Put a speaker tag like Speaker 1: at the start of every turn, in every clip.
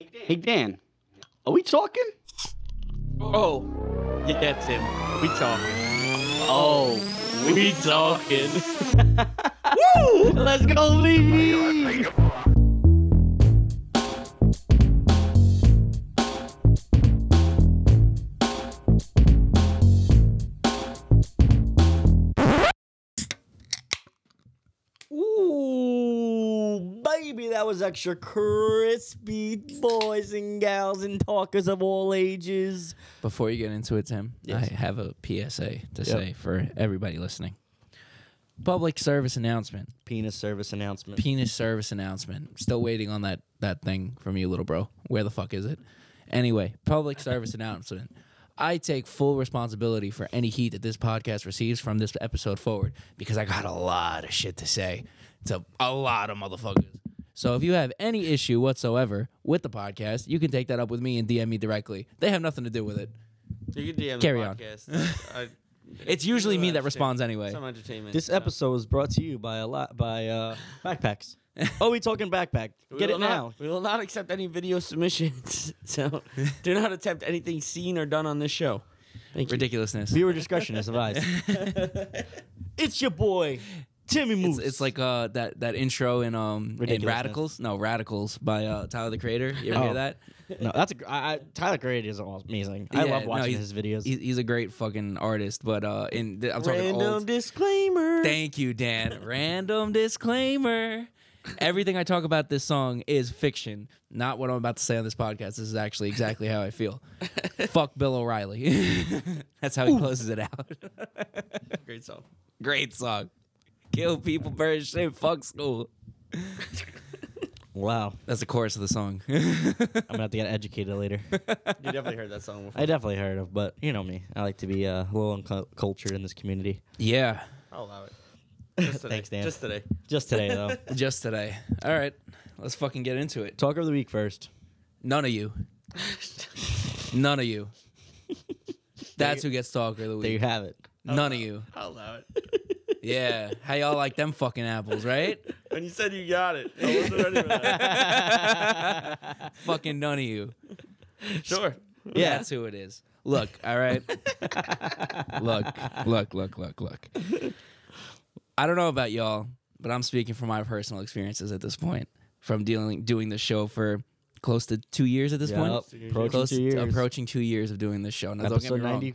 Speaker 1: Hey Dan, are we talking?
Speaker 2: Oh, yeah, that's him. We talking.
Speaker 1: Oh,
Speaker 2: We talking.
Speaker 1: woo! Let's go, Lee. Ooh, baby, that was extra crispy, boys and gals and talkers of all ages.
Speaker 3: Before you get into it, Tim,
Speaker 1: Yes.
Speaker 3: I have a PSA to say for everybody listening. Public service announcement,
Speaker 1: Penis service announcement.
Speaker 3: penis service announcement. Still waiting on that that thing from you, little bro. Where the fuck is it? Anyway, public service announcement. I take full responsibility for any heat that this podcast receives from this episode forward because I got a lot of shit to say to a lot of motherfuckers. So if you have any issue whatsoever with the podcast, you can take that up with me and DM me directly. They have nothing to do with it.
Speaker 2: You can DM
Speaker 3: Carry
Speaker 2: the
Speaker 3: on.
Speaker 2: podcast. I-
Speaker 3: It's usually me that
Speaker 2: entertain-
Speaker 3: responds anyway.
Speaker 2: Some entertainment.
Speaker 1: This
Speaker 2: you know.
Speaker 1: episode was brought to you by a lot by uh, backpacks. oh, we talking backpack?
Speaker 2: We
Speaker 1: Get
Speaker 2: will
Speaker 1: it
Speaker 2: not-
Speaker 1: now.
Speaker 2: We will not accept any video submissions. So do not attempt anything seen or done on this show. Thank you.
Speaker 3: ridiculousness.
Speaker 1: Viewer discretion is advised. it's your boy Timmy
Speaker 3: It's,
Speaker 1: Moose.
Speaker 3: it's like uh, that that intro in um in
Speaker 1: Ridiculousness.
Speaker 3: Radicals. No, Radicals by uh, Tyler the Creator. You ever
Speaker 1: Oh.
Speaker 3: hear that?
Speaker 1: no, that's a, gr- I, I, Tyler Grady is aw- amazing. I
Speaker 3: Yeah,
Speaker 1: love
Speaker 3: no,
Speaker 1: watching
Speaker 3: he's-
Speaker 1: his videos.
Speaker 3: He's, he's a great fucking artist, but uh, in th- I'm talking
Speaker 2: Random
Speaker 3: old.
Speaker 2: disclaimer.
Speaker 3: Thank you, Dan. Random disclaimer. Everything I talk about this song is fiction, not what I'm about to say on this podcast. This is actually exactly how I feel. Fuck Bill O'Reilly. That's how he closes it out.
Speaker 2: Great song.
Speaker 3: Great song. Kill people, burn shit, fuck school.
Speaker 1: wow, I'm
Speaker 3: That's the chorus of the song.
Speaker 1: gonna have to get educated later.
Speaker 2: You definitely heard that song before.
Speaker 1: I definitely heard of, but you know me. I like to be uh, a little uncultured in this community.
Speaker 3: yeah,
Speaker 2: I'll allow it. Just today.
Speaker 1: Thanks, Dan.
Speaker 2: Just today.
Speaker 1: Just today though.
Speaker 3: just today. All right, let's fucking get into it.
Speaker 1: Talker of the week first.
Speaker 3: None of you. None of you. That's who gets talker of the
Speaker 1: There you
Speaker 3: week.
Speaker 1: have it.
Speaker 3: None of you.
Speaker 2: I'll allow it.
Speaker 3: Yeah. How y'all like them fucking apples, right?
Speaker 2: When you said you got it, I wasn't ready for that.
Speaker 3: fucking none of you.
Speaker 2: Sure.
Speaker 1: Yeah.
Speaker 3: That's who it is. Look, all right. look, look, look, look, look. I don't know about y'all, but I'm speaking from my personal experiences at this point. From dealing doing this show for close to two years at this point.
Speaker 1: Yep. Approaching
Speaker 3: Close
Speaker 1: two
Speaker 3: to
Speaker 1: years.
Speaker 3: approaching two years of doing this show. Now, don't get me
Speaker 1: episode
Speaker 3: wrong.
Speaker 1: ninety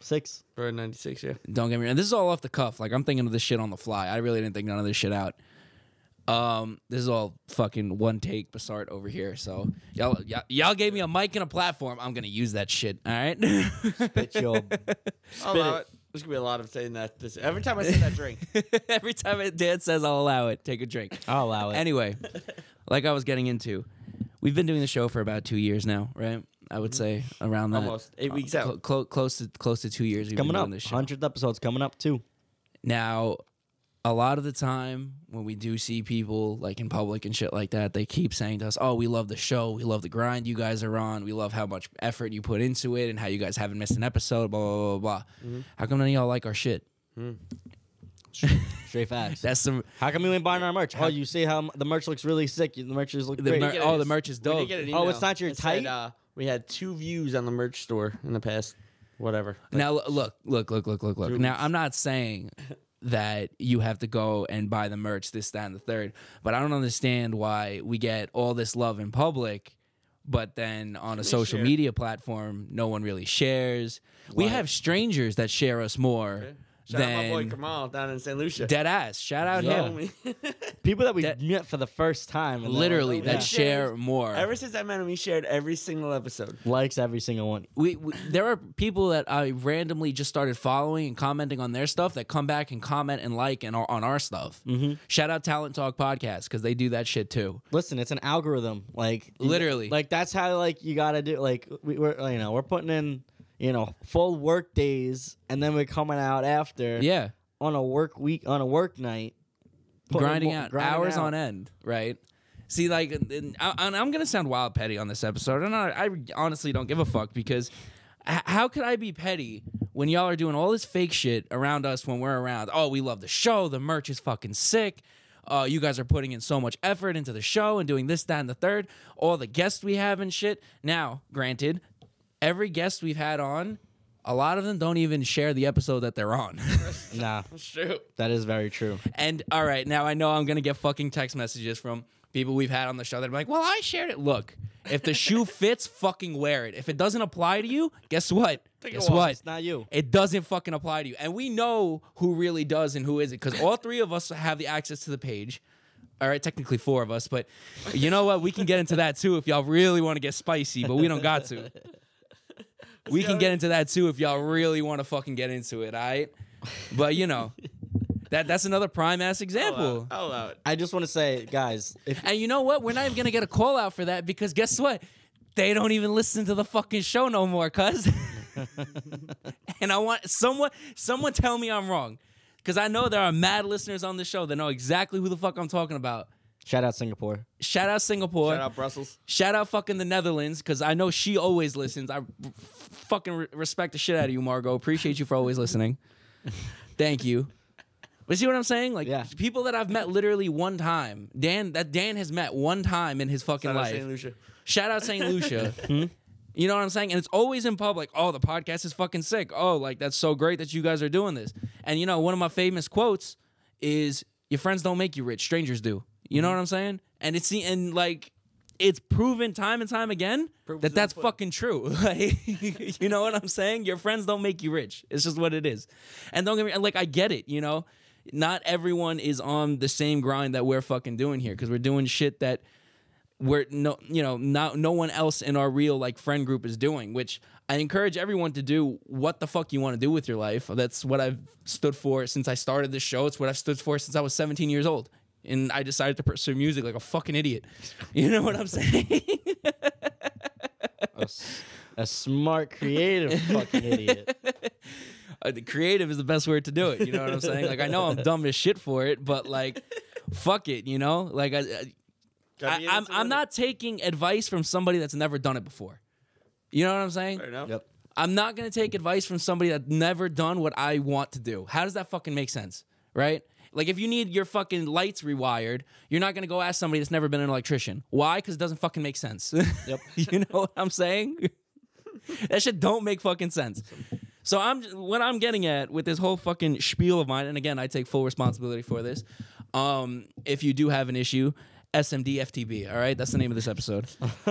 Speaker 1: six.
Speaker 2: We're at 96, yeah.
Speaker 3: Don't get me wrong. This is all off the cuff. Like I'm thinking of this shit on the fly. I really didn't think none of this shit out. Um, this is all fucking one take Bassart over here. So y'all, y'all, y'all gave me a mic and a platform. I'm gonna use that shit. All right.
Speaker 1: Bitch, yo,
Speaker 2: I'll allow it. There's gonna be a lot of saying that. This every time I say that drink,
Speaker 3: Every time it Dan says I'll allow it, take a drink.
Speaker 1: I'll allow it.
Speaker 3: Anyway, like I was getting into, we've been doing the show for about two years now, right? I
Speaker 1: Mm-hmm.
Speaker 3: would say around that.
Speaker 2: Almost. Eight weeks
Speaker 3: clo-
Speaker 2: out.
Speaker 3: clo- close to close to two years. We've
Speaker 1: coming
Speaker 3: been
Speaker 1: up.
Speaker 3: doing this show.
Speaker 1: Hundredth episode's coming up too.
Speaker 3: Now, a lot of the time when we do see people like in public and shit like that, they keep saying to us, "Oh, we love the show. We love the grind you guys are on. We love how much effort you put into it and how you guys haven't missed an episode." Blah blah blah blah. blah. How come none of y'all like our shit?
Speaker 1: Straight facts.
Speaker 3: That's the
Speaker 1: how come you ain't buying our merch? Oh, you see how m- the merch looks really sick. The merch is looking
Speaker 3: The
Speaker 1: great.
Speaker 3: mer- oh, the merch is
Speaker 2: We did
Speaker 3: dope.
Speaker 2: get an
Speaker 1: Oh,
Speaker 2: email
Speaker 1: it's not your
Speaker 2: that said,
Speaker 1: type?
Speaker 2: uh, we had two views on the merch store in the past, whatever.
Speaker 3: now l- look, look, look, look, look, look. Now I'm not saying that you have to go and buy the merch, this, that, and the third, but I don't understand why we get all this love in public, but then on a social
Speaker 2: share.
Speaker 3: media platform, no one really shares. We have strangers that share us more
Speaker 2: Shout out my boy
Speaker 3: than
Speaker 2: Kamal down in San Lucia.
Speaker 3: dead ass. Shout out
Speaker 1: Yeah.
Speaker 3: him.
Speaker 1: People that we
Speaker 3: That-
Speaker 1: met for the first time, and they're
Speaker 3: Literally,
Speaker 1: like, oh,
Speaker 3: that
Speaker 1: yeah.
Speaker 2: sh-
Speaker 3: share more.
Speaker 2: Ever since I met him, he shared every single episode.
Speaker 1: likes every single one.
Speaker 3: we, we there are people that I randomly just started following and commenting on their stuff that come back and comment and like and are on our stuff. Shout out Talent Talk Podcast because they do that shit too.
Speaker 1: Listen, it's an algorithm. Like you-
Speaker 3: Literally.
Speaker 1: like that's how like you gotta do. Like we, we're you know we're putting in you know full work days, and then we're coming out after
Speaker 3: Yeah,
Speaker 1: on a work week on a work night, putting
Speaker 3: grinding
Speaker 1: more-
Speaker 3: out
Speaker 1: grinding
Speaker 3: hours
Speaker 1: out.
Speaker 3: on end, right? See, like, and I, and I'm gonna sound wild petty on this episode, and I, I honestly don't give a fuck because h- how could I be petty when y'all are doing all this fake shit around us when we're around? Oh, we love the show. The merch is fucking sick. oh, you guys are putting in so much effort into the show and doing this, that, and the third, all the guests we have and shit. Now, granted, every guest we've had on, a lot of them don't even share the episode that they're on.
Speaker 1: Nah,
Speaker 2: That's true.
Speaker 1: that is very true.
Speaker 3: And all right, now I know I'm gonna get fucking text messages from people we've had on the show that are like, "Well, I shared it." Look, if the shoe fits, fucking wear it. If it doesn't apply to you, guess what?
Speaker 2: Take a
Speaker 3: guess
Speaker 2: walk.
Speaker 3: what?
Speaker 1: It's not you.
Speaker 3: It doesn't fucking apply to you. And we know who really does and who isn't because all three of us have the access to the page. All right, technically four of us, but you know what? We can get into that too if y'all really want to get spicy, but we don't got to. We can get into that too if y'all really want to fucking get into it, all right? But you know, that that's another prime ass example.
Speaker 2: I'll allow it.
Speaker 1: I just want to say, guys, if
Speaker 3: And you know what? We're not even gonna get a call out for that because guess what? They don't even listen to the fucking show no more, cuz. and I want someone someone tell me I'm wrong. Cause I know there are mad listeners on the show that know exactly who the fuck I'm talking about.
Speaker 1: shout out Singapore.
Speaker 3: Shout out Singapore.
Speaker 2: Shout out Brussels.
Speaker 3: Shout out fucking the Netherlands because I know she always listens. I f- fucking re- respect the shit out of you, Margot. Appreciate you for always listening. Thank you. But see what I'm saying? Like
Speaker 1: Yeah.
Speaker 3: people that I've met literally one time. Dan that Dan has met one time in his fucking
Speaker 2: Shout out
Speaker 3: life.
Speaker 2: St. Lucia.
Speaker 3: Shout out St. Lucia. Hmm? You know what I'm saying? And it's always in public. Oh, the podcast is fucking sick. Oh, like that's so great that you guys are doing this. And you know, one of my famous quotes is your friends don't make you rich, strangers do. You know what I'm saying? And it's the and like it's proven time and time again
Speaker 2: Proof is in
Speaker 3: that
Speaker 2: the
Speaker 3: that's
Speaker 2: pudding.
Speaker 3: fucking true. Like, you know what I'm saying? Your friends don't make you rich. It's just what it is. And don't get me like I get it, you know. Not everyone is on the same grind that we're fucking doing here because we're doing shit that where no you know not no one else in our real like friend group is doing which i encourage everyone to do what the fuck you want to do with your life that's what i've stood for since i started this show it's what i've stood for since i was 17 years old and i decided to pursue music like a fucking idiot you know what i'm saying
Speaker 1: A, s- a smart, creative fucking idiot.
Speaker 3: Uh, the creative is the best word to do it. You know what I'm saying? Like I know I'm dumb as shit for it, but like, fuck it. You know, like I, I,
Speaker 2: Gotta
Speaker 3: I
Speaker 2: be
Speaker 3: I'm
Speaker 2: innocent
Speaker 3: I'm
Speaker 2: with
Speaker 3: not taking advice from somebody that's never done it before. You know what I'm saying?
Speaker 2: it. Fair enough.
Speaker 1: Yep.
Speaker 3: I'm not gonna take advice from somebody that's never done what I want to do. How does that fucking make sense? Right? Like if you need your fucking lights rewired, you're not gonna go ask somebody that's never been an electrician. Why? Because it doesn't fucking make sense.
Speaker 1: Yep.
Speaker 3: you know what I'm saying? that shit don't make fucking sense. So I'm what I'm getting at with this whole fucking spiel of mine, and again, I take full responsibility for this. Um, if you do have an issue, SMD FTB, all right, that's the name of this episode.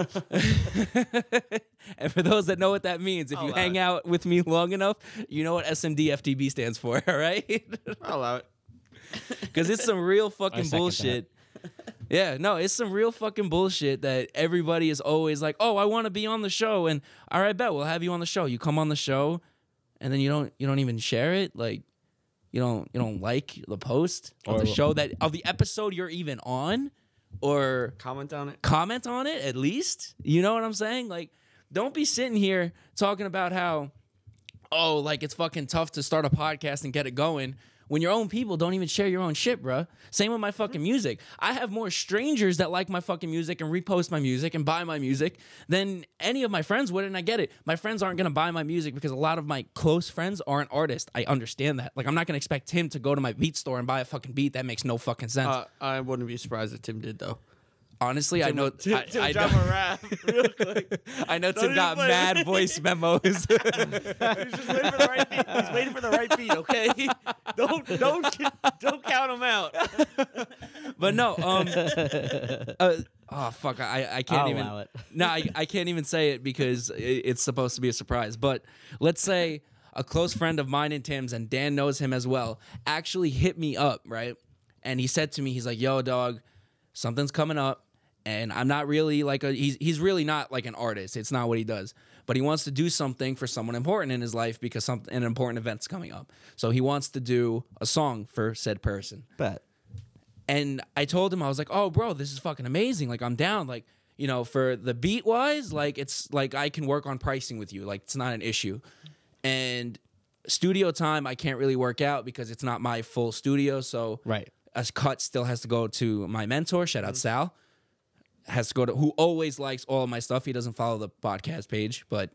Speaker 3: and for those that know what that means, if you
Speaker 2: Allow
Speaker 3: hang
Speaker 2: it.
Speaker 3: out with me long enough, you know what SMD FTB stands for, all right?
Speaker 2: I'll allow it.
Speaker 3: Because it's some real
Speaker 1: I
Speaker 3: fucking
Speaker 1: second
Speaker 3: bullshit. Yeah, no, it's some real fucking bullshit that everybody is always like, "Oh, I want to be on the show," and all right, bet we'll have you on the show. You come on the show, and then you don't you don't even share it, like you don't you don't like the post of the
Speaker 1: Or-
Speaker 3: show that of the episode you're even on, or
Speaker 2: Comment on it.
Speaker 3: comment on it at least. You know what I'm saying? Like, don't be sitting here talking about how, oh, like it's fucking tough to start a podcast and get it going when your own people don't even share your own shit, bruh. Same with my
Speaker 2: Mm-hmm.
Speaker 3: fucking music. I have more strangers that like my fucking music and repost my music and buy my music than any of my friends would. And I get it. My friends aren't gonna buy my music because a lot of my close friends aren't artists. I understand that. Like, I'm not gonna expect him to go to my beat store and buy a fucking beat. That makes no fucking sense.
Speaker 2: Uh, I wouldn't be surprised if Tim did though.
Speaker 3: Honestly, I know.
Speaker 2: Tim,
Speaker 3: I,
Speaker 2: Tim
Speaker 3: I
Speaker 2: drop
Speaker 3: know.
Speaker 2: a rap real quick.
Speaker 3: I know
Speaker 2: Don't
Speaker 3: Tim
Speaker 2: even
Speaker 3: got
Speaker 2: play
Speaker 3: mad
Speaker 2: with
Speaker 3: voice memos.
Speaker 2: He's just waiting for the right beat. He's waiting for the right beat. Okay, don't don't don't count him out.
Speaker 3: but no, um, uh, oh fuck, I, I can't
Speaker 1: I'll
Speaker 3: even.
Speaker 1: allow it.
Speaker 3: no, I, I can't even say it because i it's supposed to be a surprise. But let's say a close friend of mine and Tim's, and Dan knows him as well, actually hit me up, right? And he said to me, he's like, "Yo, dog, something's coming up." And I'm not really like a he's he's really not like an artist. It's not what he does. But he wants to do something for someone important in his life because some an important event's coming up. So he wants to do a song for said person.
Speaker 1: But
Speaker 3: And I told him, I was like, oh, bro, this is fucking amazing. Like, I'm down. Like, you know, for the beat wise, like, it's like I can work on pricing with you. Like, it's not an issue. And studio time, I can't really work out because it's not my full studio. So,
Speaker 1: Right. Mm-hmm.
Speaker 3: a cut still has to go to my mentor. Shout out Sal. Has to go to who always likes all of my stuff. He doesn't follow the podcast page, but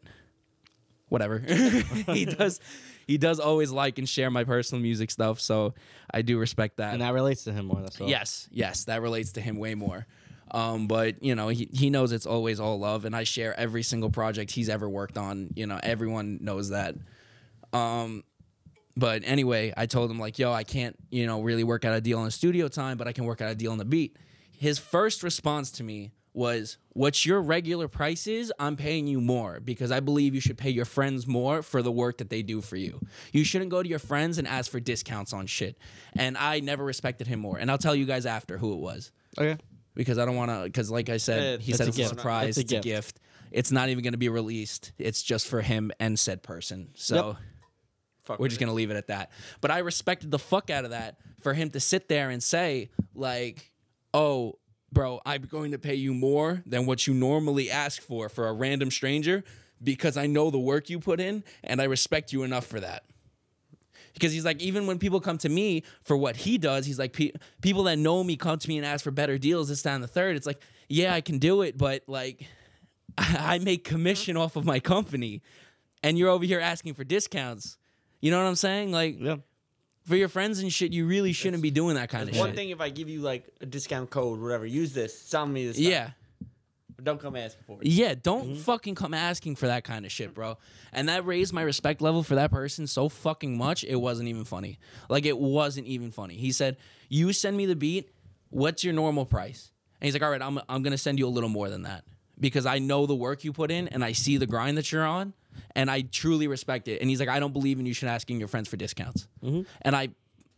Speaker 3: whatever. he does he does always like and share my personal music stuff, so I do respect that.
Speaker 1: and that relates to him more. That's all.
Speaker 3: Yes, yes, that relates to him way more. Um, but you know, he, he knows it's always all love, and I share every single project he's ever worked on. You know, everyone knows that. Um, but anyway, I told him like, yo, I can't, you know, really work out a deal on the studio time, but I can work out a deal on the beat. His first response to me was, "What's your regular price is? I'm paying you more because I believe you should pay your friends more for the work that they do for you. You shouldn't go to your friends and ask for discounts on shit." And I never respected him more. And I'll tell you guys after who it was
Speaker 1: Okay.
Speaker 3: because I don't want to. Because like I said,
Speaker 2: Eh,
Speaker 3: he
Speaker 1: it's
Speaker 3: said
Speaker 1: a
Speaker 3: it's a
Speaker 1: gift.
Speaker 3: surprise.
Speaker 1: It's a
Speaker 3: It's a gift.
Speaker 1: gift.
Speaker 3: It's not even going to be released. It's just for him and said person. So
Speaker 2: Fuck
Speaker 3: we're just
Speaker 2: with
Speaker 3: going to leave it at that. But I respected the fuck out of that for him to sit there and say like, "Oh, bro, I'm going to pay you more than what you normally ask for for a random stranger because I know the work you put in and I respect you enough for that." because he's like even when people come to me for what he does he's like pe- people that know me come to me and ask for better deals this time the third it's like yeah i can do it but like i make commission off of my company and you're over here asking for discounts you know what i'm saying like
Speaker 1: Yeah.
Speaker 3: for your friends and shit you really shouldn't be doing that kind
Speaker 2: it.
Speaker 3: of
Speaker 2: One
Speaker 3: shit
Speaker 2: thing, if I give you like a discount code, whatever, use this, sell me this. stuff.
Speaker 3: yeah
Speaker 2: But don't come asking for it.
Speaker 3: Yeah, don't fucking come asking for that kind of shit, bro. And that raised my respect level for that person so fucking much, it wasn't even funny. Like, it wasn't even funny. He said, You send me the beat, what's your normal price? And he's like, All right, I'm, I'm gonna send you a little more than that because I know the work you put in and I see the grind that you're on and I truly respect it. And he's like, I don't believe in you should asking your friends for discounts. And I,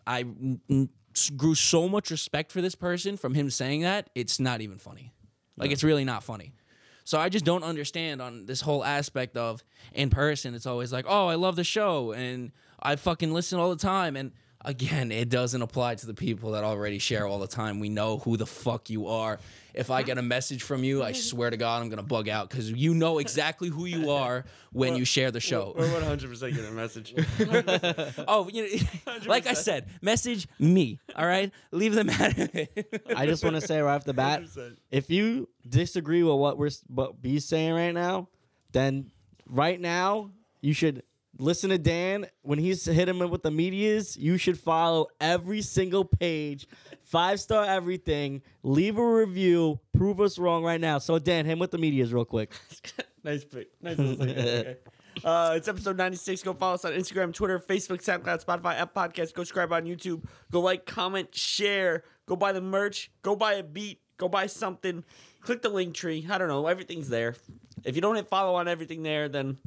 Speaker 3: I mm, mm, grew so much respect for this person from him saying that, it's not even funny. Like, it's really not funny. So I just don't understand on this whole aspect of in person. It's always like, oh, I love the show and I fucking listen all the time. And again, it doesn't apply to the people that already share all the time. We know who the fuck you are. If I get a message from you, I swear to God, I'm gonna bug out because you know exactly who you are when you share the show.
Speaker 2: We're 100 percent getting a message.
Speaker 3: oh, you know, like I said, message me. All right, leave them out of it.
Speaker 1: I just want to say right off the bat,
Speaker 2: 100%.
Speaker 1: if you disagree with what we're s- what B's saying right now, then right now you should listen to Dan when he's hit him with the medias. You should follow every single page, five star everything. Leave a review. Prove us wrong right now. So Dan, him with the medias real quick.
Speaker 2: nice pick. Nice little thing. Okay. Uh, it's episode 96. Go follow us on Instagram, Twitter, Facebook, SoundCloud, Spotify, App Podcast. Go subscribe on YouTube. Go like, comment, share. Go buy the merch. Go buy a beat. Go buy something. Click the link tree. I don't know. Everything's there. If you don't hit follow on everything there, then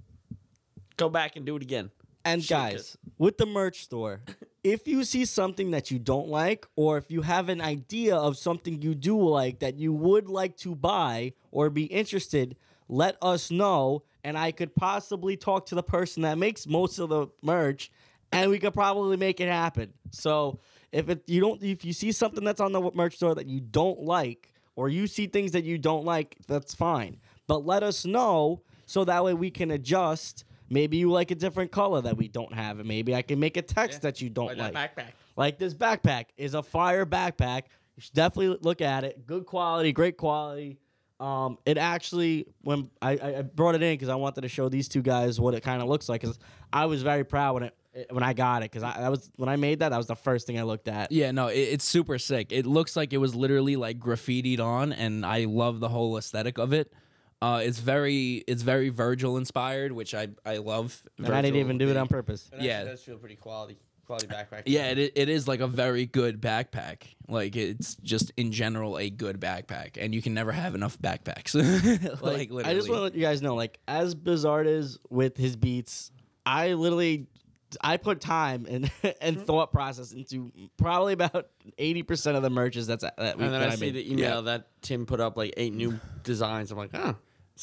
Speaker 2: go back and do it again.
Speaker 1: And
Speaker 2: Shake it.
Speaker 1: guys, with the merch store, if you see something that you don't like, or if you have an idea of something you do like that you would like to buy or be interested, let us know. And I could possibly talk to the person that makes most of the merch, and we could probably make it happen. So if it, you don't, if you see something that's on the merch store that you don't like, or you see things that you don't like, that's fine. But let us know so that way we can adjust. Maybe you like a different color that we don't have, and maybe I can make a text that you don't like.
Speaker 2: backpack.
Speaker 1: Like this backpack is a fire backpack. You should definitely look at it. Good quality, great quality. Um, it actually when I- I, I brought it in because I wanted to show these two guys what it kind of looks like because I was very proud when it when I got it because I that was when I made that that was the first thing I looked at.
Speaker 3: Yeah, no, it, it's super sick. It looks like it was literally like graffitied on, and I love the whole aesthetic of it. Uh, it's very, it's very Virgil inspired, which I I love.
Speaker 1: and I didn't even do it on purpose.
Speaker 3: actually Yeah.
Speaker 2: does
Speaker 3: does
Speaker 2: feel pretty quality. Quality backpack.
Speaker 3: Yeah, it, it is like a very good backpack. Like it's just in general a good backpack, and you can never have enough backpacks. like, literally,
Speaker 1: I just want to let you guys know, like, as Bizarre is with his beats, I literally, I put time and and thought process into probably about eighty percent of the merches that's that we
Speaker 2: And then
Speaker 1: that
Speaker 2: I, see
Speaker 1: made.
Speaker 2: the email
Speaker 3: Yeah.
Speaker 2: that Tim put up like eight new designs. I'm like, huh.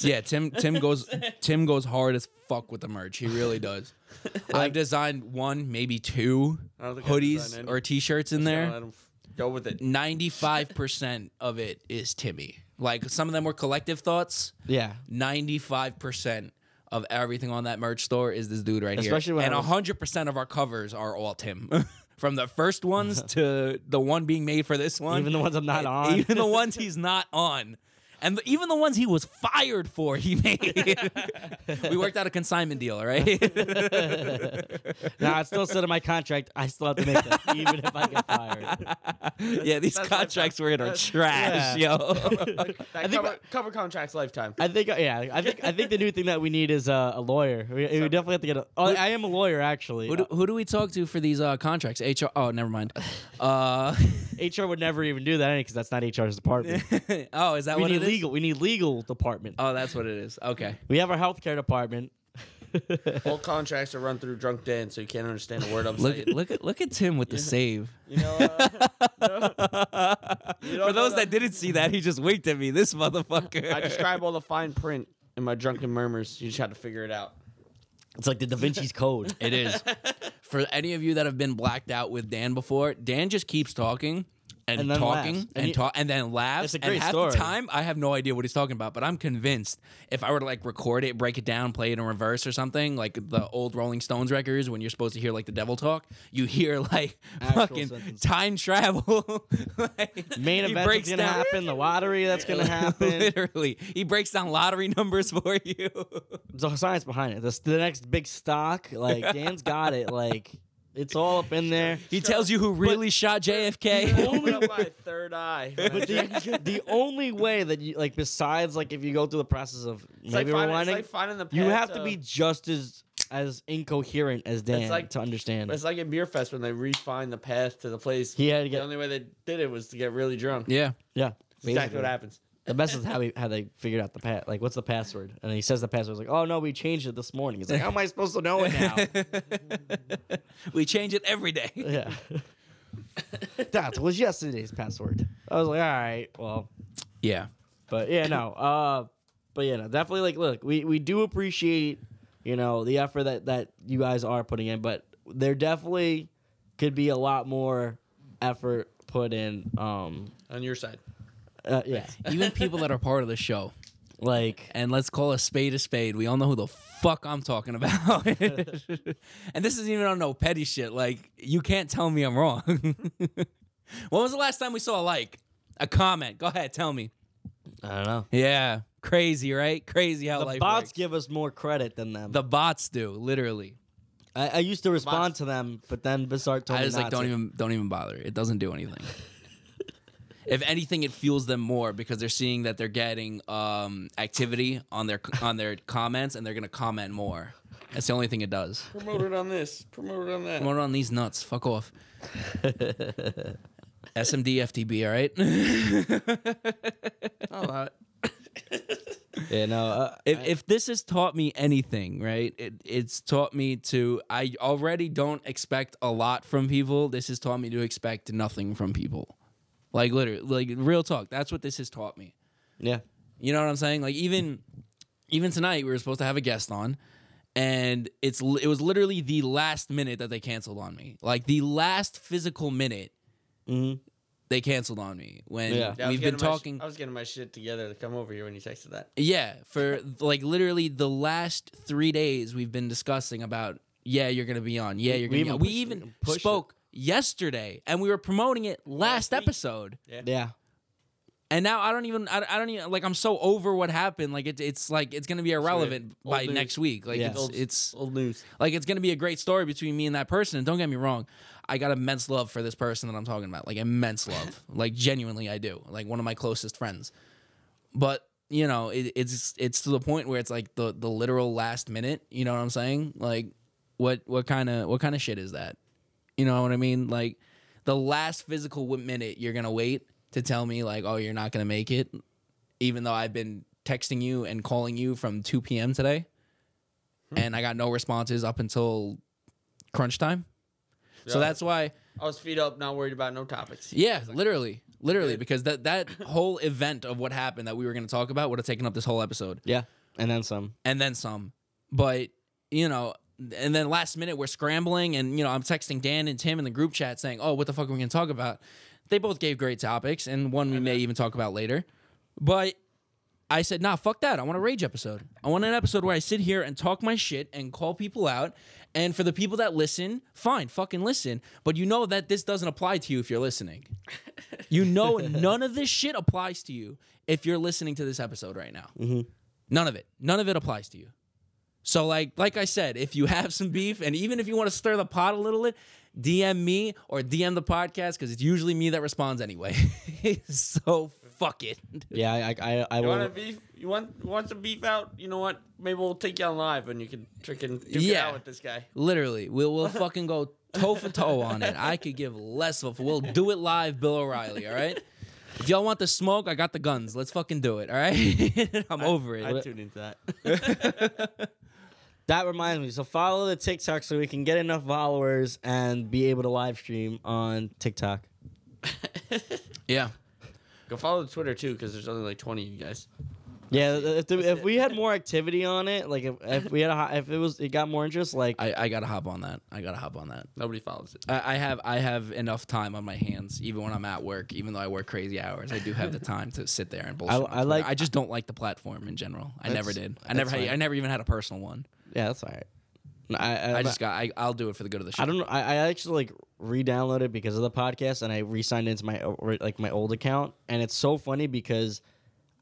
Speaker 3: Yeah, Tim Tim goes Tim goes hard as fuck with the merch. He really does. I've designed one, maybe two
Speaker 2: I don't think I've
Speaker 3: hoodies
Speaker 2: designed any.
Speaker 3: or t-shirts in there.
Speaker 2: Let him go with it.
Speaker 3: 95% of it is Timmy. Like some of them were collective thoughts.
Speaker 1: yeah,
Speaker 3: 95% of everything on that merch store is this dude right
Speaker 1: Especially when
Speaker 3: here. And
Speaker 1: I was-
Speaker 3: 100% of our covers are all Tim. From the first ones to the one being made for this one.
Speaker 1: Even the ones I'm not
Speaker 3: and
Speaker 1: on.
Speaker 3: Even the ones he's not on. And the, even the ones he was fired for, he made. we worked out a consignment deal, all right?
Speaker 1: Nah, it's still said in my contract. I still have to make that, even if I get fired.
Speaker 3: yeah, these
Speaker 2: That's
Speaker 3: contracts we're in are trash,
Speaker 1: Yeah.
Speaker 3: yo.
Speaker 2: That
Speaker 1: think
Speaker 2: cover, cover contracts lifetime.
Speaker 1: I think, uh, yeah, I think, I think the new thing that we need is uh, a lawyer. We, we definitely have to get a. Oh, I am a lawyer actually. Uh,
Speaker 3: who, do, who do we talk to for these uh, contracts? HR. Oh, never mind. Uh,
Speaker 1: HR would never even do that because that's not HR's department.
Speaker 3: oh, is that
Speaker 1: we
Speaker 3: what
Speaker 1: need
Speaker 3: it is?
Speaker 1: legal. We need legal department.
Speaker 3: Oh, that's what it is. Okay.
Speaker 1: we have our healthcare department.
Speaker 2: All contracts are run through drunk Dan, so you can't understand a word I'm
Speaker 3: Look
Speaker 2: saying.
Speaker 3: at look at look at Tim with the save.
Speaker 2: You know, uh,
Speaker 3: For those that didn't see that, he just winked at me. This motherfucker.
Speaker 2: I describe all the fine print in my drunken murmurs. You just had to figure it out.
Speaker 1: It's like the Da Vinci's Code.
Speaker 3: It is. For any of you that have been blacked out with Dan before, Dan just keeps talking and,
Speaker 1: And then
Speaker 3: talking
Speaker 1: laughs. And
Speaker 3: and
Speaker 1: he-
Speaker 3: talk and then laughs.
Speaker 1: It's a great
Speaker 3: and half
Speaker 1: story.
Speaker 3: the time, I have no idea what he's talking about, but I'm convinced if I were to like record it, break it down, play it in reverse or something, like the old Rolling Stones records when you're supposed to hear like the devil talk, you hear like
Speaker 1: Actual
Speaker 3: fucking
Speaker 1: sentences.
Speaker 3: time travel. like,
Speaker 1: Main
Speaker 3: he
Speaker 1: event
Speaker 3: breaks
Speaker 1: that's gonna
Speaker 3: down-
Speaker 1: happen. The lottery that's gonna happen.
Speaker 3: Literally, he breaks down lottery numbers for you.
Speaker 1: the science behind it. The, the next big stock, like Dan's got it. Like it's all up in there.
Speaker 3: He tells you who really shot JFK.
Speaker 2: Open up my third eye. when I
Speaker 1: But
Speaker 2: drink.
Speaker 1: the, the only way that you like, besides like if you go through the process of
Speaker 2: It's like
Speaker 1: maybe
Speaker 2: finding- it's
Speaker 1: rewinding,
Speaker 2: like finding the
Speaker 1: you
Speaker 2: path
Speaker 1: have to be just as as incoherent as Dan
Speaker 2: like-
Speaker 1: to understand.
Speaker 2: It's like in Beer Fest when they refine the path to the place.
Speaker 1: He had to get-
Speaker 2: the only way they did it was to get really drunk.
Speaker 3: yeah.
Speaker 1: yeah,
Speaker 2: That's exactly
Speaker 1: basically.
Speaker 2: what happens.
Speaker 1: The best is how he, how they figured out the pat. Like, what's the password? And he says the password. He's like, oh no, we changed it this morning. He's like, how am I supposed to know it now?
Speaker 3: we change it every day.
Speaker 1: yeah, that was yesterday's password. I was like, all right, well,
Speaker 3: Yeah.
Speaker 1: But yeah, no. Uh, but yeah, no, definitely. Like, look, we we do appreciate you know the effort that that you guys are putting in, but there definitely could be a lot more effort put in. Um,
Speaker 2: On your side.
Speaker 1: uh, yeah,
Speaker 3: Even people that are part of the show.
Speaker 1: like
Speaker 3: And let's call a spade a spade. We all know who the fuck I'm talking about. and this isn't even on no petty shit. Like, you can't tell me I'm wrong. when was the last time we saw a like? A comment. Go ahead, tell me.
Speaker 1: I don't know.
Speaker 3: Yeah. Crazy, right? Crazy how
Speaker 1: The
Speaker 3: life
Speaker 1: bots
Speaker 3: works.
Speaker 1: give us more credit than them.
Speaker 3: the bots do, literally.
Speaker 1: I, I used to respond to them, but then Bizarre told
Speaker 3: I
Speaker 1: me
Speaker 3: was like,
Speaker 1: not
Speaker 3: don't
Speaker 1: to.
Speaker 3: even, don't even bother. It doesn't do anything. if anything, it fuels them more because they're seeing that they're getting um, activity on their on their comments, and they're gonna comment more. That's the only thing it does.
Speaker 2: Promote it on this. Promote it on that.
Speaker 3: Come on, these nuts. Fuck off. SMD FTB, all right.
Speaker 1: Yeah, no. Uh,
Speaker 3: if, if this has taught me anything, right? It, it's taught me to. I already don't expect a lot from people. This has taught me to expect nothing from people. Like literally, like real talk. That's what this has taught me.
Speaker 1: yeah.
Speaker 3: You know what I'm saying? Like even even tonight we were supposed to have a guest on and it's li- it was literally the last minute that they canceled on me. Like the last physical minute
Speaker 1: Mhm.
Speaker 3: they canceled on me when
Speaker 1: Yeah.
Speaker 2: Yeah, I was
Speaker 3: we've been
Speaker 2: getting my sh-
Speaker 3: talking
Speaker 2: I was getting my shit together to come over here when you texted that.
Speaker 3: yeah, for like literally the last 3 days we've been discussing about yeah, you're going to be on. Yeah, you're
Speaker 1: we
Speaker 3: going to be
Speaker 1: even
Speaker 3: on. We
Speaker 1: pushed-
Speaker 3: even
Speaker 1: pushed it.
Speaker 3: spoke yesterday and we were promoting it last
Speaker 2: week.
Speaker 3: episode.
Speaker 1: Yeah.
Speaker 3: And now I don't even I, I don't even like I'm so over what happened. Like it, it's like it's gonna be irrelevant
Speaker 2: old
Speaker 3: by
Speaker 2: news.
Speaker 3: next week. Like
Speaker 1: Yeah.
Speaker 3: it's
Speaker 1: Old-
Speaker 3: it's
Speaker 2: Old news.
Speaker 3: like it's gonna be a great story between me and that person. And don't get me wrong, I got immense love for this person that I'm talking about. Like immense love. like genuinely, I do. Like one of my closest friends. But you know, it, it's it's to the point where it's like the the literal last minute. You know what I'm saying? Like what what kind of what kind of shit is that? You know what I mean? Like the last physical w- minute you're gonna wait to tell me like, oh, you're not gonna make it, even though I've been texting you and calling you from 2 p.m. today, and I got no responses up until crunch time. So
Speaker 2: Yeah.
Speaker 3: that's why,
Speaker 2: I was feet up, not worried about no topics.
Speaker 3: yeah, literally, literally,
Speaker 2: Good.
Speaker 3: because that that whole event of what happened that we were gonna talk about would have taken up this whole episode
Speaker 1: Yeah. And then some.
Speaker 3: and then some. But you know, and then last minute we're scrambling, and you know, I'm texting Dan and Tim in the group chat saying, "Oh, what the fuck are we gonna talk about?" They both gave great topics, and one we may even talk about later. But I said, nah, fuck that. I want a rage episode. I want an episode where I sit here and talk my shit and call people out. And for the people that listen, fine, fucking listen. But you know that this doesn't apply to you if you're listening. You know, none of this shit applies to you if you're listening to this episode right now. None of it. None of it applies to you. So like like I said, if you have some beef and even if you want to stir the pot a little bit, DM me or DM the podcast because it's usually me that responds anyway. so fuck it.
Speaker 1: Yeah, I I I, I
Speaker 2: You want a
Speaker 1: will.
Speaker 2: beef? You want you want some beef out? You know what? Maybe we'll take you on live and you can freaking duke it
Speaker 3: Yeah.
Speaker 2: out with this guy.
Speaker 3: Literally, we'll we'll fucking go toe for toe on it. I could give less of. a- We'll do it live, Bill O'Reilly. All right. If y'all want the smoke, I got the guns. Let's fucking do it. All right. I'm over it.
Speaker 2: I tune into that.
Speaker 1: That reminds me. So follow the TikTok so we can get enough followers and be able to live stream on TikTok.
Speaker 3: yeah.
Speaker 2: Go follow the Twitter too, because there's only like 20 of you guys.
Speaker 1: Yeah, if, the, if we had more activity on it, like if, if we had a, hi- if it was it got more interest, like
Speaker 3: I, I gotta hop on that. I gotta hop on that.
Speaker 2: Nobody follows it.
Speaker 3: I I have I have enough time on my hands, even when I'm at work. Even though I work crazy hours, I do have the time to sit there and bullshit.
Speaker 1: I-
Speaker 3: on
Speaker 1: I
Speaker 3: Twitter.
Speaker 1: like-
Speaker 3: I just don't like the platform in general. I never
Speaker 1: That's-
Speaker 3: did. I never.
Speaker 1: that's
Speaker 3: Had,
Speaker 1: fine.
Speaker 3: I never even had a personal one.
Speaker 1: yeah, that's all right. No, I, I,
Speaker 3: I just got. I, I'll do it for the good of the show.
Speaker 1: I don't know. I, I actually like re-downloaded because of the podcast, and I re-signed into my o- re- like my old account, and it's so funny because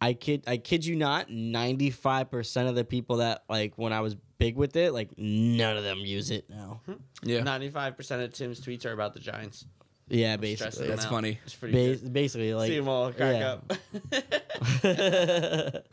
Speaker 1: I kid I kid you not, ninety five percent of the people that like when I was big with it, like none of them use it now.
Speaker 3: Hmm. yeah,
Speaker 2: 95% of Tim's tweets are about the Giants.
Speaker 1: Yeah,
Speaker 2: Stress
Speaker 1: basically,
Speaker 2: them
Speaker 3: That's
Speaker 2: out.
Speaker 3: funny.
Speaker 2: It's pretty
Speaker 1: Ba-
Speaker 2: good.
Speaker 1: basically like
Speaker 2: See them all crack
Speaker 1: yeah.
Speaker 2: up.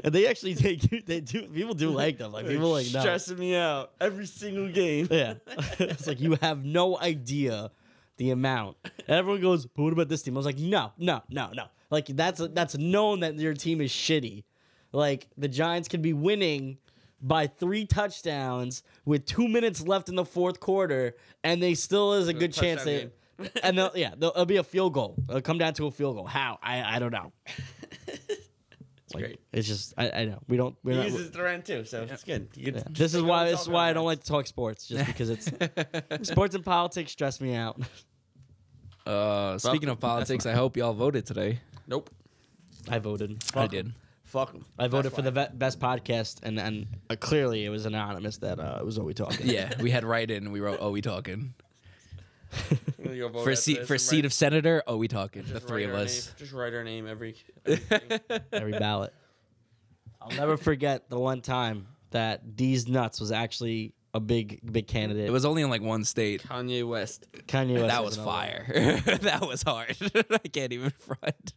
Speaker 1: and they actually they do, they do people do like them like people like no.
Speaker 2: stressing me out every single game.
Speaker 1: yeah it's like you have no idea the amount and everyone goes but what about this team I was like no no no no like that's that's known that your team is shitty like the Giants could be winning by three touchdowns with two minutes left in the fourth quarter and they still is a good chance they
Speaker 2: touchdown
Speaker 1: and they'll, yeah there will be a field goal it'll come down to a field goal how I I don't know.
Speaker 2: It's great.
Speaker 1: It's just I, I know we don't. We're
Speaker 2: He
Speaker 1: not
Speaker 2: uses Durant too, so it's good. You
Speaker 1: yeah.
Speaker 2: could-
Speaker 1: This is
Speaker 2: like
Speaker 1: why.
Speaker 2: we're
Speaker 1: This is
Speaker 2: talking
Speaker 1: why I
Speaker 2: about
Speaker 1: don't
Speaker 2: it.
Speaker 1: like to talk sports, just because it's sports and politics stress me out.
Speaker 3: Uh, speaking of politics, I hope y'all voted today.
Speaker 2: Nope.
Speaker 1: I voted.
Speaker 3: I did.
Speaker 2: Fuck him.
Speaker 1: I voted for the ve- best podcast, and and uh, clearly it was anonymous that uh, it was what we talking.
Speaker 3: Yeah, we had write in. and We wrote, "Oh, we talking."
Speaker 2: the
Speaker 3: For seat for seat of senator, oh, we talking. The three of us.
Speaker 2: Just write our name every.
Speaker 1: every ballot. I'll never forget the one time that D's nuts was actually a big big candidate.
Speaker 3: It was only in like one state.
Speaker 2: Kanye West.
Speaker 1: Kanye West
Speaker 3: That was
Speaker 1: another one.
Speaker 3: fire. that was hard. I can't even front.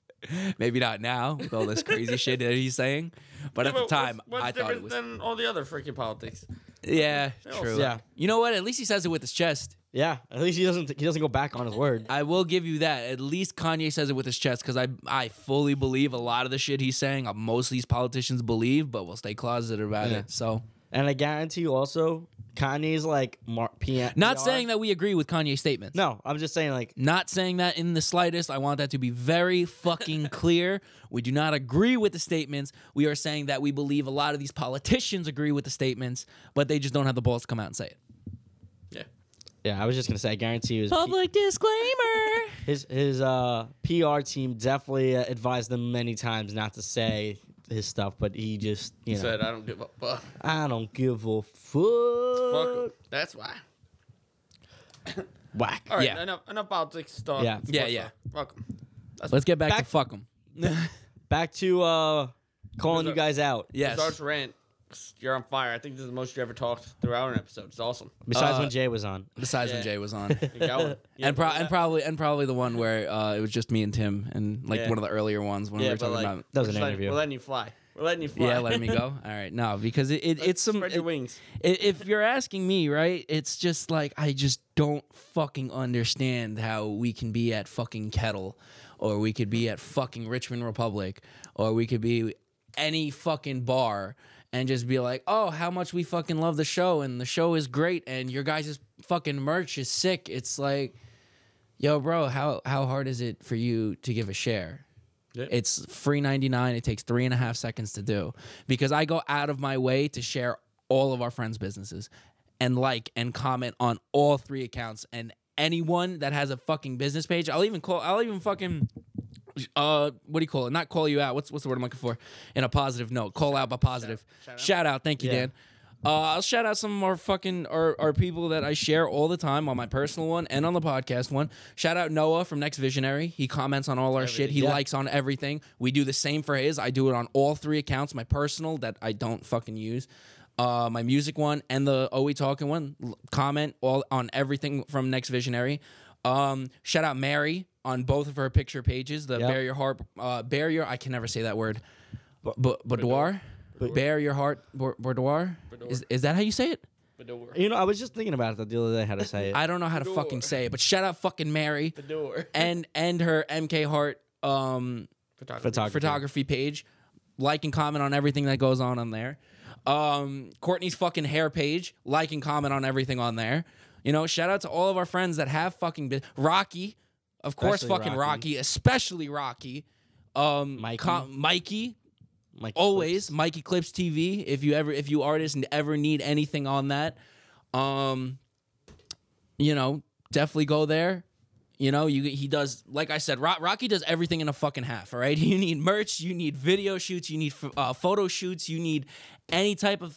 Speaker 3: Maybe not now with all this crazy shit that he's saying, but at the time
Speaker 2: what's,
Speaker 3: I thought
Speaker 2: different
Speaker 3: it was
Speaker 2: than all the other freaking politics?
Speaker 3: yeah,
Speaker 2: all
Speaker 3: true.
Speaker 1: suck.
Speaker 3: You know what? At least he says it with his chest.
Speaker 1: Yeah, at least he doesn't he doesn't go back on his word.
Speaker 3: I will give you that. At least Kanye says it with his chest because I I fully believe a lot of the shit he's saying. uh, Most of these politicians believe, but we'll stay closeted about
Speaker 1: Yeah.
Speaker 3: it. So
Speaker 1: And I guarantee you, also Kanye's like mar- PM.
Speaker 3: not saying that we agree with Kanye's statements.
Speaker 1: No, I'm just saying like
Speaker 3: Not saying that in the slightest. I want that to be very fucking clear. We do not agree with the statements. We are saying that we believe a lot of these politicians agree with the statements, but they just don't have the balls to come out and say it.
Speaker 2: Yeah.
Speaker 1: yeah. I was just gonna say I guarantee you his P-
Speaker 3: Public disclaimer.
Speaker 1: his his uh, PR team definitely uh, advised him many times not to say his stuff, but he just you know
Speaker 2: Said I don't give a fuck.
Speaker 1: I don't give a
Speaker 2: Fuck
Speaker 1: fuck.
Speaker 2: 'em. That's why.
Speaker 1: Whack.
Speaker 2: All right.
Speaker 3: Yeah.
Speaker 2: Enough. Enough politics talk.
Speaker 1: Yeah.
Speaker 2: It's
Speaker 3: Yeah,
Speaker 2: sports
Speaker 3: yeah.
Speaker 2: talk. Fuck 'em.
Speaker 3: Let's get back,
Speaker 1: Back-
Speaker 3: to fuck them.
Speaker 1: Back to uh,
Speaker 2: Who's
Speaker 1: calling you
Speaker 2: up?
Speaker 1: guys out.
Speaker 3: yes.
Speaker 2: Starts rant. You're on fire. I think this is the most you ever talked throughout an episode. It's awesome.
Speaker 1: Besides
Speaker 3: Uh,
Speaker 1: when Jay was on.
Speaker 3: Besides when
Speaker 2: Yeah.
Speaker 3: Jay was on.
Speaker 2: You got one. You got
Speaker 3: And, pro-
Speaker 2: one
Speaker 3: and
Speaker 2: of
Speaker 3: probably and probably the one where uh, it was just me and Tim and like
Speaker 2: Yeah.
Speaker 3: one of the earlier ones when
Speaker 2: that?
Speaker 3: we
Speaker 2: yeah,
Speaker 3: were
Speaker 2: but
Speaker 3: talking
Speaker 2: like,
Speaker 3: about
Speaker 1: That was an
Speaker 2: just letting-
Speaker 1: interview.
Speaker 2: We're letting you fly. We're letting you fly.
Speaker 3: yeah letting me go. All right, no because it, it it's some
Speaker 2: Spread your
Speaker 3: it-
Speaker 2: wings.
Speaker 3: I- if you're asking me, right, it's just like I just don't fucking understand how we can be at fucking Kettle, or we could be at fucking Richmond Republic, or we could be any fucking bar and just be like, oh, how much we fucking love the show, and the show is great, and your guys' fucking merch is sick. It's like, yo, bro, how how hard is it for you to give a share?
Speaker 2: Yeah.
Speaker 3: It's free 99. It takes three and a half seconds to do because I go out of my way to share all of our friends' businesses and like and comment on all three accounts. And anyone that has a fucking business page, I'll even call, I'll even fucking uh, what do you call it? Not call you out. What's what's the word I'm looking for? In a positive note, call out by positive. Shout, out. Thank you,
Speaker 1: Yeah.
Speaker 3: Dan. Uh, I'll shout out some of our fucking our, our people that I share all the time on my personal one and on the podcast one. Shout out Noah from Next Visionary. He comments on all our shit. He
Speaker 1: yeah.
Speaker 3: likes on everything. We do the same for his. I do it on all three accounts. My personal that I don't fucking use. Uh, my music one and the OE talking one. L- comment all on everything from Next Visionary. Um, shout out Mary on both of her picture pages. The
Speaker 1: Yep.
Speaker 3: Bear Your Heart, uh, Bear Your, I can never say that word, B- b- boudoir, Bear Your Heart, bou- boudoir. Is, is that how you say it?
Speaker 2: Door.
Speaker 1: You know, I was just thinking about it the other day how to say it.
Speaker 3: I don't know how to fucking say it, but shout out fucking Mary
Speaker 2: Door.
Speaker 3: and and her MK Heart um,
Speaker 1: Photography.
Speaker 3: photography page. Like and comment on everything that goes on on there. Um, Courtney's fucking hair page. Like and comment on everything on there. You know, shout out to all of our friends that have fucking been Rocky, of course,
Speaker 1: Especially
Speaker 3: fucking Rocky.
Speaker 1: Rocky.
Speaker 3: especially Rocky. Um,
Speaker 1: Mikey.
Speaker 3: com- Mikey,
Speaker 1: Like,
Speaker 3: always Mikey Clips TV. If you ever, if you artists ever need anything on that, um, you know, definitely go there. You know, you he does like I said, Ro- Rocky does everything in a fucking half. All right, you need merch, you need video shoots, you need ph- uh, photo shoots, you need any type of,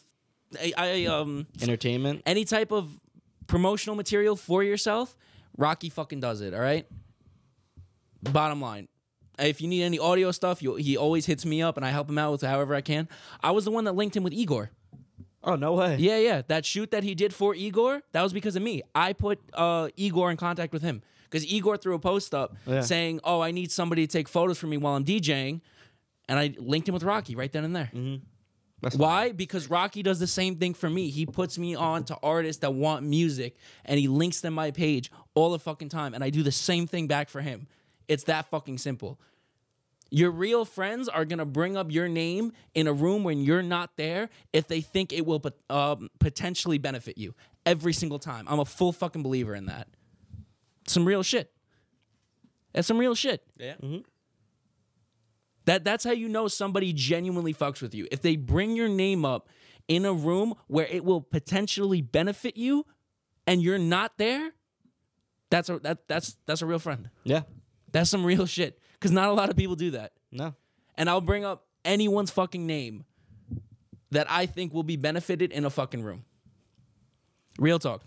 Speaker 3: I, I um,
Speaker 1: entertainment.
Speaker 3: any type of promotional material for yourself, Rocky fucking does it. All right. Bottom line, if you need any audio stuff, you, he always hits me up, and I help him out with however I can. I was the one that linked him with Igor.
Speaker 1: Oh no way!
Speaker 3: Yeah, yeah. That shoot that he did for Igor, that was because of me. I put uh, Igor in contact with him because Igor threw a post up
Speaker 1: Yeah.
Speaker 3: saying, "Oh, I need somebody to take photos for me while I'm DJing," and I linked him with Rocky right then and there.
Speaker 1: Mm-hmm. That's
Speaker 3: Why? Because Rocky does the same thing for me. He puts me on to artists that want music and he links them my page all the fucking time. And I do the same thing back for him. It's that fucking simple. Your real friends are gonna bring up your name in a room when you're not there if they think it will pot- um, potentially benefit you every single time. I'm a full fucking believer in that. Some real shit. That's some real shit.
Speaker 2: Yeah. Mm-hmm.
Speaker 3: That that's how you know somebody genuinely fucks with you. If they bring your name up in a room where it will potentially benefit you and you're not there, that's a that that's that's a real friend.
Speaker 1: Yeah.
Speaker 3: That's some real shit cuz not a lot of people do that.
Speaker 1: No.
Speaker 3: And I'll bring up anyone's fucking name that I think will be benefited in a fucking room. Real talk.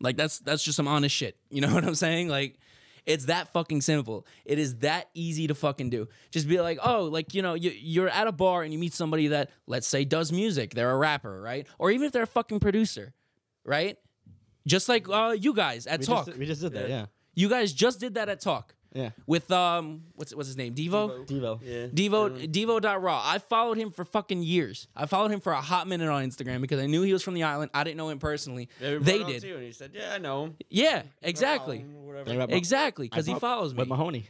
Speaker 3: Like that's that's just some honest shit. You know what I'm saying? Like it's that fucking simple. It is that easy to fucking do. Just be like, oh, like you know, you, you're at a bar and you meet somebody that, let's say, does music. They're a rapper, right? Or even if they're a fucking producer, right? Just like uh, you guys at
Speaker 1: We
Speaker 3: Talk.
Speaker 1: Just, we just did that. Yeah.
Speaker 3: you guys just did that at Talk
Speaker 1: Yeah.
Speaker 3: with um, what's what's his name? Devo.
Speaker 1: Oh, Devo.
Speaker 2: Yeah.
Speaker 3: Devo Devo.raw. I followed him for fucking years. I followed him for a hot minute on Instagram because I knew he was from the island. I didn't know him personally.
Speaker 2: They,
Speaker 3: they
Speaker 2: did.
Speaker 3: did.
Speaker 2: Too, and he said, "Yeah, I know." him."
Speaker 3: Yeah, exactly.
Speaker 2: Um,
Speaker 1: Think
Speaker 2: Whatever.
Speaker 1: about-
Speaker 3: Exactly, because
Speaker 1: I
Speaker 3: he
Speaker 1: bought-
Speaker 3: follows me.
Speaker 1: With Mahoney.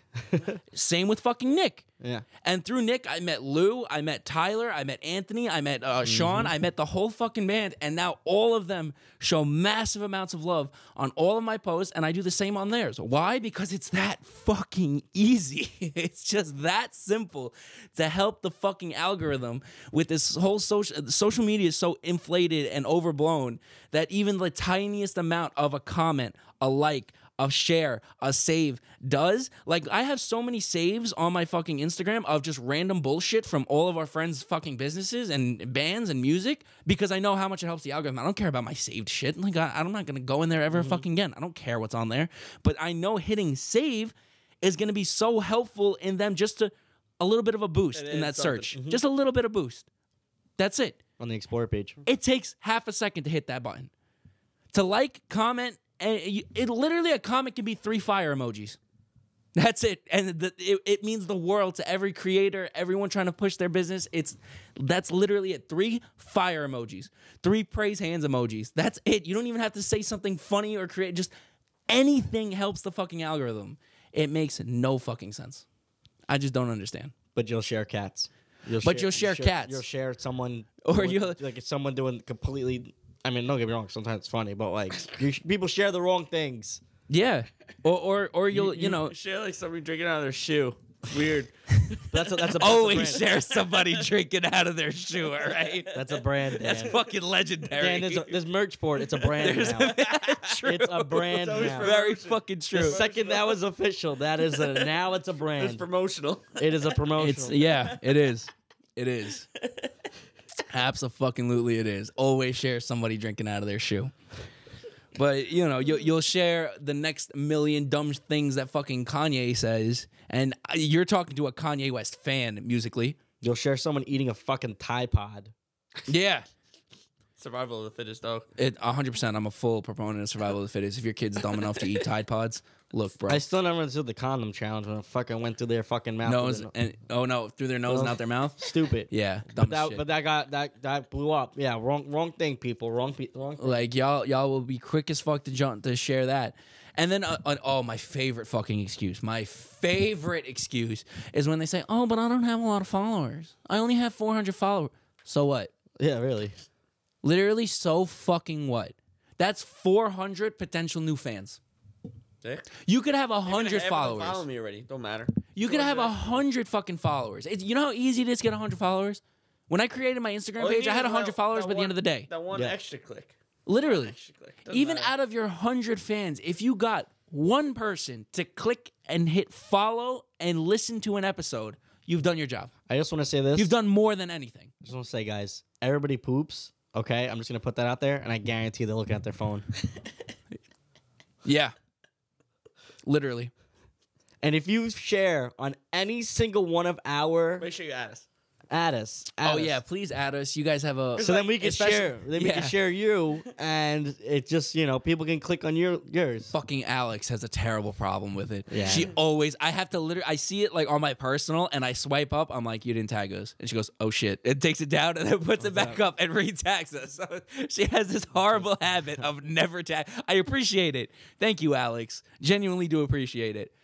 Speaker 3: Same with fucking Nick.
Speaker 1: yeah.
Speaker 3: And through Nick, I met Lou, I met Tyler, I met Anthony, I met uh, Sean, I met the whole fucking band. And now all of them show massive amounts of love on all of my posts, and I do the same on theirs. Why? Because it's that fucking easy. it's just that simple to help the fucking algorithm with this whole social social media is so inflated and overblown that even the tiniest amount of a comment, a like, a share, a save does. Like I have so many saves on my fucking Instagram of just random bullshit from all of our friends' fucking businesses and bands and music because I know how much it helps the algorithm. I don't care about my saved shit. Like I, I'm not gonna go in there ever
Speaker 2: Mm-hmm.
Speaker 3: fucking again. I don't care what's on there, but I know hitting save is gonna be so helpful in them just to a little bit of a boost
Speaker 2: And
Speaker 3: in that
Speaker 2: it's something. Mm-hmm.
Speaker 3: search, just a little bit of boost. That's it.
Speaker 1: On the Explorer page.
Speaker 3: It takes half a second to hit that button. To like, comment, and it, it literally a comment can be three fire emojis. That's it, and the, it, it means the world to every creator, everyone trying to push their business. It's that's literally it. Three fire emojis, three praise hands emojis. That's it. You don't even have to say something funny or create. Just anything helps the fucking algorithm. It makes no fucking sense. I just don't understand.
Speaker 1: But you'll share cats. You'll
Speaker 3: But you'll share cats.
Speaker 1: You'll share someone.
Speaker 3: Or
Speaker 1: doing-
Speaker 3: you'll-
Speaker 1: like it's someone doing completely. I mean, don't get me wrong. Sometimes it's funny, but like you, people share the wrong things.
Speaker 3: Yeah, or or or you'll you know
Speaker 2: Shit, like somebody drinking out of their shoe. Weird.
Speaker 1: That's a, that's a
Speaker 3: Always
Speaker 1: that's a brand.
Speaker 3: share Oh, somebody drinking out of their shoe, all right?
Speaker 1: That's a brand. Dan.
Speaker 3: That's fucking legendary.
Speaker 1: Dan, there's, a, there's merch for it. It's a brand
Speaker 3: There's-
Speaker 1: now.
Speaker 3: True.
Speaker 1: It's a brand
Speaker 2: It's always
Speaker 1: now.
Speaker 2: promotion.
Speaker 3: Very fucking
Speaker 1: The
Speaker 3: true.
Speaker 1: second that was official, that is a now it's a
Speaker 2: It's
Speaker 1: brand.
Speaker 2: promotional.
Speaker 1: It is a promotion.
Speaker 3: It's yeah, it is. It is. Absolutely, it is. Always share somebody drinking out of their shoe. But you know, you'll, you'll share the next million dumb things that fucking Kanye says, and I- you're talking to a Kanye West fan musically.
Speaker 1: You'll share someone eating a fucking Tide Pod.
Speaker 3: Yeah,
Speaker 2: Survival of the fittest, though.
Speaker 3: it 100. percent I'm a full proponent of survival of the fittest. If your kid's dumb enough to eat Tide Pods, look, bro.
Speaker 1: I still never understood the condom challenge when I fucking went through their fucking mouth. with
Speaker 3: nose
Speaker 1: it.
Speaker 3: and oh no, through their nose and out their mouth.
Speaker 1: Stupid.
Speaker 3: Yeah, dumb
Speaker 1: But that,
Speaker 3: shit.
Speaker 1: but that got that that blew up. Yeah, wrong wrong thing, people. Wrong pe- wrong.
Speaker 3: Like y'all, y'all will be quick as fuck to jump to share that. And then, uh, uh, oh, my favorite fucking excuse. My favorite excuse is when they say, "Oh, but I don't have a lot of followers. I only have 400 followers." So what?
Speaker 1: Yeah, really.
Speaker 3: Literally, so fucking what? That's 400 potential new fans.
Speaker 2: Dick.
Speaker 3: You could have a
Speaker 2: Even
Speaker 3: hundred
Speaker 2: half of them
Speaker 3: followers.
Speaker 2: Follow me already. Don't matter.
Speaker 3: You could have a hundred fucking followers. It's, you know how easy it is to get a hundred followers. When I created my Instagram
Speaker 2: All you
Speaker 3: page,
Speaker 2: need
Speaker 3: I had
Speaker 2: is
Speaker 3: a
Speaker 2: that-
Speaker 3: hundred followers
Speaker 2: that
Speaker 3: by the
Speaker 2: one-
Speaker 3: end of the day.
Speaker 2: That one
Speaker 1: Yeah.
Speaker 2: extra click.
Speaker 3: Literally.
Speaker 2: Extra click. Doesn't
Speaker 3: even
Speaker 2: matter.
Speaker 3: out of your 100 fans, if you got one person to click and hit follow and listen to an episode, you've done your job.
Speaker 1: I just want to say this.
Speaker 3: You've done more than anything.
Speaker 1: I just want to say, guys, everybody poops. Okay, I'm just gonna put that out there, and I guarantee they're looking at their phone.
Speaker 3: Yeah. Literally.
Speaker 1: and if you share on any single one of our
Speaker 2: Make sure you add us.
Speaker 1: at us,
Speaker 3: Oh
Speaker 1: at us,
Speaker 3: yeah, please add us. You guys have a
Speaker 1: So then we can
Speaker 3: especially-
Speaker 1: share. Then we
Speaker 3: Yeah.
Speaker 1: can share you, and it just you know people can click on your yours.
Speaker 3: Fucking Alex has a terrible problem with it.
Speaker 1: Yeah.
Speaker 3: She always I have to literally I see it like on my personal and I swipe up. I'm like, you didn't tag us. And she goes, Oh shit. And takes it down and then puts it back up and re-tags us. So she has this horrible habit of never tag. I appreciate it. Thank you, Alex. Genuinely do appreciate it.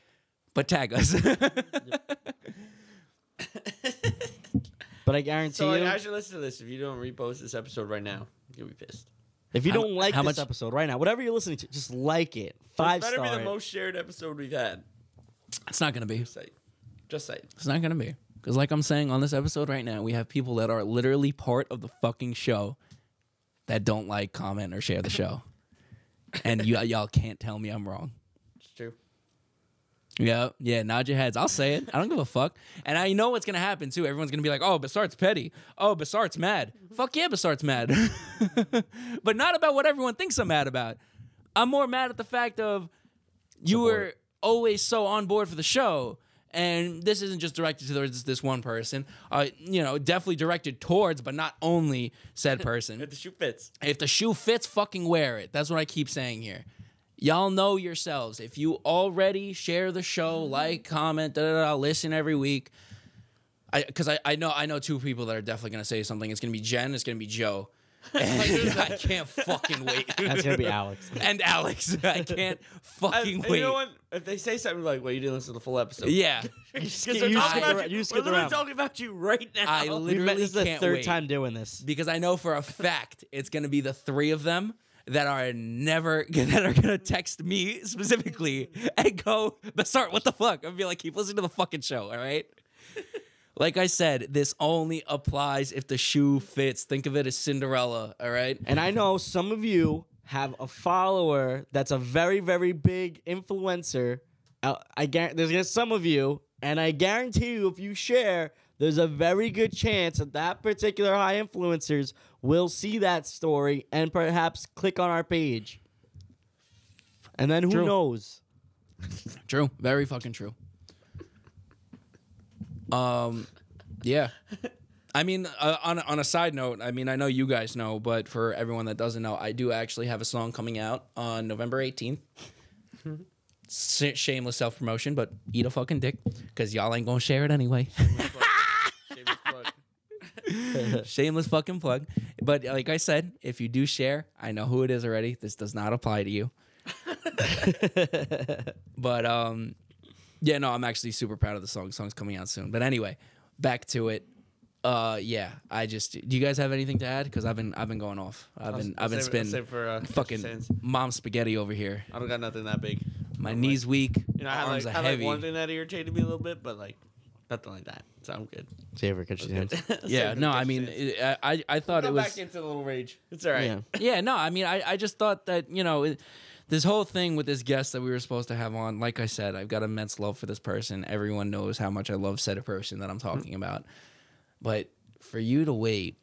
Speaker 3: But tag us.
Speaker 1: But I guarantee
Speaker 2: So
Speaker 1: you,
Speaker 2: like, as you listen to this, if you don't repost this episode right now, you'll be pissed.
Speaker 1: if you
Speaker 3: How-
Speaker 1: don't like
Speaker 3: how
Speaker 1: this
Speaker 3: much-
Speaker 1: episode right now, whatever you're listening to, just like it. Five
Speaker 2: It's better
Speaker 1: star.
Speaker 2: be the
Speaker 1: it.
Speaker 2: most shared episode we've had.
Speaker 3: it's not gonna be.
Speaker 2: Just say, it. just say. it.
Speaker 3: It's not gonna be. Because like I'm saying on this episode right now, we have people that are literally part of the fucking show that don't like, comment, or share the show. and y- y'all can't tell me I'm wrong.
Speaker 2: It's true.
Speaker 3: Yeah, yeah, nod your heads. I'll say it. I don't give a fuck. And I know what's gonna happen too. Everyone's gonna be like, "Oh, Bassart's petty. Oh, Bassart's mad. Fuck yeah, Bassart's mad." but not about what everyone thinks I'm mad about. I'm more mad at the fact of you were always so on board for the show, and this isn't just directed towards this one person. Uh, you know, definitely directed towards, but not only said person.
Speaker 2: If the shoe fits,
Speaker 3: If the shoe fits, fucking wear it. That's what I keep saying here. Y'all know yourselves. If you already share the show, like, comment, da da da, listen every week. I because I, I know I know two people that are definitely gonna say something. It's gonna be Jen. It's gonna be Joe. And I can't fucking wait.
Speaker 1: That's gonna be Alex.
Speaker 3: and Alex, I can't
Speaker 2: I,
Speaker 3: fucking
Speaker 2: and
Speaker 3: wait.
Speaker 2: you know what? If they say something like, "Well, you didn't listen to the full episode,"
Speaker 3: Yeah,
Speaker 1: You
Speaker 2: because
Speaker 1: skip,
Speaker 2: they're
Speaker 1: you
Speaker 2: talking
Speaker 1: skip
Speaker 2: about
Speaker 1: around-
Speaker 2: you.
Speaker 1: you skip
Speaker 2: We're literally
Speaker 1: around.
Speaker 2: talking about you right now.
Speaker 3: I
Speaker 1: We met-
Speaker 3: literally
Speaker 1: this is the
Speaker 3: can't
Speaker 1: third
Speaker 3: wait.
Speaker 1: time doing this.
Speaker 3: because I know for a fact it's gonna be the three of them that are never that are gonna text me specifically and go, Basart, what the fuck? I'm be like, keep listening to the fucking show, all right? Like I said, this only applies if the shoe fits. Think of it as Cinderella, all right?
Speaker 1: And I know some of you have a follower that's a very, very big influencer. Uh, I guarantee there's gonna- some of you, and I guarantee you, if you share, there's a very good chance that that particular high influencers will see that story and perhaps click on our page. And then who
Speaker 3: True.
Speaker 1: knows?
Speaker 3: True, very fucking true. Um, yeah. I mean, uh, on a- on a side note, I mean, I know you guys know, but for everyone that doesn't know, I do actually have a song coming out on November eighteenth. Shameless self promotion, but eat a fucking dick because y'all ain't gonna share it anyway.
Speaker 2: Shameless plug.
Speaker 3: Shameless fucking plug. But like I said, if you do share, I know who it is already. This does not apply to you. but um yeah, no, I'm actually super proud of the song. The song's coming out soon. But anyway, back to it. Uh yeah, I just do you guys have anything to add? Because I've been I've been going off. I've been I've
Speaker 2: Save
Speaker 3: been
Speaker 2: it-
Speaker 3: spinning
Speaker 2: save it for, uh,
Speaker 3: fucking
Speaker 2: cents.
Speaker 3: mom spaghetti over here.
Speaker 2: I don't got nothing that big.
Speaker 3: My knees weak,
Speaker 2: You know, I
Speaker 3: my
Speaker 2: had
Speaker 3: arms
Speaker 2: like,
Speaker 3: are
Speaker 2: I had, like
Speaker 3: heavy.
Speaker 2: one thing that irritated me a little bit, but like nothing like that. So I'm good.
Speaker 1: Xavier catches hands.
Speaker 3: Yeah, no, I mean,
Speaker 2: it,
Speaker 3: it, I I- I thought
Speaker 2: go
Speaker 3: it was
Speaker 2: back into a little rage. It's all right.
Speaker 1: Yeah.
Speaker 3: yeah, no, I mean, I, I just thought that, you know, it, this whole thing with this guest that we were supposed to have on, like I said, I've got immense love for this person. Everyone knows how much I love said person that I'm
Speaker 1: Mm-hmm.
Speaker 3: talking about. But for you to wait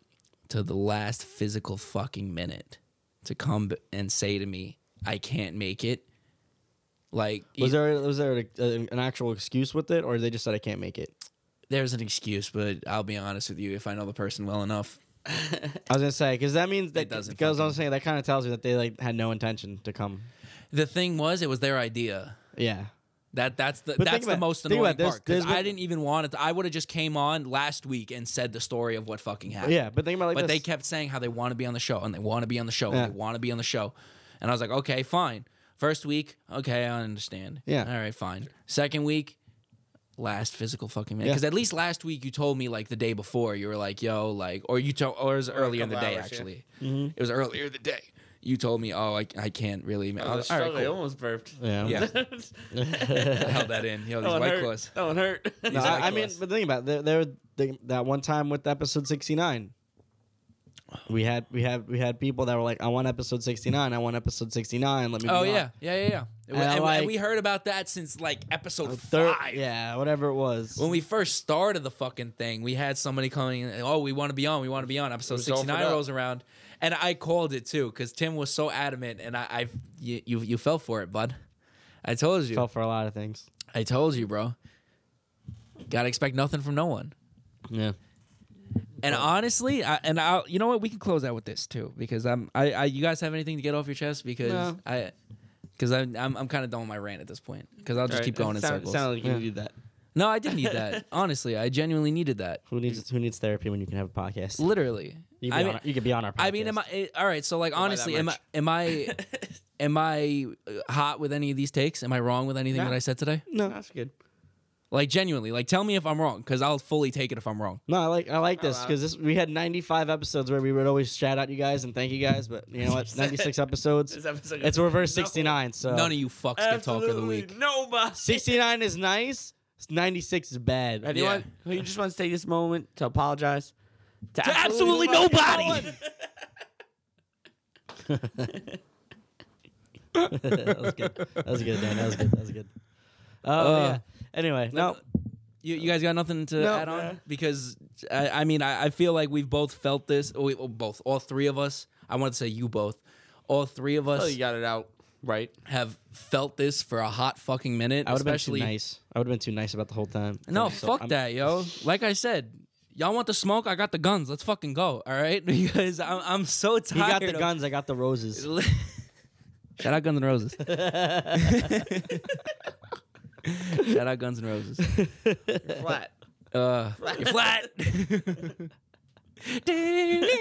Speaker 3: to the last physical fucking minute to come b- and say to me, I can't make it, like,
Speaker 1: Was there was there a, a- an actual excuse with it, or they just said I can't make it?
Speaker 3: there's an excuse, but I'll be honest with you, if I know the person well enough,
Speaker 1: I was gonna say because that means that
Speaker 3: doesn't
Speaker 1: because I'm saying that kind of tells me that they like had no intention to come.
Speaker 3: the thing was, it was their idea.
Speaker 1: Yeah,
Speaker 3: That that's the
Speaker 1: But think
Speaker 3: that's the
Speaker 1: about-
Speaker 3: most
Speaker 1: think about
Speaker 3: annoying part.
Speaker 1: this-
Speaker 3: 'cause
Speaker 1: there's been-
Speaker 3: I didn't even want it. To, I would have just came on last week and said the story of what fucking happened.
Speaker 1: yeah. But think about it like
Speaker 3: but
Speaker 1: this.
Speaker 3: they kept saying how they want to be on the show and they want to be on the show
Speaker 1: Yeah.
Speaker 3: and they want to be on the show, and I was like, okay, fine. First week, okay, I understand.
Speaker 1: Yeah.
Speaker 3: All right, fine. Second week, last physical fucking minute.
Speaker 1: Yeah.
Speaker 3: Because at least last week you told me like the day before you were like, yo, like, or you told, or it was earlier in the
Speaker 2: couple
Speaker 3: day
Speaker 2: hours, yeah.
Speaker 3: actually.
Speaker 1: Mm-hmm.
Speaker 3: It was earlier in the day. You told me, oh, I, I can't really. ma-" I
Speaker 2: Oh,
Speaker 3: was,
Speaker 2: all
Speaker 3: All right, cool.
Speaker 2: almost burped.
Speaker 1: Yeah.
Speaker 3: Yeah. I
Speaker 2: that
Speaker 3: held that in. Yo, these
Speaker 2: one
Speaker 3: white
Speaker 2: hurt.
Speaker 3: claws.
Speaker 2: That one hurt.
Speaker 1: No,
Speaker 3: Exactly.
Speaker 1: I, I mean, but think about it. There, there, they, that one time with episode sixty nine. We had we had we had people that were like, I want episode sixty nine. I want episode sixty nine. Let me.
Speaker 3: Oh
Speaker 1: be on."
Speaker 3: yeah, yeah, yeah, yeah. It wa-
Speaker 1: And,
Speaker 3: and, and
Speaker 1: like-
Speaker 3: we heard about that since like episode
Speaker 1: Third,
Speaker 3: five.
Speaker 1: yeah, whatever it was.
Speaker 3: When we first started the fucking thing, we had somebody coming in. Oh, we want to be on. We want to be on. Episode
Speaker 2: all
Speaker 3: sixty
Speaker 2: for
Speaker 3: nine
Speaker 2: that.
Speaker 3: rolls around, and I called it too because Tim was so adamant, and I, I, you, you, you fell for it, bud. I told you.
Speaker 1: fell for a lot of things.
Speaker 3: I told you, bro. Gotta expect nothing from no one.
Speaker 1: Yeah.
Speaker 3: And honestly, I, and I, you know what? We can close out with this too, because I'm, I, I you guys have anything to get off your chest? Because
Speaker 1: No.
Speaker 3: I, because I'm, I'm, I'm kind of done with my rant at this point. Because I'll just keep going in circles.
Speaker 2: Sound like you
Speaker 1: Yeah.
Speaker 2: did that.
Speaker 3: no, I did need that. honestly, I genuinely needed that.
Speaker 1: Who needs who needs therapy when you can have a podcast?
Speaker 3: Literally.
Speaker 1: You can be,
Speaker 3: I mean,
Speaker 1: on, our- you could be on our. Podcast.
Speaker 3: I mean, am I? eh, all right. So, like,
Speaker 2: buy that
Speaker 3: honestly, am I,
Speaker 2: merch.
Speaker 3: am I, am I uh, hot with any of these takes? Am I wrong with anything
Speaker 2: No.
Speaker 3: that I said today?
Speaker 1: No.
Speaker 2: That's good.
Speaker 3: Like, genuinely, like, tell me if I'm wrong, because I'll fully take it if I'm wrong.
Speaker 1: No, I like I like this
Speaker 2: wow.
Speaker 1: because this we had 95 episodes where we would always shout out you guys and thank you guys, but you know what? 96 episodes.
Speaker 2: This episode
Speaker 1: It's
Speaker 2: is
Speaker 1: reverse
Speaker 2: no-
Speaker 1: 69, so
Speaker 3: None of you fucks get talk of the
Speaker 2: Absolutely
Speaker 3: week.
Speaker 2: nobody.
Speaker 1: 69 is nice. 96 is bad.
Speaker 2: Anyone who you just wants to take this moment to apologize to,
Speaker 3: absolutely nobody.
Speaker 1: that was good. That was good, Dan. That was good. That was good. Uh,
Speaker 3: Uh,
Speaker 1: yeah. Anyway, no,
Speaker 3: You, you guys got nothing to
Speaker 1: No.
Speaker 3: add on
Speaker 2: Yeah.
Speaker 3: because I, I mean I, I feel like we've both felt this. We, oh, both, all three of us. I wanted to say you both. All three of us
Speaker 2: Oh, you got it out right.
Speaker 3: have felt this for a hot fucking minute.
Speaker 1: I would have been too
Speaker 3: especially
Speaker 1: nice. I would have been too nice about the whole time.
Speaker 3: no
Speaker 1: So
Speaker 3: fuck
Speaker 1: I'm-
Speaker 3: that yo. Like I said, y'all want the smoke? I got the guns. Let's fucking go. All right, because I'm I'm so
Speaker 1: He
Speaker 3: tired.
Speaker 1: got the
Speaker 3: of-
Speaker 1: guns. I got the roses.
Speaker 3: Shout out Guns N' Roses. Shout out Guns N' Roses.
Speaker 2: Flat.
Speaker 3: Uh, you're flat. Derek,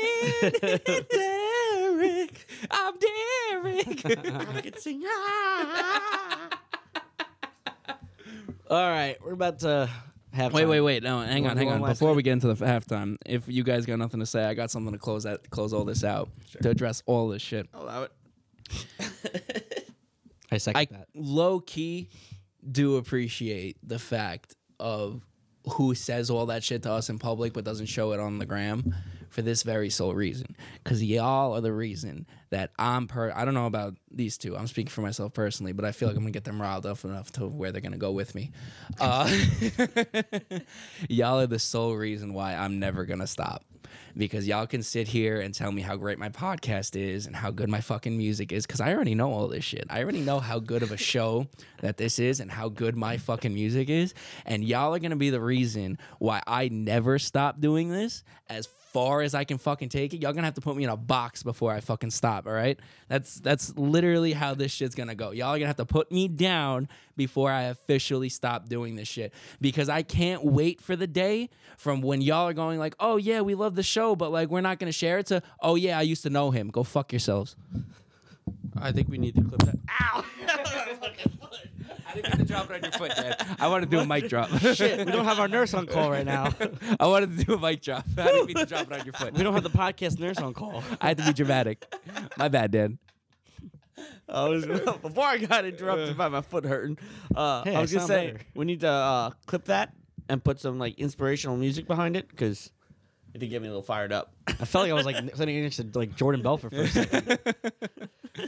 Speaker 3: I'm Derek.
Speaker 2: I could sing. "Ah."
Speaker 1: All right, we're about to have.
Speaker 3: wait,
Speaker 1: time.
Speaker 3: wait, wait. No, hang on,
Speaker 1: One-
Speaker 3: hang
Speaker 1: one
Speaker 3: on.
Speaker 1: last
Speaker 3: Before
Speaker 1: thing.
Speaker 3: we get into the f- halftime, if you guys got nothing to say, I got something to close that, close all this out to address all this shit.
Speaker 2: I'll allow it.
Speaker 1: I second
Speaker 3: I
Speaker 1: that.
Speaker 3: low key do appreciate the fact of who says all that shit to us in public but doesn't show it on the gram for this very sole reason. Cause y'all are the reason that I'm per I don't know about these two. I'm speaking for myself personally, but I feel like I'm gonna get them riled up enough to where they're gonna go with me. Uh, y'all are the sole reason why I'm never gonna stop. Because y'all can sit here and tell me how great my podcast is and how good my fucking music is. Cause I already know all this shit. I already know how good of a show that this is and how good my fucking music is. And y'all are gonna be the reason why I never stop doing this as far as I can fucking take it. Y'all gonna have to put me in a box before I fucking stop. All right. That's that's literally how this shit's gonna go. Y'all are gonna have to put me down before I officially stop doing this shit because I can't wait for the day from when y'all are going like, oh yeah, we love the show, but like we're not gonna share it to, oh yeah, I used to know him. Go fuck yourselves.
Speaker 2: I think we need to clip that. Ow!
Speaker 3: I didn't get to drop it on your foot, man. I wanted to do a mic drop.
Speaker 1: Shit, we don't have our nurse on call right now.
Speaker 3: I wanted to do a mic drop. I didn't mean to drop it on your foot.
Speaker 1: We don't have the podcast nurse on call.
Speaker 3: I had to be dramatic. My bad, Dan.
Speaker 2: I was before I got interrupted by my foot hurting. Uh,
Speaker 1: Hey,
Speaker 2: I
Speaker 1: I
Speaker 2: was gonna
Speaker 1: sound
Speaker 2: say
Speaker 1: better.
Speaker 2: we need to uh, clip that, and put some like inspirational music behind it because it did get me a little fired up.
Speaker 1: I felt like I was like sitting next to like Jordan Belfort for a second.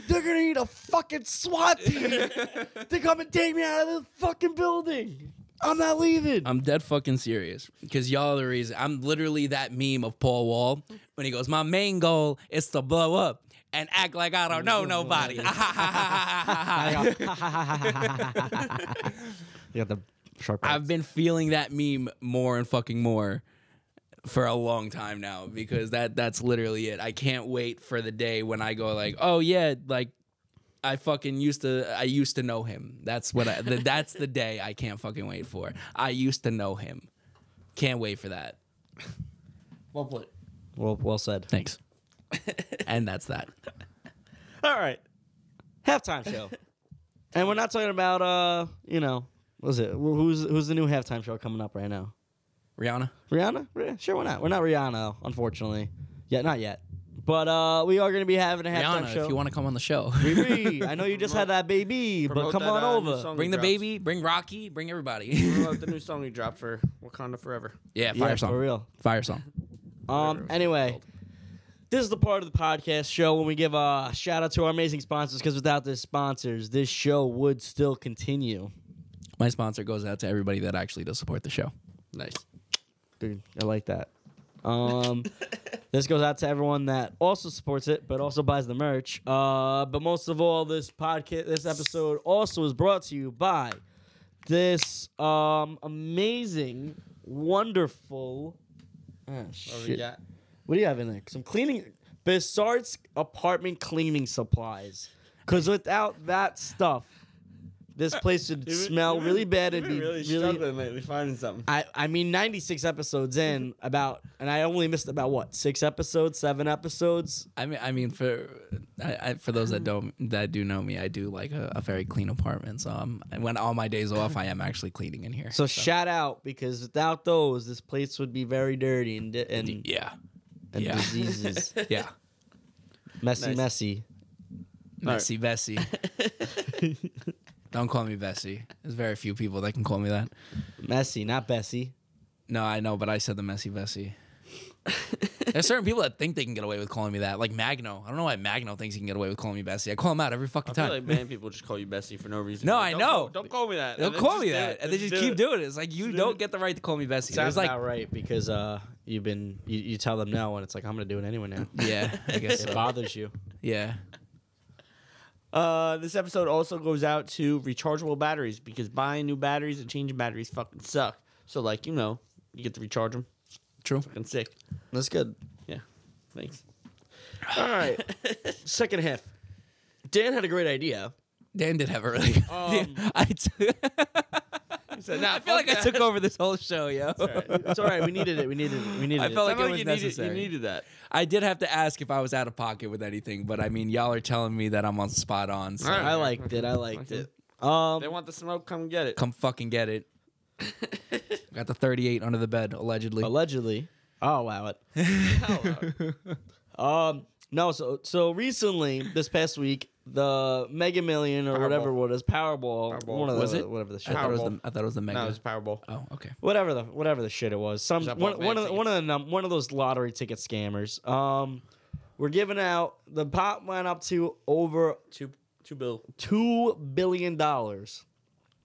Speaker 1: They're gonna need a fucking SWAT team to come and take me out of this fucking building. I'm not leaving.
Speaker 3: I'm dead fucking serious because y'all are the reason. I'm literally that meme of Paul Wall when he goes, "My main goal is to blow up and act like I don't know nobody."
Speaker 1: I you got the sharp.
Speaker 3: I've been feeling that meme more and fucking more for a long time now because that that's literally it. I can't wait for the day when I go like, "Oh yeah, like I fucking used to I used to know him." That's what I th- that's the day I can't fucking wait for. I used to know him. Can't wait for that.
Speaker 2: Well played.
Speaker 1: well, well said.
Speaker 3: Thanks. and that's that.
Speaker 2: All right.
Speaker 1: Halftime show, and we're not talking about uh, you know, what was it? Wh- Who's who's the new halftime show coming up right now?
Speaker 3: Rihanna.
Speaker 1: Rihanna? Ri- Sure, why not? We're not Rihanna, unfortunately. Yeah, not yet. But uh, we are going to be having a halftime
Speaker 3: Rihanna,
Speaker 1: show.
Speaker 3: if you want to come on the show.
Speaker 1: Riri, I know you just had that baby, but
Speaker 2: Promote
Speaker 1: come
Speaker 2: that,
Speaker 1: on
Speaker 2: uh, new
Speaker 1: over.
Speaker 2: song
Speaker 3: bring
Speaker 2: he
Speaker 3: the
Speaker 2: drops.
Speaker 3: baby, bring Rocky, bring everybody.
Speaker 2: Promote the new song he dropped for Wakanda Forever.
Speaker 3: yeah, fire
Speaker 1: Yeah,
Speaker 3: song.
Speaker 1: for real.
Speaker 3: Fire song.
Speaker 1: Um, anyway, this is the part of the podcast show when we give a shout out to our amazing sponsors because without the sponsors, this show would still continue.
Speaker 3: My sponsor goes out to everybody that actually does support the show.
Speaker 2: Nice.
Speaker 1: Dude, I like that. Um, this goes out to everyone that also supports it, but also buys the merch. Uh, but most of all, this podcast, this episode also is brought to you by this um, amazing, wonderful. Ah,
Speaker 2: What
Speaker 1: shit.
Speaker 2: we got?
Speaker 1: What do you have in there? Some cleaning. Bissart's apartment cleaning supplies. Because without that stuff, this place Uh, would smell really bad. It'd be
Speaker 2: really
Speaker 1: really
Speaker 2: struggling lately finding something.
Speaker 1: I, I mean, 96 episodes in, about, and I only missed about what, six episodes, seven episodes?
Speaker 3: I mean, I mean, for I, I, for those that don't that do know me, I do like a, a very clean apartment. So um, when all my days off, I am actually cleaning in here.
Speaker 1: So, shout out because without those, this place would be very dirty and di- and,
Speaker 3: yeah,
Speaker 1: and
Speaker 3: yeah.
Speaker 1: diseases.
Speaker 3: yeah,
Speaker 1: messy,
Speaker 2: Nice.
Speaker 1: messy.
Speaker 3: messy Bessie. don't call me Bessie. There's very few people that can call me that.
Speaker 1: Messy, not Bessie.
Speaker 3: No, I know, but I said the messy Bessie. There's certain people that think they can get away with calling me that, like Magno. I don't know why Magno thinks he can get away with calling me Bessie. I call him out every fucking
Speaker 2: I feel
Speaker 3: time.
Speaker 2: like man, people just call you Bessie for no reason.
Speaker 3: No,
Speaker 2: Like,
Speaker 3: I
Speaker 2: don't
Speaker 3: know.
Speaker 2: call- don't call me that.
Speaker 3: They'll
Speaker 2: And then
Speaker 3: call
Speaker 2: just
Speaker 3: me
Speaker 2: do
Speaker 3: that,
Speaker 2: it.
Speaker 3: and they just keep doing it. It's like you
Speaker 2: do
Speaker 3: don't
Speaker 2: it.
Speaker 3: get the right to call me Bessie.
Speaker 1: Sounds
Speaker 3: It's like,
Speaker 1: about right because uh, you've been, you, you tell them no, and it's like, I'm going to do it anyway now.
Speaker 3: yeah, I guess
Speaker 1: It
Speaker 3: so.
Speaker 1: bothers you.
Speaker 3: Yeah,
Speaker 2: Uh, this episode also goes out to rechargeable batteries because buying new batteries and changing batteries fucking suck. So like you know, you get to recharge them.
Speaker 3: true.
Speaker 2: Fucking sick.
Speaker 1: That's good.
Speaker 2: Yeah. Thanks.
Speaker 1: All right. Second half. Dan had a great idea.
Speaker 3: Dan did have a really good idea. I t-
Speaker 2: said, Um, "Nah,
Speaker 3: I feel
Speaker 2: fuck
Speaker 3: like I
Speaker 2: that."
Speaker 3: took over this whole show, yo.
Speaker 1: It's all right. We needed it. We needed it. We needed
Speaker 3: I
Speaker 1: it.
Speaker 3: felt like
Speaker 2: Sounded
Speaker 3: it was
Speaker 2: you
Speaker 3: necessary.
Speaker 2: Needed, you needed that.
Speaker 3: I did have to ask if I was out of pocket with anything, but I mean, y'all are telling me that I'm on spot on. So
Speaker 2: All right.
Speaker 1: I liked it. I liked
Speaker 2: Okay.
Speaker 1: it. Um,
Speaker 2: They want the smoke. Come get it.
Speaker 3: come fucking get it. Got the 38 under the bed, allegedly.
Speaker 1: allegedly. I'll allow it. Um, no, so so recently, this past week, the Mega Million or whatever it was, Powerball,
Speaker 2: Powerball.
Speaker 1: one of the,
Speaker 3: Was it?
Speaker 1: whatever the shit,
Speaker 3: I thought, it was the,
Speaker 2: Powerball.
Speaker 3: I thought it was the mega.
Speaker 2: No, it's Powerball.
Speaker 3: oh, okay.
Speaker 1: whatever the whatever the shit it was. Some
Speaker 2: that
Speaker 1: one,
Speaker 2: Walkman
Speaker 1: one of the,
Speaker 2: tickets?
Speaker 1: one of the num- one of those lottery ticket scammers. Um, we're giving out the pot went up to over
Speaker 2: Two, two bill
Speaker 1: two billion dollars.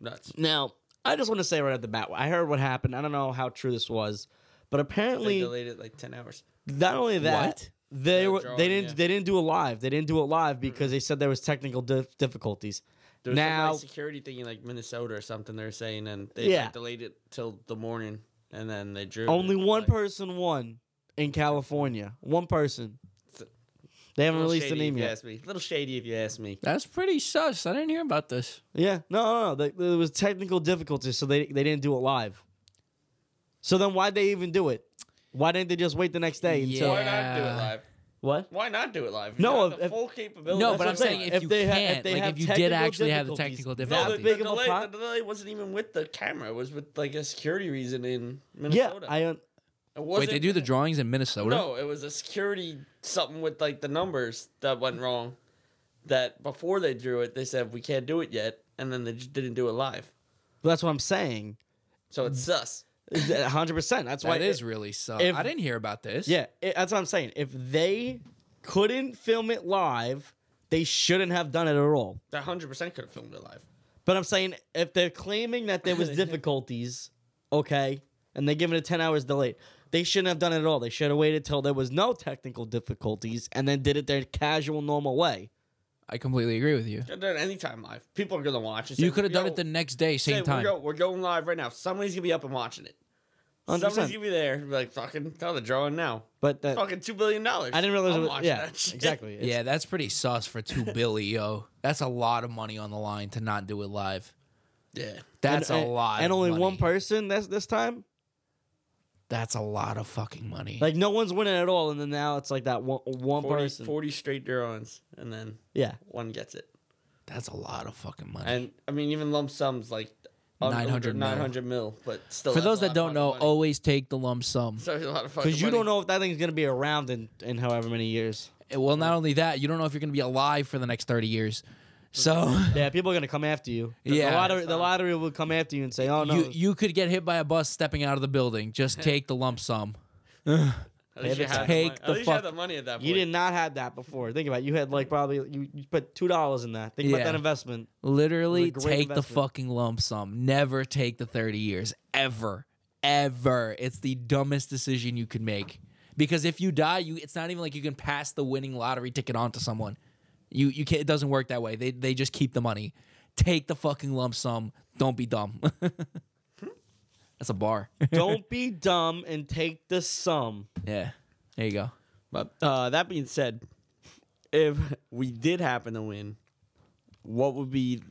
Speaker 2: nuts.
Speaker 1: Now, I just want to say right at the bat, I heard what happened. I don't know how true this was, but
Speaker 2: They
Speaker 1: apparently,
Speaker 2: delayed it like ten hours.
Speaker 1: not only that,
Speaker 3: What?
Speaker 1: they
Speaker 2: The
Speaker 1: were
Speaker 2: drawing,
Speaker 1: they didn't
Speaker 2: yeah.
Speaker 1: they didn't do it live. They didn't do it live because they said there was technical dif- difficulties.
Speaker 2: There was some
Speaker 1: now,
Speaker 2: like, security thing in like Minnesota or something. They're saying, and they
Speaker 1: Yeah.
Speaker 2: like, delayed it till the morning, and then they drew.
Speaker 1: only
Speaker 2: it,
Speaker 1: one
Speaker 2: like,
Speaker 1: person won in California. One person.
Speaker 2: It's a-
Speaker 1: They haven't
Speaker 2: little
Speaker 1: released a
Speaker 2: shady
Speaker 1: name
Speaker 2: if you
Speaker 1: yet.
Speaker 2: ask me. Little shady if you ask me.
Speaker 3: That's pretty sus. I didn't hear about this.
Speaker 1: Yeah, no, no, no. They- There was technical difficulties, so they they didn't do it live. So then, why'd they even do it? Why didn't they just wait the next day
Speaker 3: Yeah.
Speaker 1: until
Speaker 2: Why not do it live?
Speaker 1: what?
Speaker 2: Why not do it live?
Speaker 1: No,
Speaker 2: No,
Speaker 1: if-
Speaker 2: the
Speaker 1: if-
Speaker 2: full capability.
Speaker 3: No,
Speaker 2: Oh, That's
Speaker 3: but
Speaker 2: what
Speaker 3: I'm saying
Speaker 2: saying.
Speaker 3: if, you
Speaker 1: ha-
Speaker 3: can't, like
Speaker 1: have
Speaker 3: if you did
Speaker 1: technical
Speaker 3: actually have the
Speaker 1: difficulties-
Speaker 3: technical
Speaker 1: that
Speaker 2: no,
Speaker 3: difficulties.
Speaker 2: the,
Speaker 1: big
Speaker 2: the
Speaker 1: of a
Speaker 2: delay,
Speaker 1: pot?
Speaker 2: the delay wasn't even with the camera. It was with like a security reason in
Speaker 1: Yeah,
Speaker 2: Minnesota.
Speaker 1: I un-
Speaker 2: It
Speaker 3: Wait,
Speaker 2: wasn't-
Speaker 3: they do the drawings in Minnesota?
Speaker 2: No, it was a security something with like the numbers that went wrong. That before they drew it, they said we can't do it yet, and then they just didn't do it live.
Speaker 1: that's what I'm saying.
Speaker 2: So it's sus.
Speaker 1: hundred percent. That's why
Speaker 3: That is really suck.
Speaker 1: if-
Speaker 3: I didn't hear about this.
Speaker 1: Yeah, it, that's what I'm saying. If they couldn't film it live, they shouldn't have done it at all.
Speaker 2: That hundred percent could have filmed it live.
Speaker 1: But I'm saying if they're claiming that there was difficulties, okay, and they give it a 10 hours delay, they shouldn't have done it at all. They should have waited till there was no technical difficulties and then did it their casual normal way.
Speaker 3: I completely agree with you.
Speaker 2: Could have done it anytime live. People are gonna watch it.
Speaker 3: You
Speaker 2: Say,
Speaker 3: could have done
Speaker 2: "Yo,
Speaker 3: it the next day,
Speaker 2: say,
Speaker 3: same
Speaker 2: We're,
Speaker 3: time.
Speaker 2: go- we're going live right now. Somebody's gonna be up and watching it. Somebody's
Speaker 1: 100%.
Speaker 2: gonna be there. Be like fucking tell the drawing now.
Speaker 1: But that,
Speaker 2: Fucking two billion dollars.
Speaker 1: I didn't realize
Speaker 2: I'm
Speaker 1: it was,
Speaker 2: watching
Speaker 1: yeah,
Speaker 2: that shit.
Speaker 1: exactly. It's-
Speaker 3: Yeah, that's pretty sus for two billy, yo. That's a lot of money on the line to not do it live.
Speaker 2: Yeah.
Speaker 3: That's
Speaker 1: and,
Speaker 3: a lot.
Speaker 1: And
Speaker 3: of
Speaker 1: only one
Speaker 3: money.
Speaker 1: person this this time?
Speaker 3: That's a lot of fucking money.
Speaker 1: Like no one's winning at all and then now it's like that one, one
Speaker 2: 40,
Speaker 1: person.
Speaker 2: 40 straight drawings, and then
Speaker 1: Yeah.
Speaker 2: one gets it.
Speaker 3: that's a lot of fucking money.
Speaker 2: And I mean, even lump sums like un-
Speaker 3: 900 mil.
Speaker 2: 900 mil, but still.
Speaker 3: for
Speaker 2: that's
Speaker 3: those
Speaker 2: a
Speaker 3: that
Speaker 2: lot of
Speaker 3: don't know, oh,
Speaker 2: fucking money.
Speaker 3: always take the lump sum.
Speaker 2: So it's a lot of fucking
Speaker 1: Cuz you
Speaker 2: money.
Speaker 1: don't know if that thing's going to be around in, in however many years.
Speaker 3: Well, not only that, you don't know if you're going to be alive for the next 30 years. So
Speaker 1: Yeah, people are going to come after you. The
Speaker 3: Yeah.
Speaker 1: lottery, the lottery will come after you and say, "Oh no."
Speaker 3: you you could get hit by a bus stepping out of the building. Just take the lump sum.
Speaker 2: At least you
Speaker 1: David,
Speaker 2: had the
Speaker 3: take
Speaker 2: money-
Speaker 3: the
Speaker 2: At least you had
Speaker 3: fuck-
Speaker 2: the money at that point.
Speaker 1: You did not have that before. Think about it. You had like probably you, you put two dollars in that. Think about
Speaker 3: Yeah.
Speaker 1: that investment.
Speaker 3: Literally
Speaker 1: It was a great
Speaker 3: take the
Speaker 1: investment.
Speaker 3: fucking lump sum. Never take the 30 years ever. Ever. It's the dumbest decision you could make. Because if you die, you it's not even like you can pass the winning lottery ticket on to someone. You you can't it doesn't work that way. They they just keep the money. Take the fucking lump sum. Don't be dumb. That's a bar.
Speaker 1: Don't be dumb and take the sum.
Speaker 3: yeah. There you go.
Speaker 2: But uh, that being said, if we did happen to win, what would be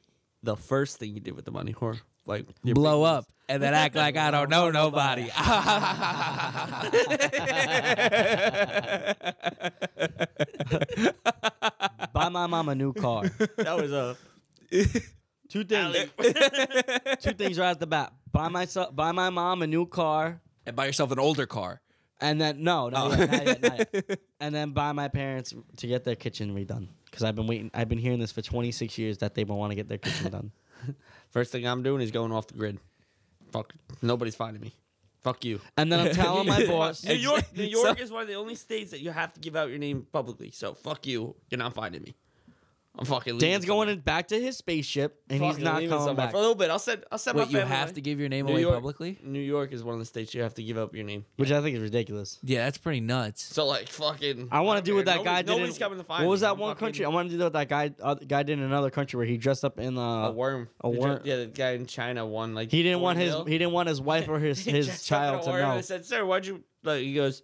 Speaker 2: the first thing you did with the money? Or like your
Speaker 3: blow
Speaker 2: big-
Speaker 3: up and then act like I don't know nobody.
Speaker 1: Buy my mom a new car.
Speaker 2: That was uh, a
Speaker 1: Two things. two things right at the bat. Buy myself. Buy my mom a new car,
Speaker 3: and buy yourself an older car.
Speaker 1: and then no, no,
Speaker 3: Oh.
Speaker 1: not yet, not yet. and then buy my parents to get their kitchen redone. Because I've been waiting. I've been hearing this for 26 years that they want to get their kitchen done.
Speaker 2: first thing I'm doing is going off the grid. Fuck, nobody's finding me. Fuck you.
Speaker 1: And then I'm telling Oh, my boss.
Speaker 2: New York, New York
Speaker 3: So-
Speaker 2: is one of the only states that you have to give out your name publicly. So fuck you. You're not finding me. I'm fucking. leaving
Speaker 1: Dan's going
Speaker 2: somewhere.
Speaker 1: in- back to his spaceship, and he's
Speaker 2: Fucking
Speaker 1: not
Speaker 2: leaving
Speaker 1: coming
Speaker 2: somewhere
Speaker 1: back.
Speaker 2: for a little bit. I'll send. I'll send
Speaker 3: Wait,
Speaker 2: my
Speaker 3: you
Speaker 2: family
Speaker 3: have to
Speaker 2: away.
Speaker 3: give your name
Speaker 2: New
Speaker 3: away
Speaker 2: York-
Speaker 3: publicly?
Speaker 2: New York is one of the states you have to give up your name.
Speaker 1: Which I think is ridiculous.
Speaker 3: Yeah, that's pretty nuts.
Speaker 2: So like fucking.
Speaker 1: I want
Speaker 2: don't
Speaker 1: to do what
Speaker 2: care.
Speaker 1: that guy
Speaker 2: Nobody-
Speaker 1: did.
Speaker 2: Nobody's
Speaker 1: in,
Speaker 2: coming to find
Speaker 1: What was
Speaker 2: me.
Speaker 1: that
Speaker 2: I'm
Speaker 1: one
Speaker 2: fucking
Speaker 1: country? I want to do what that guy uh, guy did in another country where he dressed up in uh,
Speaker 2: A worm.
Speaker 1: a
Speaker 2: He
Speaker 1: worm.
Speaker 2: dr- Yeah, the guy in China won. Like
Speaker 1: he didn't want
Speaker 2: 40
Speaker 1: his
Speaker 2: mil.
Speaker 1: he didn't want his wife or his
Speaker 2: He
Speaker 1: his
Speaker 2: dressed up in
Speaker 1: child
Speaker 2: a
Speaker 1: to
Speaker 2: worm and
Speaker 1: know.
Speaker 2: I said, "Sir, why'd you?" Like he goes,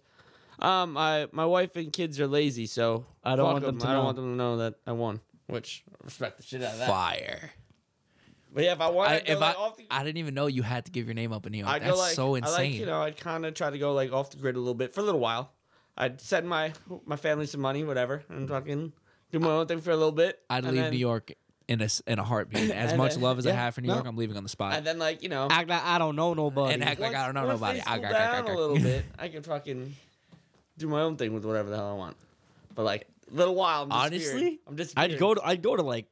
Speaker 2: "Um, I my wife and kids are lazy, so
Speaker 1: I don't
Speaker 2: fuck
Speaker 1: want them to
Speaker 2: I don't
Speaker 1: know."
Speaker 2: want them to know that I won." Which I respect the shit out of that.
Speaker 3: Fire.
Speaker 2: But yeah, if I wanted
Speaker 3: I,
Speaker 2: to go,
Speaker 3: if I,
Speaker 2: like, off the,
Speaker 3: I didn't even know you had to give your name up in New York.
Speaker 2: I
Speaker 3: that's
Speaker 2: go like
Speaker 3: so
Speaker 2: I
Speaker 3: insane.
Speaker 2: like you know I'd kind of try to go like off the grid a little bit for a little while. I'd send my my family some money, whatever, and fucking do my own thing for a little bit.
Speaker 3: I'd
Speaker 2: and
Speaker 3: leave
Speaker 2: then-
Speaker 3: New York in a, s- in a heartbeat. As
Speaker 2: And
Speaker 3: much
Speaker 2: then-
Speaker 3: love as I
Speaker 1: yeah,
Speaker 3: have for New
Speaker 1: no.
Speaker 3: York, I'm leaving on the spot.
Speaker 2: and then like you know,
Speaker 1: Act like I don't know nobody.
Speaker 3: And act like I don't know
Speaker 2: once
Speaker 3: nobody.
Speaker 2: They
Speaker 3: I- I-
Speaker 2: cool
Speaker 3: I- I-
Speaker 2: down
Speaker 3: I-
Speaker 2: a little bit. I can fucking do my own thing with whatever the hell I want. But like a little while, I'm disappearing.
Speaker 3: Honestly,
Speaker 2: I'm just.
Speaker 1: I'd go to I'd go to like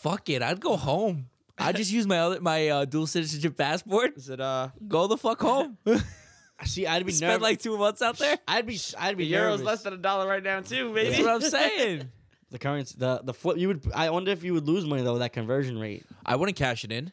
Speaker 3: Fuck it. I'd go home. I just use my other my uh, dual citizenship passport.
Speaker 2: Is it uh?
Speaker 3: Go the fuck home.
Speaker 1: see I'd be
Speaker 3: Spend
Speaker 1: nervous.
Speaker 3: like two months out there.
Speaker 1: I'd be I'd be
Speaker 2: The euro's
Speaker 1: nervous.
Speaker 2: less than a dollar right now too, baby.
Speaker 3: That's what I'm saying.
Speaker 1: the currency the the flip you would I wonder if you would lose money though with that conversion rate.
Speaker 3: I wouldn't cash it in.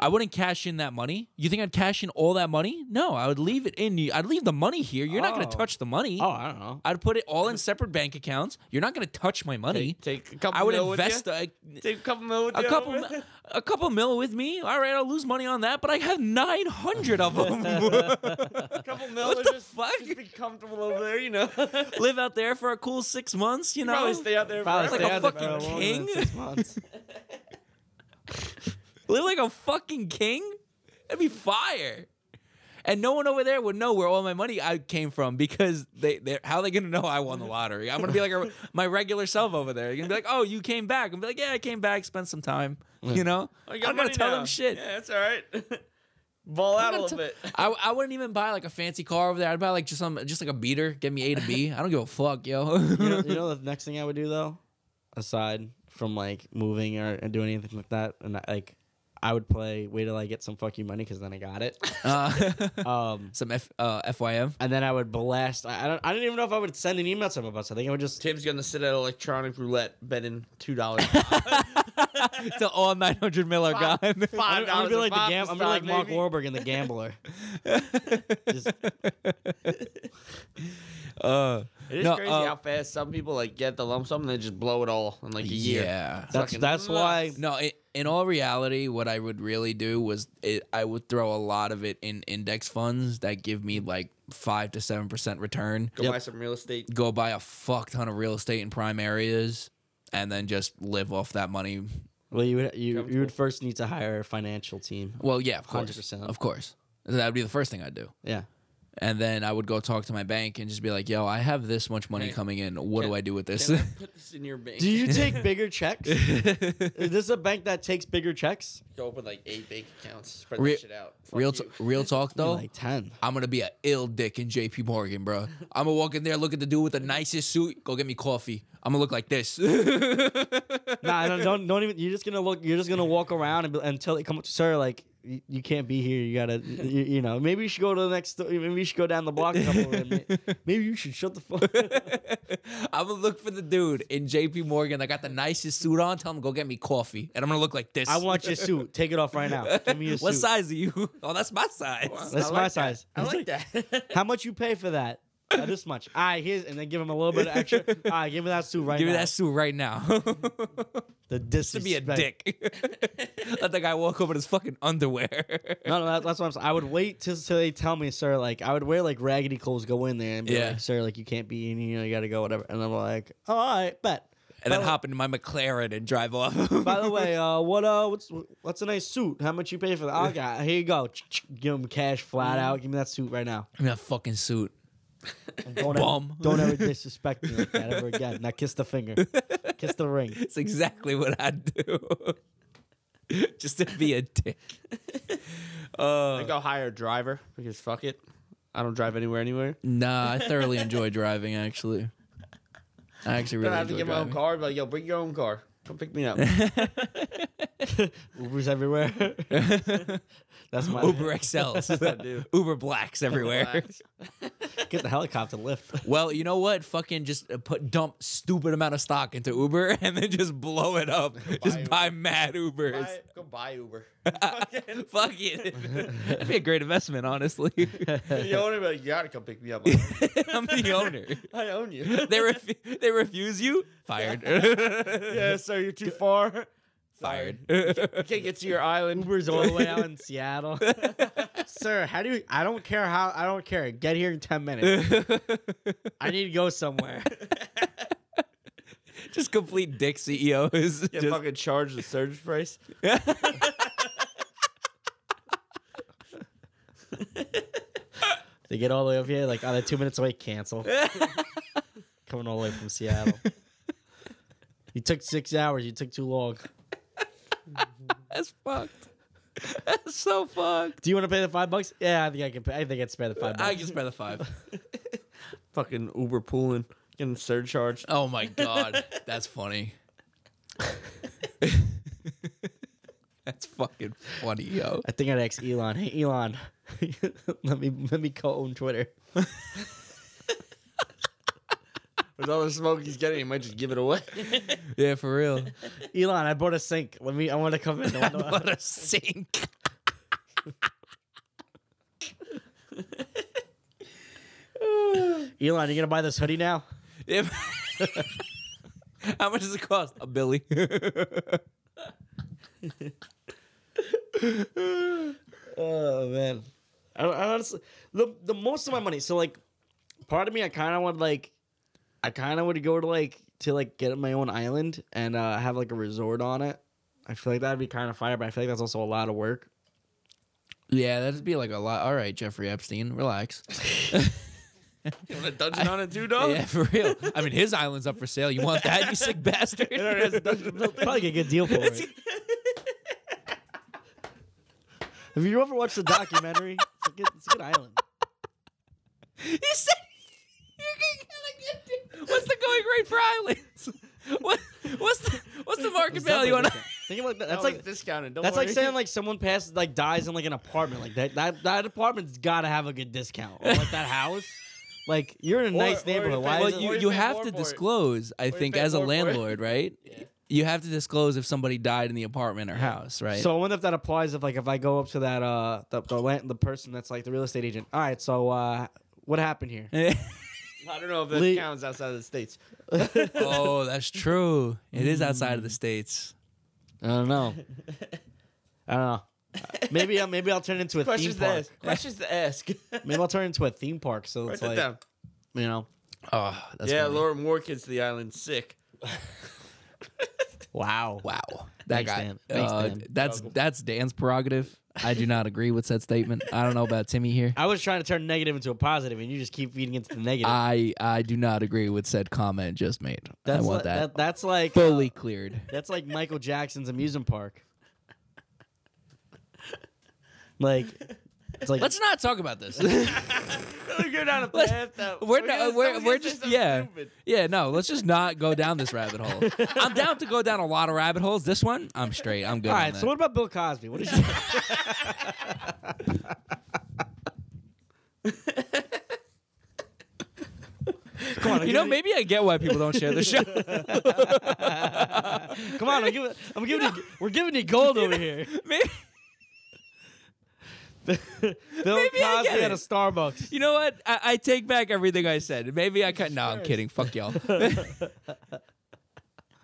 Speaker 3: I wouldn't cash in that money. You think I'd cash in all that money? No, I would leave it in. I'd leave the money here. You're not going
Speaker 1: Oh.
Speaker 3: to touch the money.
Speaker 1: Oh I don't know.
Speaker 3: I'd put it all in separate bank accounts. You're not going to touch my money.
Speaker 2: Take a couple.
Speaker 3: I would
Speaker 2: mil
Speaker 3: invest
Speaker 2: With
Speaker 3: a,
Speaker 2: you. Take a couple mil. With
Speaker 3: a
Speaker 2: you.
Speaker 3: couple mi- a couple mil with me. All right, I'll lose money on that, but I have 900 of them.
Speaker 2: a couple mil.
Speaker 3: What
Speaker 2: is
Speaker 3: the
Speaker 2: just,
Speaker 3: fuck?
Speaker 2: Just be comfortable over there, you know.
Speaker 3: Live out there for a cool 6 months, you know.
Speaker 2: Probably stay out there.
Speaker 1: Probably
Speaker 2: forever.
Speaker 1: stay
Speaker 3: Like a
Speaker 1: out there for
Speaker 3: fucking
Speaker 1: longer than
Speaker 3: king.
Speaker 1: Six months.
Speaker 3: Live like a fucking king? That'd be fire. And no one over there would know where all my money I came from because they they how are they gonna know I won the lottery? I'm gonna be like a, my regular self over there. You're gonna be like, oh, you came back. I'm be like, yeah, I came back, spent some time. You know,
Speaker 2: I
Speaker 3: I'm
Speaker 2: got
Speaker 3: gonna
Speaker 2: money
Speaker 3: tell
Speaker 2: now.
Speaker 3: them shit.
Speaker 2: Yeah, that's all right. Ball out a
Speaker 3: I'm
Speaker 2: little
Speaker 3: gonna
Speaker 2: bit.
Speaker 3: t- I, I wouldn't even buy like a fancy car over there. I'd buy like just some just like a beater. Give me A to B. I don't give a fuck, yo.
Speaker 1: you, know, you know the next thing I would do though, aside from like moving or, or doing anything like that, and I, like I would play wait till I get some fuck you money because then I got it.
Speaker 3: Uh,
Speaker 1: Um,
Speaker 3: some F, uh, FYM.
Speaker 1: and then I would blast. I, I don't. I don't even know if I would send an email to him about something. I would just
Speaker 2: Tim's gonna sit at electronic roulette betting two dollars.
Speaker 3: Till all 900 mil are
Speaker 2: Fuck.
Speaker 3: gone.
Speaker 1: I'm,
Speaker 2: Five
Speaker 1: I'm gonna
Speaker 2: dollars.
Speaker 1: be like the gam-
Speaker 2: gam-
Speaker 1: I'm gonna be like Mark Wahlberg in The Gambler. Just-
Speaker 3: uh,
Speaker 2: It is
Speaker 3: No,
Speaker 2: crazy
Speaker 3: uh,
Speaker 2: how fast some people like get the lump sum and they just blow it all in like a year.
Speaker 3: yeah.
Speaker 1: that's
Speaker 2: Fucking
Speaker 1: that's why.
Speaker 2: nuts.
Speaker 3: No, i in all reality, what I would really do was it, I would throw a lot of it in index funds that give me like five to seven percent return.
Speaker 2: Go
Speaker 1: Yep.
Speaker 2: buy some real estate.
Speaker 3: Go buy a fuck ton of real estate in prime areas, and then just live off that money.
Speaker 1: Well, you would you, you
Speaker 2: Comfortable.
Speaker 1: would first need to hire a financial team.
Speaker 3: Well, yeah, of course,
Speaker 1: 100%.
Speaker 3: of course, that would be the first thing I'd do.
Speaker 1: Yeah.
Speaker 3: And then I would go talk to my bank and just be like, "Yo, I have this much money
Speaker 2: Hey,
Speaker 3: coming in. What
Speaker 2: can-
Speaker 3: do I do with this?"
Speaker 2: Can I put this in your bank.
Speaker 1: Do you take bigger checks? Is this a bank that takes bigger checks?
Speaker 2: Go open like eight bank accounts. Spread
Speaker 3: Real-
Speaker 2: that shit out. Fuck
Speaker 3: real,
Speaker 2: you.
Speaker 3: t- real talk though.
Speaker 1: Like ten.
Speaker 3: I'm gonna be a ill dick in JP Morgan, bro. I'm gonna walk in there, look at the dude with the nicest suit, go get me coffee. I'm gonna look like this.
Speaker 1: nah, don't, don't don't even. You're just gonna look. You're just gonna walk around and be, until they come up to sir like. You you can't be here. You gotta, you, you know. Maybe you should go to the next. sto- Maybe you should go down the block. A couple and ma- maybe you should shut the fuck. up.
Speaker 3: I'm gonna look for the dude in JP Morgan that got the nicest suit on. Tell him go get me coffee, and I'm gonna look like this.
Speaker 1: I want your suit. Take it off right now. Give me your
Speaker 3: What
Speaker 1: suit.
Speaker 3: size are you? Oh, that's my size.
Speaker 2: Wow.
Speaker 1: That's
Speaker 2: I
Speaker 1: my
Speaker 2: like that.
Speaker 1: size.
Speaker 2: I like that.
Speaker 1: How much you pay for that? Uh, this much. All right, here's and then give him a little bit of extra. All right, give me that suit right
Speaker 3: Give me
Speaker 1: now.
Speaker 3: that suit right now.
Speaker 1: the
Speaker 3: to
Speaker 1: disrespect.
Speaker 3: be a dick. Let the guy walk over in his fucking underwear.
Speaker 1: No, no, that, that's what I'm saying. I would wait till, till they tell me, sir. Like I would wear like raggedy clothes, go in there and be
Speaker 3: Yeah.
Speaker 1: like, sir, like you can't be in here. You gotta go, whatever. And I'm like, oh, all right, bet.
Speaker 3: And then
Speaker 1: By the-
Speaker 3: hop into my McLaren and drive off.
Speaker 1: By the way, uh, what uh, what's what's a nice suit? How much you pay for that? I got here. You go. Give him cash flat out. Give me that suit right now.
Speaker 3: Give me that fucking suit.
Speaker 1: Don't
Speaker 3: Bum.
Speaker 1: ever, don't ever disrespect me like that ever again. Now kiss the finger, kiss the ring.
Speaker 3: That's exactly what I'd do. Just to be a dick.
Speaker 2: I
Speaker 3: Uh,
Speaker 2: go hire a driver because fuck it. I don't drive anywhere anywhere.
Speaker 3: nah, I thoroughly enjoy driving, actually. I actually
Speaker 2: Then
Speaker 3: really
Speaker 2: I have to
Speaker 3: enjoy
Speaker 2: get my own
Speaker 3: driving.
Speaker 2: car. But yo, bring your own car. Come pick me up.
Speaker 1: Ubers everywhere. That's my
Speaker 3: Uber XLs. Uber Blacks everywhere.
Speaker 2: Relax.
Speaker 1: Get the helicopter lift.
Speaker 3: Well, you know what? Fucking just uh, put dump stupid amount of stock into Uber and then just blow it up. just
Speaker 2: Uber.
Speaker 3: buy mad Ubers.
Speaker 2: Buy- go buy Uber.
Speaker 3: Fuck it. That'd be a great investment, honestly.
Speaker 2: the owner be like, you gotta come pick me up.
Speaker 3: I'm the owner.
Speaker 2: I own you.
Speaker 3: They refu- they refuse you. Fired.
Speaker 2: yeah, sir, you're too far.
Speaker 3: Fired.
Speaker 2: Can't get to your island.
Speaker 1: Uber's all the way out in Seattle. Sir, how do you? I don't care how. I don't care. Get here in ten minutes. I need to go somewhere.
Speaker 3: just complete dick CEOs.
Speaker 2: Get
Speaker 3: Just-
Speaker 2: fucking charged the surge price.
Speaker 1: They get all the way up here, like, oh, they're two minutes away. Cancel. Coming all the way from Seattle. You took six hours. You took too long.
Speaker 3: that's fucked. That's so fucked.
Speaker 1: Do you want to pay the five bucks? Yeah, I think I can. Pay, I think I can spare the five bucks.
Speaker 3: I can spare the five.
Speaker 2: Fucking Uber pooling. Getting surcharged.
Speaker 3: Oh my god, that's funny. that's fucking funny, yo.
Speaker 1: I think I'd ask Elon. Hey, Elon, let me let me co-own Twitter.
Speaker 2: With all the smoke he's getting, he might just give it away.
Speaker 3: Yeah, for real.
Speaker 1: Elon, I bought a sink. Let me. I want to come in. I wanna-
Speaker 3: what a sink.
Speaker 1: Elon, you gonna buy this hoodie now?
Speaker 3: If- How much does it cost? A billy.
Speaker 1: Oh man, I, I honestly the the most of my money. So like, part of me, I kind of would like, I kind of would go to like to like get my own island and uh, have like a resort on it. I feel like that'd be kind of fire, but I feel like that's also a lot of work.
Speaker 3: yeah, that'd be like a lot. All right, Jeffrey Epstein, relax.
Speaker 2: You want a dungeon on it too, dog?
Speaker 3: Yeah, for real. I mean, his island's up for sale. You want that, you sick bastard?
Speaker 1: Probably get a good deal for it. Have you ever watched the documentary? It's a good, it's a good island.
Speaker 3: he said, "You're gonna get a good deal." What's the going rate for islands? What, what's the what's the market value on?
Speaker 1: I Think about that. That's
Speaker 2: No, it's
Speaker 1: like
Speaker 2: discounted. Don't
Speaker 1: that's like
Speaker 2: worry.
Speaker 1: saying like someone passes like dies in like an apartment like that. That that apartment's got to have a good discount. Or, like that house, like you're in a
Speaker 2: Or-
Speaker 1: nice
Speaker 2: or
Speaker 1: neighborhood.
Speaker 2: if
Speaker 1: Why
Speaker 2: they-
Speaker 3: Well,
Speaker 1: is it,
Speaker 3: you,
Speaker 2: Or you
Speaker 3: you
Speaker 2: pay
Speaker 3: have
Speaker 2: more
Speaker 3: to
Speaker 2: for it.
Speaker 3: disclose, I
Speaker 2: you
Speaker 3: think,
Speaker 2: pay
Speaker 3: as a
Speaker 2: more for it.
Speaker 3: landlord, right? You have to disclose if somebody died in the apartment or house, right?
Speaker 1: So I wonder if that applies if like if I go up to that uh the the, land, the person that's like the real estate agent. All right, so uh what happened here?
Speaker 2: I don't know if that
Speaker 1: Le-
Speaker 2: counts outside of the states.
Speaker 3: oh, that's true. It is outside of the states.
Speaker 1: I don't know. I don't know. Maybe I, maybe I'll turn into a theme
Speaker 2: Questions to
Speaker 1: park.
Speaker 2: ask. Questions to ask.
Speaker 1: Maybe I'll turn into a theme park. So
Speaker 2: Write
Speaker 1: it's
Speaker 2: that
Speaker 1: like
Speaker 2: down.
Speaker 1: you know,
Speaker 3: Oh, that's
Speaker 2: yeah,
Speaker 3: funny.
Speaker 2: Laura Moore kids to the island sick.
Speaker 1: wow,
Speaker 3: Wow, that
Speaker 1: Thanks,
Speaker 3: guy.
Speaker 1: Dan. Thanks,
Speaker 3: uh,
Speaker 1: Dan.
Speaker 3: That's that's Dan's prerogative. I do not agree with said statement. I don't know about Timmy here.
Speaker 1: I was trying to turn negative into a positive, and you just keep feeding into the negative.
Speaker 3: Uh, I I do not agree with said comment just made.
Speaker 1: that's
Speaker 3: I want
Speaker 1: like,
Speaker 3: that,
Speaker 1: That's like
Speaker 3: fully cleared.
Speaker 1: That's like Michael Jackson's amusement park. Like, it's like
Speaker 3: Let's not talk about this.
Speaker 2: Really go down a
Speaker 3: Let's-
Speaker 2: path that
Speaker 3: we're not-
Speaker 2: gonna-
Speaker 3: we're-
Speaker 2: someone's gonna say
Speaker 3: we're just-
Speaker 2: something
Speaker 3: yeah.
Speaker 2: stupid.
Speaker 3: yeah, no, let's just not go down this rabbit hole. I'm down to go down a lot of rabbit holes. This one, I'm straight. I'm good.
Speaker 1: all
Speaker 3: on
Speaker 1: right.
Speaker 3: that.
Speaker 1: So what about Bill Cosby? What is he? Come on, I'll
Speaker 3: you
Speaker 1: give
Speaker 3: know,
Speaker 1: it-
Speaker 3: maybe I get why people don't share the show.
Speaker 1: Come on, I'm giving. I'm giving. you, we're giving you gold over here.
Speaker 3: maybe,
Speaker 1: Bill
Speaker 3: Maybe I
Speaker 1: Cosby
Speaker 3: get
Speaker 1: at a
Speaker 3: it.
Speaker 1: Starbucks.
Speaker 3: you know what? I, I take back everything I said. Maybe I cut. No, I'm kidding. Fuck y'all. That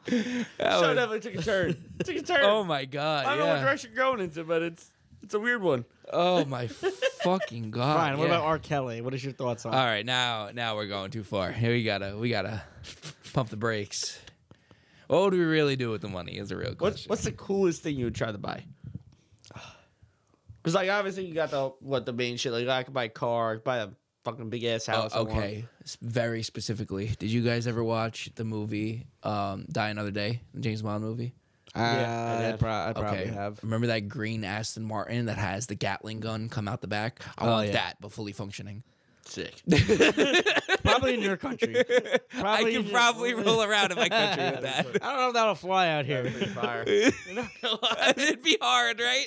Speaker 2: Show
Speaker 3: was-
Speaker 2: definitely took a turn. It took a turn.
Speaker 3: Oh my god!
Speaker 2: I don't know what
Speaker 3: yeah.
Speaker 2: direction you're going into, but it's it's a weird one.
Speaker 3: Oh my fucking god!
Speaker 1: Fine. What
Speaker 3: yeah. Uh,
Speaker 1: about R. Kelly? What is your thoughts on?
Speaker 3: All right, now now we're going too far. Here we gotta we gotta pump the brakes. What would we really do with the money? Is a real
Speaker 2: What's
Speaker 3: question.
Speaker 2: what's the coolest thing you would try to buy? Because like obviously you got the what the main shit. Like I could buy a car, I could buy a fucking big ass
Speaker 3: Oh,
Speaker 2: house. I want.
Speaker 3: okay, S- very specifically, did you guys ever watch the movie um, "Die Another Day," the James Bond movie?
Speaker 2: Yeah, I'd
Speaker 1: I,
Speaker 2: have.
Speaker 1: pro- I probably
Speaker 3: Okay,
Speaker 1: have.
Speaker 3: remember that green Aston Martin that has the Gatling gun come out the back? I
Speaker 1: Oh,
Speaker 3: want
Speaker 1: yeah.
Speaker 3: that, but fully functioning.
Speaker 2: Sick.
Speaker 1: Probably in your country. Probably
Speaker 3: I
Speaker 1: in
Speaker 3: can
Speaker 1: your-
Speaker 3: probably roll around in my country with that.
Speaker 1: I don't know if that'll fly out here.
Speaker 2: Pretty fire.
Speaker 3: It'd be hard, right?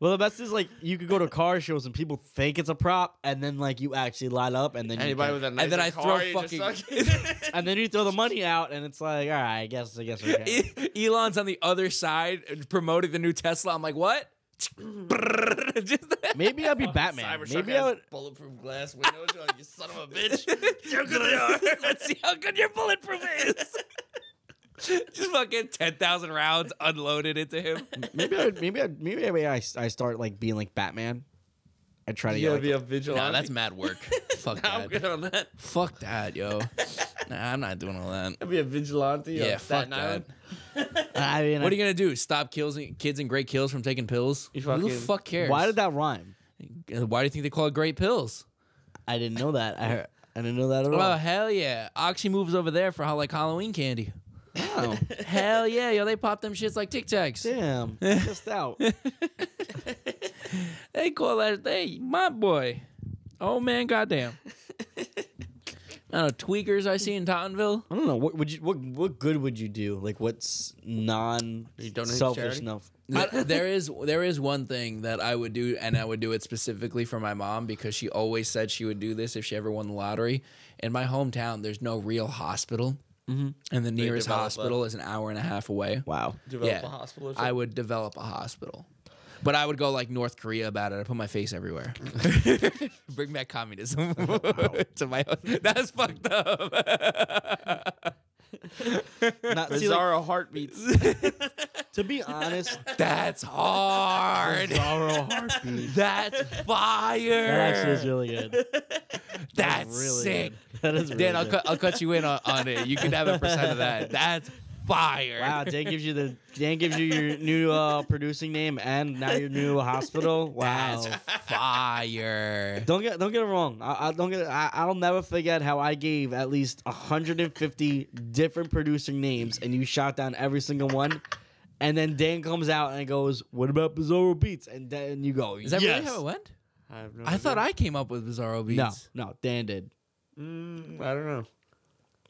Speaker 1: Well, the best is like you could go to car shows and people think it's a prop, and then like you actually light up, and then
Speaker 2: Anybody
Speaker 1: you
Speaker 2: with a nice
Speaker 3: And then I
Speaker 2: car,
Speaker 3: throw
Speaker 2: you just
Speaker 3: fucking-
Speaker 2: suck.
Speaker 1: can- and then you throw the money out, and it's like, all right, I guess, I guess we can.
Speaker 3: E- Elon's on the other side uh, promoting the new Tesla. I'm like, what? Just
Speaker 1: Maybe I'd be Batman.
Speaker 2: Cybertruck
Speaker 1: Maybe
Speaker 2: has
Speaker 1: I would.
Speaker 2: bulletproof glass windows. You're like, you son of a bitch. See how good they are.
Speaker 3: Let's see how good your bulletproof is. Just fucking ten thousand rounds unloaded into him.
Speaker 1: Maybe I would. Maybe I. Maybe I. I, I start like being like Batman. I try to
Speaker 2: You
Speaker 1: get.
Speaker 2: gotta
Speaker 1: Like,
Speaker 2: be a vigilante.
Speaker 3: Nah, that's mad work. Fuck
Speaker 2: I'm
Speaker 3: that.
Speaker 2: good on that.
Speaker 3: Fuck that, yo. Nah, I'm not doing all that.
Speaker 2: I'd be a vigilante.
Speaker 3: Yeah,
Speaker 2: on Staten
Speaker 3: fuck that.
Speaker 2: Island.
Speaker 1: I mean,
Speaker 3: What are
Speaker 1: I-
Speaker 3: you gonna do? Stop kills kids and great kills from taking pills?
Speaker 2: You
Speaker 3: Who the
Speaker 2: fucking-
Speaker 3: fuck cares? Uh,
Speaker 1: why did that rhyme?
Speaker 3: Why do you think they call it great pills?
Speaker 1: I didn't know that. I heard. I didn't know that at all.
Speaker 3: Well, hell yeah. Oxy moves over there for how like Halloween candy.
Speaker 1: Wow.
Speaker 3: hell yeah, yo, they pop them shits like Tic Tacs.
Speaker 1: Damn, just out.
Speaker 3: They call that they my boy. Oh man, goddamn. I don't know, tweakers I see in Tottenville.
Speaker 1: I don't know. What would you? What what good would you do? Like what's non
Speaker 2: You donate to
Speaker 1: selfish
Speaker 2: charity?
Speaker 1: enough?
Speaker 3: I- there is there is one thing that I would do, and I would do it specifically for my mom because she always said she would do this if she ever won the lottery. In my hometown, there's no real hospital, and the nearest
Speaker 2: develop a-
Speaker 3: hospital is an hour and a half away.
Speaker 1: Wow.
Speaker 2: Develop
Speaker 3: Yeah.
Speaker 2: a hospital. Or
Speaker 3: I
Speaker 2: something.
Speaker 3: would develop a hospital. But I would go like North Korea about it. I put my face everywhere. Bring back communism to my. That's fucked up.
Speaker 1: Not, see, like,
Speaker 2: Bizarro heartbeats.
Speaker 1: to be honest,
Speaker 3: That's hard.
Speaker 1: Bizarro heartbeat.
Speaker 3: That's fire.
Speaker 1: That actually is really good.
Speaker 3: That's
Speaker 1: really
Speaker 3: sick.
Speaker 1: good. That is really
Speaker 3: Dan, I'll,
Speaker 1: good.
Speaker 3: cut, I'll cut you in on, on it. You can have a percent of that. That's fire.
Speaker 1: Wow, Ah, Dan gives you the Dan gives you your new uh, producing name and now your new hospital. Wow.
Speaker 3: That's fire.
Speaker 1: Don't get don't get it wrong. I, I don't get. I, I'll never forget how I gave at least 150 different producing names, and you shot down every single one. And then Dan comes out and goes, "What about Bizarro Beats?" And then you go,
Speaker 3: Is that
Speaker 1: yes.
Speaker 3: really how it went?
Speaker 2: I, have no
Speaker 3: I thought I came up with Bizarro Beats.
Speaker 1: No, no, Dan did.
Speaker 2: Mm, I don't know.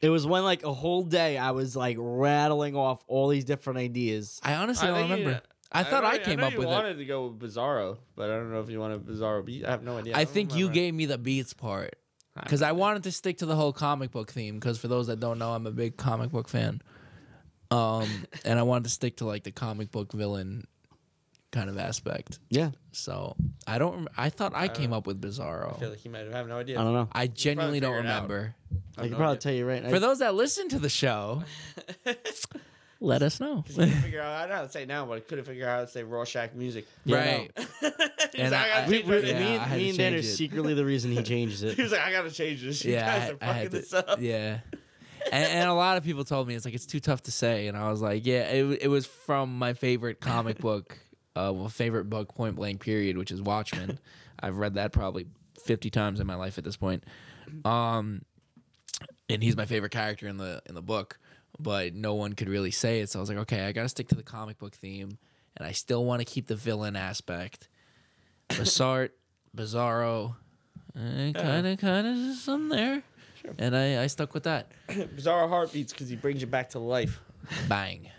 Speaker 1: It was when like a whole day I was like rattling off all these different ideas.
Speaker 3: I honestly don't
Speaker 2: think
Speaker 3: remember.
Speaker 2: you-
Speaker 3: I thought I,
Speaker 2: really-
Speaker 3: came
Speaker 2: know
Speaker 3: up
Speaker 2: you
Speaker 3: with it.
Speaker 2: wanted to go with Bizarro, but I don't know if you want a Bizarro beat. I have no idea.
Speaker 3: I
Speaker 2: don't
Speaker 3: think you
Speaker 2: remember.
Speaker 3: gave me the beats part because I wanted to stick to the whole comic book theme. Because for those that don't know, I'm a big comic book fan, um, and I wanted to stick to like the comic book villain kind of aspect.
Speaker 1: Yeah,
Speaker 3: So I don't. rem- I thought I, came up with
Speaker 2: I feel
Speaker 3: Bizarro.
Speaker 2: like you might have no idea.
Speaker 1: I don't know.
Speaker 3: I genuinely don't
Speaker 2: figure it out.
Speaker 3: remember.
Speaker 1: I can probably tell you right now.
Speaker 3: For those that listen to the show, let us know.
Speaker 2: couldn't figure out. I don't know how to say it now, but I couldn't figure out how to say Rorschach music.
Speaker 1: Yeah,
Speaker 3: right.
Speaker 2: and
Speaker 3: And I- I-
Speaker 1: we, we,
Speaker 3: Yeah,
Speaker 1: me,
Speaker 3: I
Speaker 1: and-
Speaker 3: had to
Speaker 1: me and
Speaker 3: change
Speaker 1: Dan are
Speaker 3: it.
Speaker 1: secretly the reason he changes
Speaker 2: He
Speaker 1: it.
Speaker 2: was like, I gotta change this. You
Speaker 3: yeah,
Speaker 2: guys
Speaker 3: I-
Speaker 2: are
Speaker 3: I,
Speaker 2: fucking
Speaker 3: had to,
Speaker 2: this up.
Speaker 3: yeah. And, and a lot of people told me it's like it's too tough to say, and I was like, yeah, it, w- it was from my favorite comic book, uh, well, favorite book, Point Blank Period, which is Watchmen. I've read that probably fifty times in my life at this point, um, and he's my favorite character in the in the book, but no one could really say it, so I was like, okay, I got to stick to the comic book theme, and I still want to keep the villain aspect, Bassart, Bizarro, kind of kind of some there. And I, I stuck with that.
Speaker 2: Bizarro heartbeats because he brings you back to life.
Speaker 3: Bang.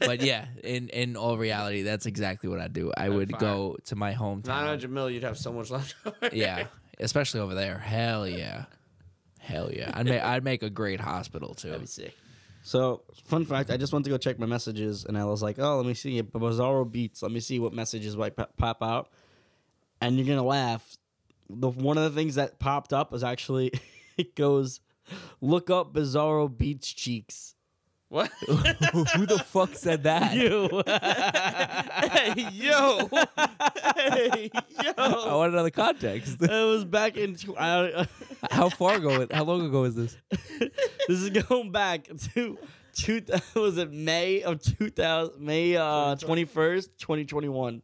Speaker 3: but yeah, in, in all reality, that's exactly what I do. I would go to my
Speaker 2: Nine
Speaker 3: hometown.
Speaker 2: hundred mil, you'd have so much left. over.
Speaker 3: Yeah. Especially over there. Hell yeah. Hell yeah. I'd make I'd make a great hospital too.
Speaker 2: That'd be sick.
Speaker 1: So, fun fact: I just went to go check my messages, and I was like, "Oh, let me see Bizarro beats. Let me see what messages like pop- pop out." And you're gonna laugh. The one of the things that popped up was actually it goes, "Look up Bizarro beats cheeks."
Speaker 2: What?
Speaker 3: Who the fuck said that?
Speaker 1: You.
Speaker 2: hey, yo. hey, yo.
Speaker 3: I want another context.
Speaker 1: it was back in. tw- I,
Speaker 3: how far ago how long ago is this?
Speaker 1: this is going back to two. Was it May of two thousand? May uh twenty first, twenty twenty one.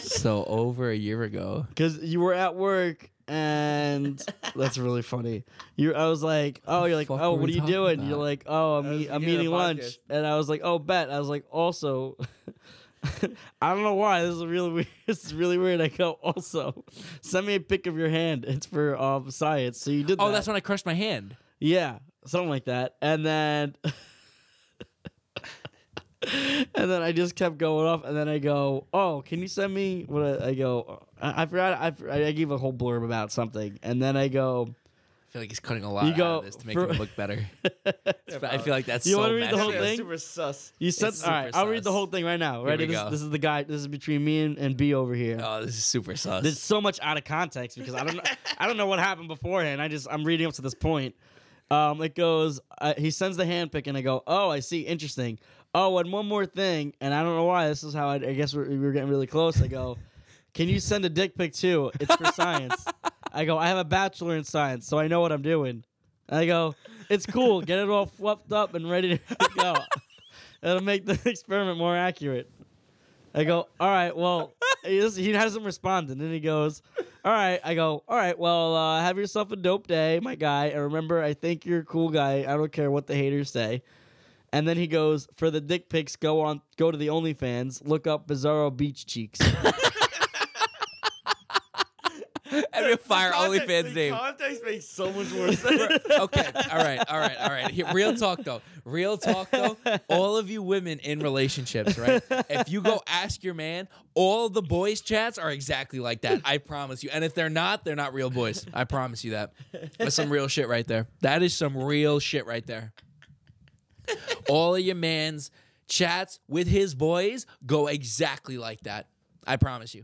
Speaker 3: So over a year ago.
Speaker 1: Because you were at work and that's really funny. You, I was like, oh, you're like,
Speaker 3: fuck
Speaker 1: oh,
Speaker 3: were
Speaker 1: what are
Speaker 3: we
Speaker 1: you
Speaker 3: talking
Speaker 1: doing?
Speaker 3: about?
Speaker 1: You're like, oh,
Speaker 2: That
Speaker 1: I'm,
Speaker 2: was
Speaker 1: eat,
Speaker 2: the
Speaker 1: I'm
Speaker 2: beginning of
Speaker 1: eating
Speaker 2: the
Speaker 1: lunch,
Speaker 2: podcast.
Speaker 1: and I was like, oh, bet. I was like, also, I don't know why this is really weird. This is really weird. I go, also, send me a pic of your hand. It's for um science. So you did.
Speaker 3: Oh,
Speaker 1: that.
Speaker 3: that's when I crushed my hand.
Speaker 1: Yeah, something like that. And then and then I just kept going off and then I go, "Oh, can you send me what I, I go I, I forgot I, f- I gave a whole blurb about something." And then I go,
Speaker 3: I feel like he's cutting a lot
Speaker 1: You
Speaker 3: out
Speaker 1: go
Speaker 3: of this to make
Speaker 1: for-
Speaker 3: him look better. I
Speaker 2: probably.
Speaker 3: feel like that's
Speaker 1: You
Speaker 3: so
Speaker 1: wanna read the
Speaker 3: messy.
Speaker 1: whole thing?
Speaker 2: Super sus.
Speaker 1: "You said
Speaker 3: It's
Speaker 1: All right,
Speaker 3: super
Speaker 1: I'll read the
Speaker 3: sus.
Speaker 1: whole thing right now.
Speaker 3: Here
Speaker 1: Ready?
Speaker 3: we
Speaker 1: This,
Speaker 3: go.
Speaker 1: this is the guy this is between me and, and B over here.
Speaker 3: Oh, this is super sus.
Speaker 1: It's so much out of context because I don't know, I don't know what happened beforehand. I just I'm reading up to this point. Um, it goes. Uh, he sends the hand pick, and I go, "Oh, I see. Interesting. Oh, and one more thing, and I don't know why. This is how I, I guess we're, we're getting really close. I go, "Can you send a dick pic too? It's for science." I go, "I have a bachelor in science, so I know what I'm doing." And I go, "It's cool. Get it all fluffed up and ready to go. It'll make the experiment more accurate." I go, all right, well, he just- he hasn't responded. And then he goes, all right. I go, all right, well, uh, have yourself a dope day, my guy. And remember, I think you're a cool guy. I don't care what the haters say. And then he goes, for the dick pics, go on, go to the OnlyFans, look up Bizarro Beach Cheeks.
Speaker 3: and we fire
Speaker 2: Context-
Speaker 3: OnlyFans
Speaker 2: the
Speaker 3: name.
Speaker 2: Context makes so much more
Speaker 3: Bro,
Speaker 2: sense.
Speaker 3: okay, all right, all right, all right. Here, real talk though. Real talk though. All of you women in relationships, right? If you go ask your man, all the boys' chats are exactly like that. I promise you. And if they're not, they're not real boys. I promise you that. That's some real shit right there. That is some real shit right there. All of your man's chats with his boys go exactly like that. I promise you.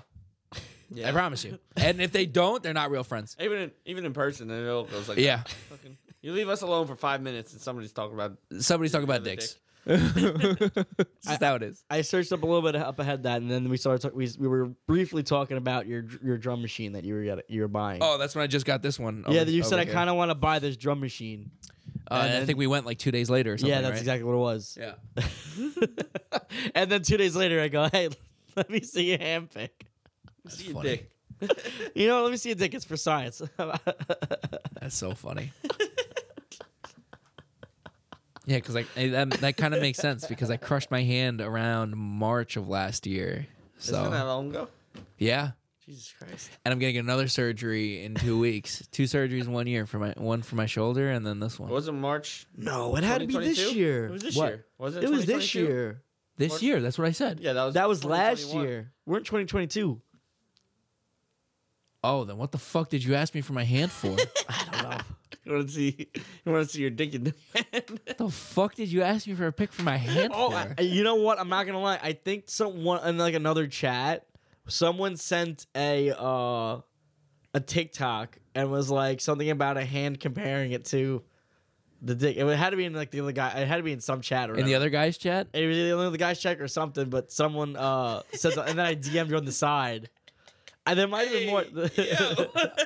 Speaker 3: I promise you. And if they don't, they're not real friends.
Speaker 2: even in, even in person, it all goes like
Speaker 3: Yeah.
Speaker 2: Fucking, you leave us alone for five minutes, and somebody's talking about
Speaker 3: Somebody's talking about
Speaker 2: Another
Speaker 3: dicks. That's how it is.
Speaker 1: I searched up a little bit up ahead that, and then we started, talk- we, we were briefly talking about your your drum machine that you were get- you were buying.
Speaker 3: Oh, that's when I just got this one.
Speaker 1: yeah, you said I kind of want to buy this drum machine.
Speaker 3: Uh,
Speaker 1: and
Speaker 3: I think we went like two days later. Or something,
Speaker 1: yeah, that's
Speaker 3: right?
Speaker 1: exactly what it was.
Speaker 3: Yeah.
Speaker 1: and then two days later, I go, hey, let me see your hand pic.
Speaker 2: See your
Speaker 3: funny.
Speaker 2: dick.
Speaker 1: You know, let me see a dick. It's for science.
Speaker 3: That's so funny. yeah, because like eh, that, that kind of makes sense because I crushed my hand around March of last year.
Speaker 2: Isn't that
Speaker 3: So
Speaker 2: long ago?
Speaker 3: yeah,
Speaker 2: Jesus Christ.
Speaker 3: and I'm getting another surgery in two weeks. Two surgeries in one year for my one for my shoulder, and then this one
Speaker 2: Was it March?
Speaker 1: No, it had to be this
Speaker 2: 2022?
Speaker 1: year.
Speaker 2: It was this
Speaker 3: What?
Speaker 2: year. Was it?
Speaker 1: It was this
Speaker 2: 2022?
Speaker 1: year.
Speaker 3: this
Speaker 2: March-
Speaker 3: year. That's what I said.
Speaker 2: Yeah, that was.
Speaker 1: That was last
Speaker 2: 2021.
Speaker 1: year. We're in 2022.
Speaker 3: Oh, then what the fuck did you ask me for my hand for?
Speaker 1: I don't know.
Speaker 2: You want to see? You want to see your dick in the hand?
Speaker 3: the fuck did you ask me for a pic for my hand
Speaker 1: Oh,
Speaker 3: for?
Speaker 1: I- you know what? I'm not gonna lie. I think someone in like another chat, someone sent a uh a TikTok and was like something about a hand comparing it to the dick. It had to be in like the other guy. It had to be in some chat or
Speaker 3: in the other guy's chat?
Speaker 1: It was either the guy's check or something. But someone uh said, something, and then I DM'd you on the side. And there might have been more.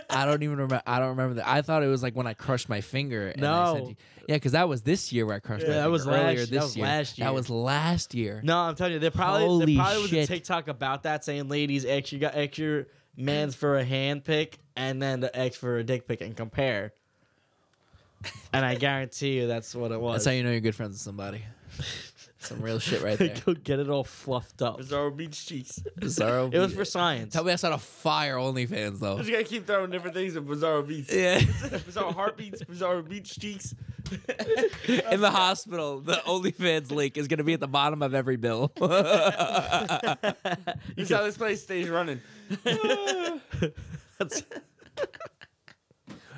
Speaker 3: I don't even remember. I don't remember that. I thought it was like when I crushed my finger. And I sent
Speaker 1: No.
Speaker 3: you- yeah, because that was this year where I crushed. my
Speaker 1: Yeah, that
Speaker 3: finger.
Speaker 1: was last-
Speaker 3: earlier
Speaker 1: that
Speaker 3: this
Speaker 1: was
Speaker 3: year.
Speaker 1: last year.
Speaker 3: That was last year.
Speaker 1: No, I'm telling you, there probably
Speaker 3: Holy
Speaker 1: there probably was
Speaker 3: shit.
Speaker 1: a TikTok about that saying, "Ladies, X you got X your man's for a hand pick, and then the X for a dick pic, and compare." And I guarantee you, that's what it was.
Speaker 3: That's how you know you're good friends with somebody. Some real shit right there.
Speaker 1: Go get it all fluffed up.
Speaker 2: Bizarro beach cheeks.
Speaker 3: Bizarro.
Speaker 1: It was for science.
Speaker 3: Tell me that's not a fire OnlyFans though.
Speaker 2: I just gotta keep throwing different things at Bizarro beats.
Speaker 3: Yeah.
Speaker 2: Bizarro heartbeats. Bizarro beach cheeks.
Speaker 3: In the hospital, the OnlyFans link is gonna be at the bottom of every bill.
Speaker 2: This is how this place stays running.
Speaker 1: That's-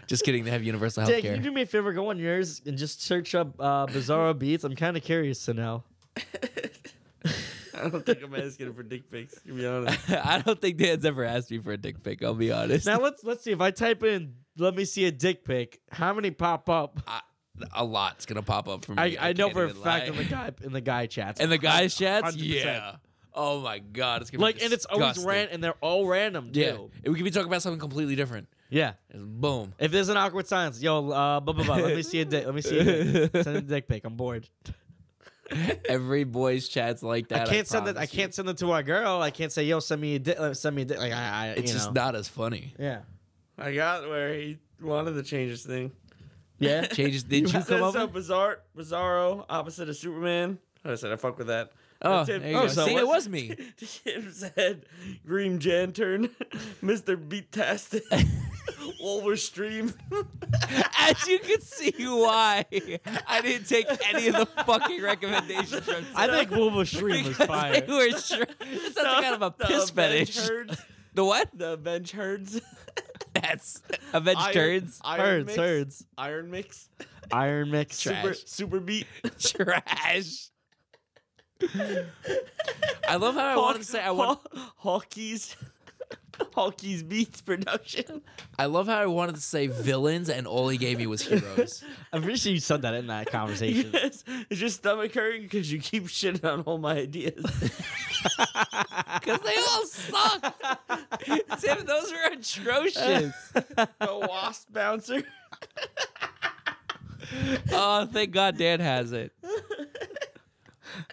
Speaker 3: Just kidding. They have universal
Speaker 1: Jake,
Speaker 3: health
Speaker 1: can you
Speaker 3: care.
Speaker 1: do me a favor? Go on yours and just search up uh, Bizarro Beats. I'm kind of curious to know.
Speaker 2: I don't think I'm asking for dick pics. To be honest.
Speaker 3: I don't think Dan's ever asked me for a dick pic. I'll be honest.
Speaker 1: Now let's let's see if I type in "let me see a dick pic," how many pop up?
Speaker 3: I, a lot's gonna pop up for me.
Speaker 1: I, I know
Speaker 3: can't
Speaker 1: for a
Speaker 3: even
Speaker 1: fact in
Speaker 3: lie.
Speaker 1: the guy in the guy chats.
Speaker 3: And the guys'
Speaker 1: 100%.
Speaker 3: chats, yeah. Oh my god, it's gonna
Speaker 1: like
Speaker 3: be
Speaker 1: and it's always
Speaker 3: disgusting.
Speaker 1: ran and they're all random too.
Speaker 3: Yeah, we could be talking about something completely different.
Speaker 1: Yeah.
Speaker 3: It's boom.
Speaker 1: If there's an awkward silence, yo, uh, blah blah blah. Let me see a dick. Let me see a dick. Send a dick pic. I'm bored.
Speaker 3: Every boy's chat's like
Speaker 1: I
Speaker 3: that.
Speaker 1: can't send it. I
Speaker 3: promise you.
Speaker 1: can't send it to our girl. I can't say, yo, send me a dick. uh, Send me a dick. Like I, I
Speaker 3: It's
Speaker 1: you
Speaker 3: just
Speaker 1: know.
Speaker 3: not as funny.
Speaker 1: Yeah.
Speaker 2: I got where he wanted to change his thing.
Speaker 1: Yeah.
Speaker 3: Changes. Did you,
Speaker 1: You
Speaker 3: come
Speaker 2: Says,
Speaker 3: up?
Speaker 2: uh,
Speaker 3: with-
Speaker 2: Bizarro, Bizarro, opposite of Superman. I said I fuck with that.
Speaker 3: Oh,
Speaker 2: That's it.
Speaker 3: there you go.
Speaker 1: so
Speaker 3: See,
Speaker 1: what's-
Speaker 3: it was me.
Speaker 2: The kid said, Green Jantern, Mr. Beatastic, Wolverstream.
Speaker 3: As you can see, why I didn't take any of the fucking recommendations from.
Speaker 1: I think Wolverine Stream was
Speaker 3: because they
Speaker 1: fire.
Speaker 3: were sure. It sounds like kind of a piss
Speaker 2: Avenge
Speaker 3: fetish.
Speaker 2: Herds.
Speaker 3: The what?
Speaker 2: The Avenge Herds.
Speaker 3: That's avenge turds.
Speaker 2: Iron
Speaker 1: Herds,
Speaker 2: Mix.
Speaker 1: herds.
Speaker 2: Iron Mix.
Speaker 1: Iron mix.
Speaker 2: Super,
Speaker 3: Trash.
Speaker 2: super Beat.
Speaker 3: Trash. I love how I wanted to say I want.
Speaker 2: Hawkeys. Hawkeys Beats production.
Speaker 3: I love how I wanted to say villains, and all he gave me was heroes.
Speaker 1: I'm pretty sure you said that in that conversation.
Speaker 2: Yes. Is your stomach hurting because you keep shitting on all my ideas?
Speaker 3: Because they all sucked. Tim, those were atrocious.
Speaker 2: the wasp bouncer.
Speaker 3: Oh, thank God Dan has it.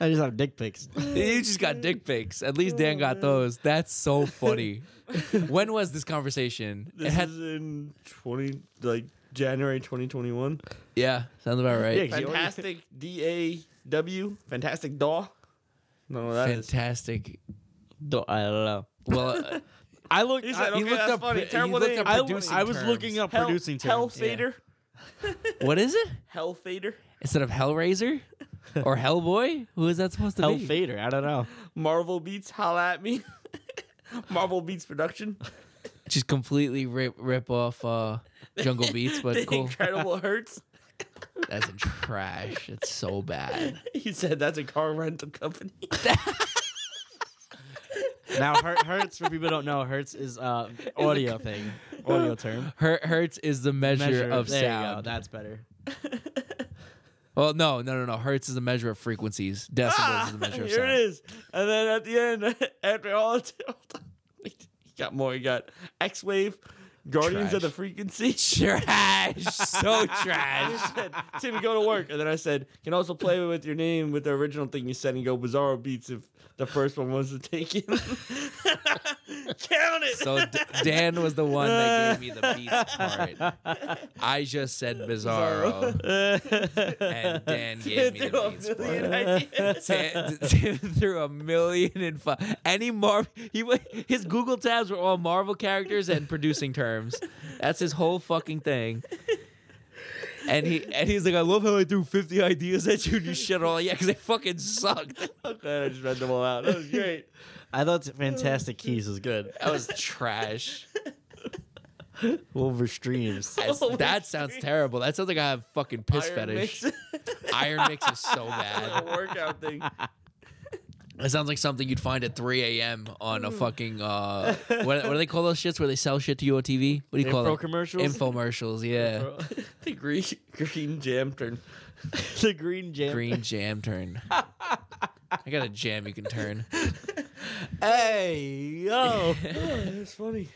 Speaker 1: I just have dick pics.
Speaker 3: You just got dick pics. At least Dan got those. That's so funny. When was this conversation? It
Speaker 2: This
Speaker 3: had,
Speaker 2: is in twenty like January twenty twenty one.
Speaker 3: yeah, sounds about right.
Speaker 1: Yeah,
Speaker 2: Fantastic D A W. Fantastic Daw. No, what that is.
Speaker 3: Fantastic.
Speaker 1: Don't- I don't know.
Speaker 3: Well, uh,
Speaker 1: I looked.
Speaker 2: He said,
Speaker 1: I,
Speaker 2: okay,
Speaker 3: looked
Speaker 2: that's
Speaker 3: up-
Speaker 2: funny.
Speaker 3: he
Speaker 2: Terrible
Speaker 3: looked
Speaker 2: name.
Speaker 3: up
Speaker 1: I,
Speaker 3: producing
Speaker 1: I was
Speaker 3: terms.
Speaker 1: looking up
Speaker 2: Hell,
Speaker 1: producing terms.
Speaker 2: Hellfader.
Speaker 3: what is it?
Speaker 2: Hellfader.
Speaker 3: Instead of Hellraiser or Hellboy? Who is that supposed to be?
Speaker 1: Hellfader. I don't know.
Speaker 2: Marvel Beats. Holla at me. Marvel Beats production.
Speaker 3: just completely rip rip off uh, Jungle Beats, but
Speaker 2: the
Speaker 3: cool.
Speaker 2: Incredible Hertz.
Speaker 3: That's trash. It's so bad.
Speaker 2: He said that's a car rental company.
Speaker 1: Now, Her- Hertz, for people who don't know, Hertz is uh audio thing, audio term.
Speaker 3: Her- Hertz is the measure, of
Speaker 1: there You go.
Speaker 3: sound.
Speaker 1: That's better.
Speaker 3: Well, no, no, no, no. Hertz is the measure of frequencies. Decibels is the measure of
Speaker 2: here
Speaker 3: sound.
Speaker 2: it is. And then at the end, after all, it's- hold on. he got more. He got X Wave, Guardians of the
Speaker 3: Trash.
Speaker 2: Frequency.
Speaker 3: Trash. So
Speaker 2: You
Speaker 3: trash.
Speaker 2: said, Timmy, go to work. And then I said, can also play with your name with the original thing you said and go Bizarro Beats if the first one was to take it. Count it.
Speaker 3: So D- Dan was the one that gave me the beats part. I just said Bizarro, and Dan gave me the beats part. Tim, Tim threw a million and five. Any Marvel, he wa- his Google tabs were all Marvel characters and producing terms. That's his whole fucking thing. And he and he's like, I love how I threw fifty ideas at you and you shit all yeah, because they fucking sucked.
Speaker 2: I'm glad I just read them all out. That was great.
Speaker 1: I thought Fantastic Keys was good.
Speaker 3: That was trash.
Speaker 1: Over streams.
Speaker 3: That's-
Speaker 2: Oh,
Speaker 3: that sounds terrible. That sounds like I have fucking piss
Speaker 2: Iron
Speaker 3: fetish.
Speaker 2: Mix.
Speaker 3: Iron mix is so
Speaker 2: a
Speaker 3: bad.
Speaker 2: workout thing.
Speaker 3: It sounds like something you'd find at 3 a.m. on
Speaker 2: Hmm.
Speaker 3: a fucking uh, what, what do they call those shits where they sell shit to you on TV? What do you call it?
Speaker 1: Infomercials.
Speaker 3: Infomercials, yeah.
Speaker 2: the green, green jam turn.
Speaker 1: the green jam.
Speaker 3: Green jam turn. I got a jam you can turn.
Speaker 1: Hey yo.
Speaker 2: Oh, That's funny.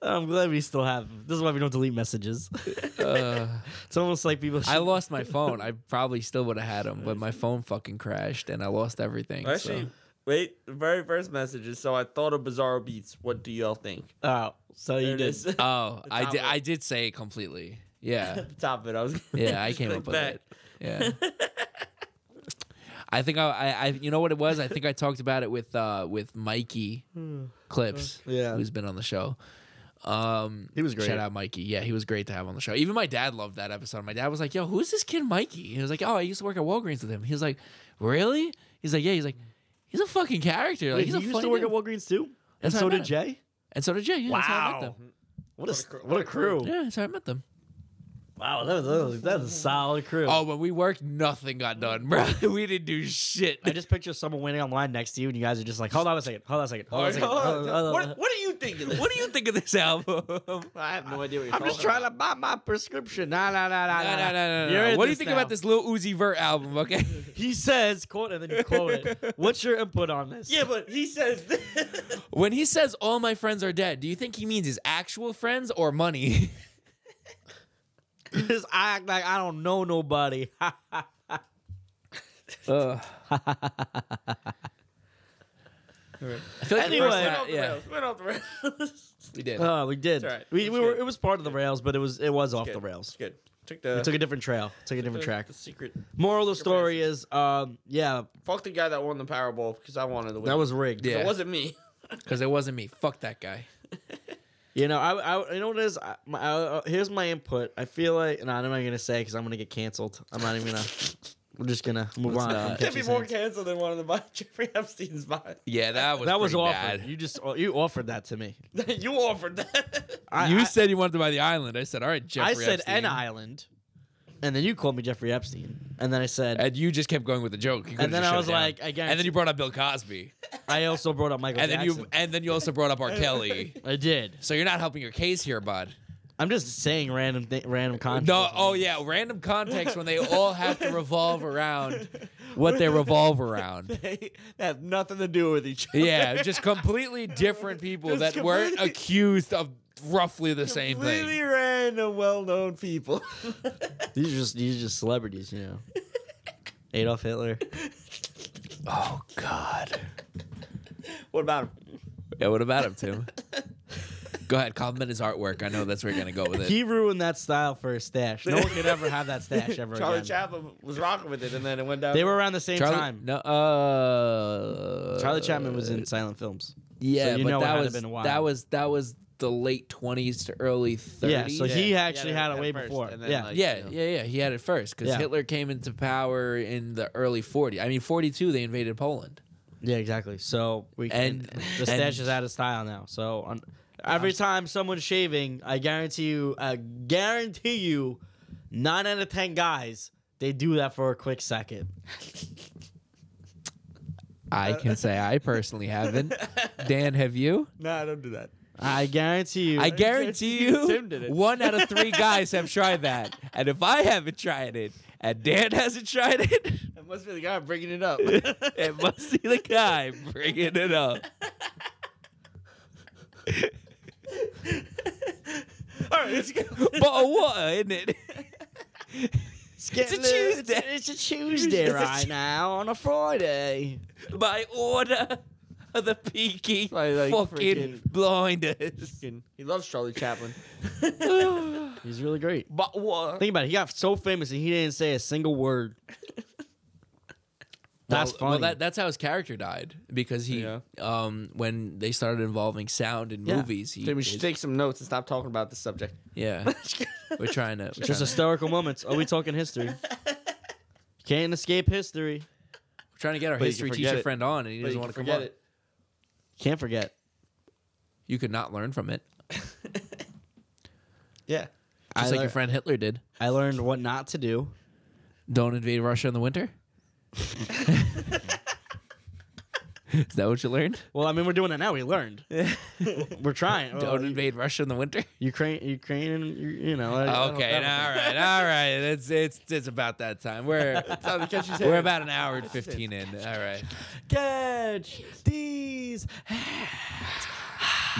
Speaker 1: I'm glad we still have. them. This is why we don't delete messages.
Speaker 3: Uh,
Speaker 1: It's almost like people. Should,
Speaker 3: I lost my phone. I probably still would have had them, but my phone fucking crashed and I lost everything.
Speaker 2: Actually,
Speaker 3: so.
Speaker 2: wait. The very first message is so I thought of Bizarro Beats. What do y'all think?
Speaker 1: oh, so
Speaker 2: There
Speaker 1: you
Speaker 2: it
Speaker 1: did.
Speaker 2: is. At
Speaker 3: Oh, I
Speaker 2: top
Speaker 3: did.
Speaker 2: one.
Speaker 3: I did say it completely. Yeah,
Speaker 2: the top of it. I was
Speaker 3: yeah. I
Speaker 2: just
Speaker 3: came
Speaker 2: click
Speaker 3: up with
Speaker 2: back.
Speaker 3: it. Yeah. I think I, I, I, you know what it was. I think I talked about it with, uh, with Mikey Clips,
Speaker 1: Hmm. Yeah.
Speaker 3: who's been on the show. Um,
Speaker 1: He was great.
Speaker 3: Shout out Mikey. Yeah, he was great to have on the show. Even my dad loved that episode. My dad was like, "Yo, who's this kid Mikey?" He was like, "Oh, I used to work at Walgreens with him." He was like, "Really?" He's like, "Yeah." He's like, "He's a fucking character. Like,
Speaker 1: Wait,
Speaker 3: he's
Speaker 1: you
Speaker 3: a
Speaker 1: used
Speaker 3: funny
Speaker 1: to work
Speaker 3: dude."
Speaker 1: at Walgreens too, and
Speaker 3: That's
Speaker 1: so
Speaker 3: how I
Speaker 1: did
Speaker 3: met
Speaker 1: Jay.
Speaker 3: and so did Jay. Yeah, that's how I
Speaker 1: Wow.
Speaker 3: met them.
Speaker 1: What a cr- what a crew!
Speaker 3: Yeah, that's how I met them.
Speaker 1: Wow, that was, that was that was a solid crew.
Speaker 3: Oh, when we worked, nothing got done, bro. we didn't do shit.
Speaker 1: I just picture someone waiting online next to you, and you guys are just like, "Hold on a second, hold on a second, hold on a second." hold on, hold on."
Speaker 2: What, what are you thinking?
Speaker 3: what do you think of this album? no, no,
Speaker 2: I have no idea what you're
Speaker 1: I'm just trying to buy my prescription. Nah, nah, nah, nah,
Speaker 3: no,
Speaker 1: nah.
Speaker 3: no,
Speaker 1: You're
Speaker 3: no.
Speaker 1: in
Speaker 3: What do you
Speaker 1: this
Speaker 3: think
Speaker 1: now.
Speaker 3: about this Lil Uzi Vert album? Okay.
Speaker 1: He says, "Quote," and then you quote it. What's your input on this?
Speaker 2: Yeah, but he says this.
Speaker 3: When he says all my friends are dead, do you think he means his actual friends or money?
Speaker 1: because I act like I don't know nobody.
Speaker 3: I feel like the
Speaker 1: Anyway.
Speaker 3: first
Speaker 1: Went
Speaker 3: time- yeah,
Speaker 2: Went off the rails.
Speaker 3: we did.
Speaker 1: Oh, we did.
Speaker 2: It's all right.
Speaker 1: We,
Speaker 2: It's
Speaker 1: we were.
Speaker 2: good.
Speaker 1: It was part of the rails, but it was it was off the
Speaker 2: Good.
Speaker 1: rails.
Speaker 2: Good. Took the
Speaker 1: It took a different trail. Took a different
Speaker 2: the-
Speaker 1: track.
Speaker 2: The secret.
Speaker 1: Moral of the story is, um, yeah,
Speaker 2: Fuck the guy that won the Powerball because I wanted to win.
Speaker 1: that was rigged.
Speaker 3: Yeah.
Speaker 2: It wasn't me.
Speaker 3: Because it wasn't me. Fuck that guy.
Speaker 1: You know, I, I you know what it is. I, my, I, uh, here's my input. I feel like, and I'm not gonna say because I'm gonna get canceled. I'm not even gonna. We're just gonna move
Speaker 3: Let's
Speaker 1: on.
Speaker 3: not.
Speaker 1: from
Speaker 2: Can't be
Speaker 1: Catchy
Speaker 2: more
Speaker 1: Saints.
Speaker 2: canceled than one of the body Jeffrey Epstein's body.
Speaker 3: Yeah, that was
Speaker 1: that was
Speaker 3: pretty
Speaker 1: offered.
Speaker 3: bad.
Speaker 1: You just uh, you offered that to me.
Speaker 2: you offered that.
Speaker 1: I,
Speaker 3: you
Speaker 1: I,
Speaker 3: said you wanted to buy the island. I said, all right, Jeffrey.
Speaker 1: I said
Speaker 3: Epstein.
Speaker 1: an island, and then you called me Jeffrey Epstein, and then I said,
Speaker 3: And you just kept going with the joke. You
Speaker 1: and
Speaker 3: could've
Speaker 1: then
Speaker 3: just
Speaker 1: I
Speaker 3: shut
Speaker 1: was
Speaker 3: it down.
Speaker 1: like, I
Speaker 3: and then
Speaker 1: guarantee.
Speaker 3: you brought up Bill Cosby,
Speaker 1: I also brought up Michael
Speaker 3: and then you,
Speaker 1: Jackson.
Speaker 3: and then you also brought up R. Kelly.
Speaker 1: I did.
Speaker 3: So you're not helping your case here, bud.
Speaker 1: I'm just saying random thi- random content.
Speaker 3: No, oh yeah, random context when they all have to revolve around what they revolve around.
Speaker 2: they have nothing to do with each other.
Speaker 3: Yeah, just completely different people
Speaker 2: Just
Speaker 3: that weren't
Speaker 2: completely-
Speaker 3: accused of roughly the same
Speaker 2: Completely
Speaker 3: thing.
Speaker 2: random, well-known people.
Speaker 1: These are just these are just celebrities, you know. Adolf Hitler.
Speaker 3: Oh God.
Speaker 2: what about him?
Speaker 3: Yeah, what about him, Tim? go ahead, compliment his artwork. I know that's where you're gonna go with it.
Speaker 1: He ruined that style for a stash. No one could ever have that stash ever
Speaker 2: Charlie
Speaker 1: again.
Speaker 2: Chaplin was rocking with it, and then it went down.
Speaker 1: They were around the same
Speaker 3: Charlie,
Speaker 1: time.
Speaker 3: No, uh,
Speaker 1: Charlie Chaplin was in silent films.
Speaker 3: Yeah,
Speaker 1: so you
Speaker 3: but
Speaker 1: know it had
Speaker 3: that
Speaker 1: to
Speaker 3: was
Speaker 1: been a while.
Speaker 3: that was that was the late 20s to early 30s.
Speaker 1: Yeah, so
Speaker 2: Yeah,
Speaker 1: he
Speaker 2: he
Speaker 1: actually
Speaker 2: had
Speaker 1: had
Speaker 2: it
Speaker 1: it
Speaker 2: at
Speaker 1: way
Speaker 2: first,
Speaker 1: before.
Speaker 2: and then,
Speaker 1: Yeah.
Speaker 2: like-
Speaker 3: Yeah,
Speaker 2: you know.
Speaker 3: yeah, yeah. He had it first because
Speaker 1: Yeah.
Speaker 3: Hitler came into power in the early 40s. I mean, 42, they invaded Poland.
Speaker 1: yeah, exactly. So we can,
Speaker 3: And-
Speaker 1: the
Speaker 3: and-
Speaker 1: stash is out of style now. So on, every time someone's shaving, I guarantee you, I guarantee you, nine out of ten guys they do that for a quick second.
Speaker 3: I can say I personally haven't. Dan, have you?
Speaker 2: Nah, don't do that.
Speaker 1: I guarantee you.
Speaker 3: I guarantee
Speaker 2: Tim
Speaker 3: you,
Speaker 2: did it.
Speaker 3: one out of three guys have tried that. And if I haven't tried it, and Dan hasn't tried it,
Speaker 2: That must be the guy bringing it up.
Speaker 3: it must be the guy bringing it up.
Speaker 2: All right, let's go.
Speaker 3: But a water, isn't it?
Speaker 1: It's, getting
Speaker 3: a
Speaker 1: the-
Speaker 3: Tuesday.
Speaker 1: It's, a Tuesday
Speaker 2: It's a
Speaker 1: right now on a Friday.
Speaker 3: By order of the peaky
Speaker 2: Probably, like,
Speaker 3: fucking
Speaker 2: freaking-
Speaker 3: blinders.
Speaker 2: He loves Charlie Chaplin.
Speaker 1: He's really great.
Speaker 2: But what?
Speaker 1: Think about it. He got so famous and he didn't say a single word. That's
Speaker 3: well,
Speaker 1: funny.
Speaker 3: Well, that, that's how his character died because he,
Speaker 2: Yeah.
Speaker 3: um, when they started involving sound in
Speaker 1: Yeah.
Speaker 3: movies, he,
Speaker 2: Dude, we
Speaker 3: his-
Speaker 2: should take some notes and stop talking about this subject.
Speaker 3: yeah, we're trying to. We're
Speaker 1: Just
Speaker 3: trying to,
Speaker 1: historical moments. Are we talking history? Can't escape history.
Speaker 3: we're trying to get our
Speaker 2: But you
Speaker 3: history
Speaker 2: can forget
Speaker 3: teacher
Speaker 2: it.
Speaker 3: friend on, and he
Speaker 2: But
Speaker 3: doesn't
Speaker 2: you
Speaker 3: want to
Speaker 2: can
Speaker 3: come on.
Speaker 2: forget
Speaker 1: Can't forget.
Speaker 3: You could not learn from it,
Speaker 2: Yeah.
Speaker 1: I,
Speaker 3: just like
Speaker 1: lear-
Speaker 3: your friend Hitler did.
Speaker 1: I learned what not to do.
Speaker 3: Don't invade Russia in the winter. Is that what you learned?
Speaker 1: Well, I mean, we're doing that now. We learned. We're trying. Well,
Speaker 3: Don't invade Russia in the winter.
Speaker 1: Ukraine, Ukraine, you you know. I- I don't-
Speaker 3: Okay, all right, all right. It's it's it's about that time. We're
Speaker 2: Time to catch his
Speaker 3: we're
Speaker 2: hand.
Speaker 3: about an hour and fifteen in. All right.
Speaker 1: Catch these.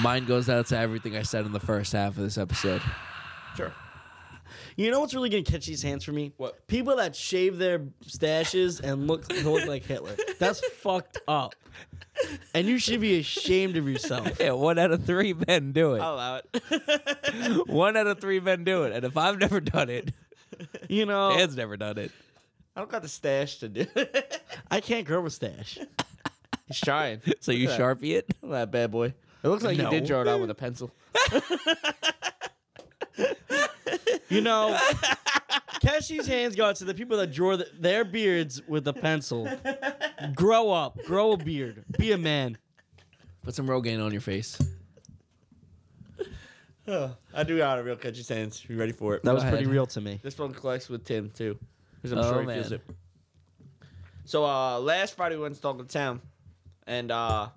Speaker 3: Mine goes out to everything I said in the first half of this episode.
Speaker 2: Sure.
Speaker 1: You know what's really gonna catch these hands for me?
Speaker 2: What?
Speaker 1: People that shave their stashes and look look like Hitler. That's fucked up. And you should be ashamed of yourself.
Speaker 3: Yeah, one out of three men do it.
Speaker 1: Oh.
Speaker 2: I'll allow it.
Speaker 3: One out of three men do it. And if I've never done it,
Speaker 1: You know,
Speaker 3: Dan's never done it.
Speaker 2: I don't got the stash to do it.
Speaker 1: I can't grow a stash.
Speaker 2: He's trying.
Speaker 3: So you
Speaker 2: Yeah.
Speaker 3: sharpie it.
Speaker 2: Look at that bad boy. It looks like
Speaker 1: No.
Speaker 2: you did draw it out with a pencil.
Speaker 1: You know, catch these hands go out to the people that draw th their beards with a pencil. Grow up. Grow a beard. Be a man.
Speaker 3: Put some Rogaine on your face.
Speaker 2: Oh, I do got a real catchy hands. You ready for it?
Speaker 1: That was
Speaker 3: ahead.
Speaker 1: pretty real to me.
Speaker 2: This one collects with Tim too, because I'm
Speaker 3: Oh,
Speaker 2: sure he feels
Speaker 3: man.
Speaker 2: it. So uh, last Friday we went to Dalton Town, and uh,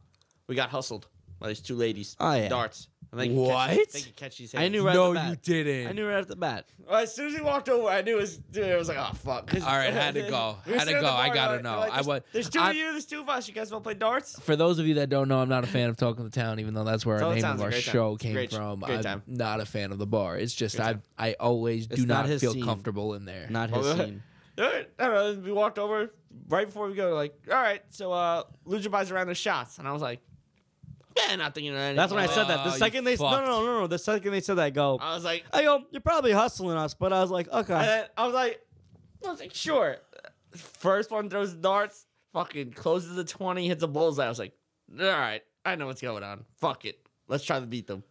Speaker 2: we got hustled by these two ladies.
Speaker 1: Oh, yeah.
Speaker 2: darts. And they can
Speaker 3: What?
Speaker 2: Catch, they can catch these hands.
Speaker 1: I knew right
Speaker 3: No,
Speaker 1: off the bat.
Speaker 3: you didn't.
Speaker 1: I knew right off the bat.
Speaker 2: Well, as soon as he walked over, I knew it was. Dude, I was like, oh fuck.
Speaker 3: All right, had to go.
Speaker 2: We were
Speaker 3: Had to
Speaker 2: sitting at
Speaker 3: go.
Speaker 2: the bar,
Speaker 3: I gotta
Speaker 2: like-
Speaker 3: know.
Speaker 2: like,
Speaker 3: I
Speaker 2: there's-
Speaker 3: wa-
Speaker 2: There's 2
Speaker 3: I-
Speaker 2: of you. There's two of us. You guys want to play darts?
Speaker 3: For those of you that don't know, I'm not a fan of Talking to Town, even though that's where
Speaker 2: Talk
Speaker 3: our
Speaker 2: to
Speaker 3: name
Speaker 2: Town's
Speaker 3: of
Speaker 2: a
Speaker 3: our
Speaker 2: great time.
Speaker 3: show
Speaker 2: It's a
Speaker 3: came
Speaker 2: great-
Speaker 3: from.
Speaker 2: great
Speaker 3: I'm
Speaker 2: time.
Speaker 3: not a fan of the bar. It's just
Speaker 2: Great
Speaker 3: I
Speaker 2: time.
Speaker 3: I always do
Speaker 1: not
Speaker 3: not,
Speaker 1: his
Speaker 3: feel
Speaker 1: scene.
Speaker 3: comfortable in there.
Speaker 1: Not his
Speaker 2: Oh,
Speaker 1: scene.
Speaker 2: I don't know. We walked over right before we go. Like, all right, so uh, loser buys around the shots, and I was like, yeah, not thinking of anything.
Speaker 1: That's when I said that. The
Speaker 3: Oh, you
Speaker 1: second they no,
Speaker 3: fucked.
Speaker 1: no, no, no. The second they said that, I go.
Speaker 2: I was like,
Speaker 1: I go. You're probably hustling us, but I was like,
Speaker 2: and
Speaker 1: okay.
Speaker 2: then I was like, I was like, sure. First one throws the darts, fucking closes the twenty, hits a bullseye. I was like, all right, I know what's going on. Fuck it, let's try to beat them.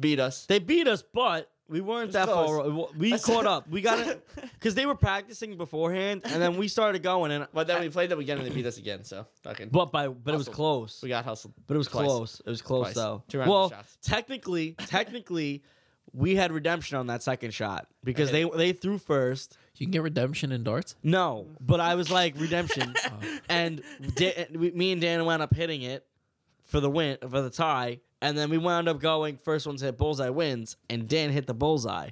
Speaker 2: Beat us.
Speaker 1: They beat us, but we weren't that
Speaker 2: close.
Speaker 1: far. We caught up. We got it because they were practicing beforehand, and then we started going. And
Speaker 2: But then we played them again, and they beat us again. So fucking,
Speaker 1: but by but it was
Speaker 2: Hustled.
Speaker 1: close.
Speaker 2: we got hustled.
Speaker 1: But it was
Speaker 2: Twice.
Speaker 1: close. It was close
Speaker 2: Twice.
Speaker 1: though.
Speaker 2: Two rounds of
Speaker 1: Well,
Speaker 2: shots.
Speaker 1: technically, technically, we had redemption on that second shot because they they threw first.
Speaker 3: You can get redemption in darts.
Speaker 1: No, but I was like redemption, and da- we, me and Dan wound up hitting it for the win for the tie, and then we wound up going first one's hit bullseye wins, and Dan hit the bullseye,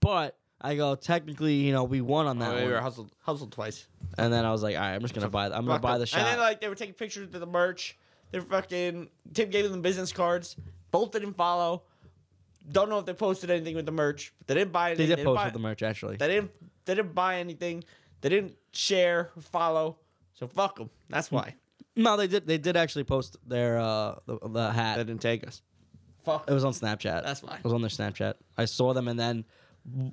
Speaker 1: but I go technically you know we won on that
Speaker 2: Oh, we
Speaker 1: one,
Speaker 2: were hustled, hustled twice.
Speaker 1: and then I was like all right I'm just gonna buy the, I'm gonna
Speaker 2: Fuck
Speaker 1: buy
Speaker 2: them.
Speaker 1: the shot.
Speaker 2: And then like they were taking pictures of the merch. They're fucking Tim gave them business cards. Both didn't follow. Don't know if they posted anything with the merch. But they didn't buy
Speaker 1: they
Speaker 2: anything.
Speaker 1: did post
Speaker 2: buy,
Speaker 1: with the merch actually.
Speaker 2: They didn't. They didn't buy anything. They didn't share, follow. So fuck them. That's why
Speaker 1: No, they did they did actually post their uh the, the
Speaker 2: they
Speaker 1: hat.
Speaker 2: didn't take us. Fuck.
Speaker 1: It was on Snapchat.
Speaker 2: That's why.
Speaker 1: It was on their Snapchat. I saw them, and then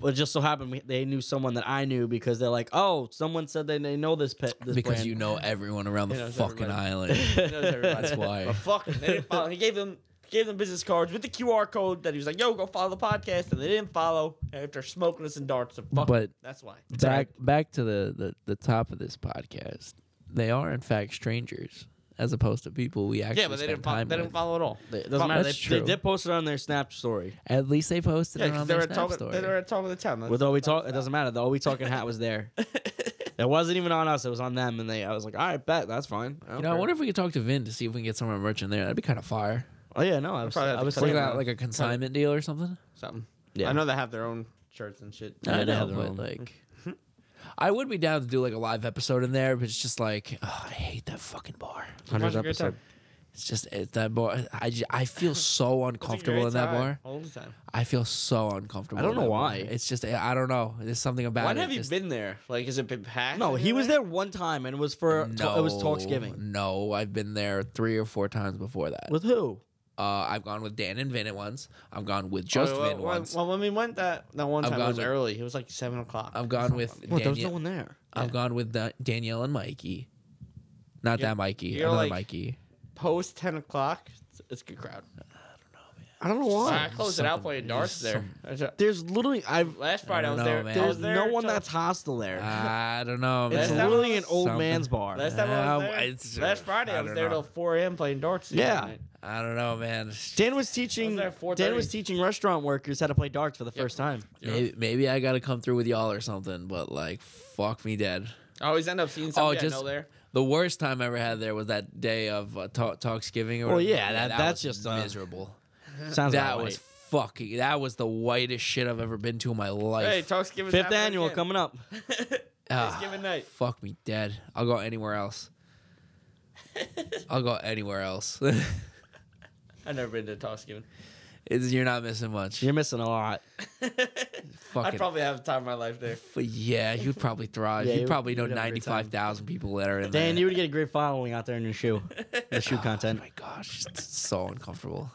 Speaker 1: it just so happened we- they knew someone that I knew because they're like, "Oh, someone said they, they know this pet." This
Speaker 3: Because
Speaker 1: brand."
Speaker 3: you know everyone around the
Speaker 2: He knows
Speaker 3: fucking
Speaker 2: everybody.
Speaker 3: island.
Speaker 2: That's
Speaker 3: That's why.
Speaker 2: But fuck them. They didn't follow. He gave them gave them business cards with the QR code that he was like, "Yo, go follow the podcast," and they didn't follow after smoking us and darts. So fuck. 'em.
Speaker 3: But-
Speaker 2: that's why.
Speaker 3: back back to the, the the top of this podcast. They are in fact strangers, as opposed to people we actually
Speaker 2: Yeah, but they
Speaker 3: spend
Speaker 2: didn't follow.
Speaker 3: time
Speaker 2: They didn't
Speaker 3: with.
Speaker 2: follow at all.
Speaker 1: They- it doesn't matter. They,
Speaker 3: That's
Speaker 1: they
Speaker 3: true.
Speaker 1: did post it on their Snap story.
Speaker 3: At least they posted
Speaker 2: Yeah,
Speaker 3: it on
Speaker 2: because they
Speaker 3: their
Speaker 2: were
Speaker 3: Snap
Speaker 2: talking.
Speaker 3: story.
Speaker 2: They were talking the town. That's-
Speaker 1: With all we talk, it doesn't matter. The all we talking hat was there. it wasn't even on us. It was on them, and they. I was like, "All right, bet that's fine." Oh, I don't
Speaker 3: you know, I
Speaker 1: care."
Speaker 3: wonder if we could talk to Vin to see if we can get some of our merch in there. That'd be kind of fire.
Speaker 1: Oh yeah, no, I was.
Speaker 2: probably have
Speaker 1: I
Speaker 2: to
Speaker 1: was
Speaker 2: cut
Speaker 3: Like
Speaker 1: saying,
Speaker 2: it
Speaker 3: a,
Speaker 2: out.
Speaker 3: like a consignment deal or something.
Speaker 2: something.
Speaker 1: Yeah.
Speaker 2: I know they have their own shirts and shit.
Speaker 1: Yeah,
Speaker 3: I
Speaker 1: they
Speaker 3: know,
Speaker 1: have their
Speaker 3: but
Speaker 1: own.
Speaker 3: like, I would be down to do like a live episode in there, but it's just like, ugh, I hate that fucking bar.
Speaker 2: Sounds like a
Speaker 1: 100th
Speaker 2: good
Speaker 1: episode.
Speaker 2: time.
Speaker 3: It's just it's that bar. I, j- I feel so uncomfortable in that bar.
Speaker 2: All the time.
Speaker 3: I feel so uncomfortable.
Speaker 1: I don't
Speaker 3: in
Speaker 1: know
Speaker 3: that bar.
Speaker 1: why.
Speaker 3: It's just I don't know. There's something about
Speaker 2: Why
Speaker 3: it.
Speaker 2: have you
Speaker 3: Just-
Speaker 2: been there? Like, has it been packed?
Speaker 1: No,
Speaker 2: or
Speaker 1: he was
Speaker 2: anything?
Speaker 1: there one time and it was for it was Thanksgiving.
Speaker 3: No, I've been there three or four times before that.
Speaker 1: With who?
Speaker 3: Uh, I've gone with Dan and Vin at once. I've gone with just
Speaker 2: Oh, well,
Speaker 3: Vin
Speaker 2: well,
Speaker 3: once.
Speaker 2: Well, when we went that that one
Speaker 3: I've
Speaker 2: time, it
Speaker 3: gone
Speaker 2: was
Speaker 3: with-
Speaker 2: early. It was like seven o'clock.
Speaker 3: I've gone with
Speaker 1: Well, there was
Speaker 3: Daniel-
Speaker 1: no one there.
Speaker 3: I've gone with Da- Danielle and Mikey. Not
Speaker 2: You're-
Speaker 3: that Mikey.
Speaker 2: you're
Speaker 3: Another
Speaker 2: like-
Speaker 3: Mikey.
Speaker 2: Post ten o'clock, it's, it's a good crowd.
Speaker 1: I don't know
Speaker 2: I
Speaker 1: why.
Speaker 2: closed it out
Speaker 3: something-
Speaker 2: playing darts
Speaker 3: there's
Speaker 2: there.
Speaker 3: some-
Speaker 2: There's a-
Speaker 1: There's literally I've
Speaker 2: Last Friday I, was
Speaker 3: don't know,
Speaker 2: there.
Speaker 3: man.
Speaker 2: I
Speaker 1: there's
Speaker 2: was there
Speaker 1: no one
Speaker 2: till- Ah.
Speaker 1: that's hostile there.
Speaker 3: I don't know, man.
Speaker 1: it's
Speaker 2: last time I
Speaker 1: literally an
Speaker 2: was-
Speaker 1: old
Speaker 3: Something.
Speaker 1: man's bar.
Speaker 2: Last time I was
Speaker 3: Uh,
Speaker 2: there.
Speaker 3: it's-
Speaker 2: last Friday I,
Speaker 3: I
Speaker 2: was
Speaker 3: don't
Speaker 2: there
Speaker 3: know.
Speaker 2: till four a.m. playing darts. the
Speaker 1: Yeah.
Speaker 2: other night.
Speaker 3: I don't know, man.
Speaker 1: Dan was teaching
Speaker 2: there at
Speaker 1: Dan
Speaker 2: 4:30.
Speaker 1: was teaching restaurant workers how to play darts for the first time.
Speaker 3: Maybe, maybe I gotta come through with y'all or something, but like, fuck me dead.
Speaker 2: I always end up seeing somebody
Speaker 3: Oh, just-
Speaker 2: I know there.
Speaker 3: The worst time I ever had there was that day of uh, talk, Talksgiving. Or
Speaker 1: Well,
Speaker 3: whatever.
Speaker 1: yeah, that- that's
Speaker 3: was
Speaker 1: just, uh,
Speaker 3: miserable.
Speaker 1: Sounds
Speaker 3: That
Speaker 1: about
Speaker 3: was
Speaker 1: right.
Speaker 3: fucking. That was the whitest shit I've ever been to in my
Speaker 2: Hey,
Speaker 3: life.
Speaker 2: talks giving
Speaker 1: fifth annual coming up.
Speaker 3: Ah,
Speaker 2: Thanksgiving night.
Speaker 3: Fuck me dead. I'll go anywhere else. I'll go anywhere else.
Speaker 2: I've never been to talks giving.
Speaker 3: It's- you're not missing much.
Speaker 1: You're missing a lot.
Speaker 2: I'd
Speaker 3: fucking.
Speaker 2: probably have the time of my life there.
Speaker 3: but yeah, you'd probably thrive.
Speaker 1: Yeah,
Speaker 3: you'd
Speaker 1: you-
Speaker 3: probably know
Speaker 1: you'd have a
Speaker 3: ninety
Speaker 1: great time.
Speaker 3: five thousand people that are in
Speaker 1: Dan,
Speaker 3: there.
Speaker 1: you would get a great following out there in your shoe, the shoe
Speaker 3: Oh
Speaker 1: content.
Speaker 3: my gosh, it's so uncomfortable.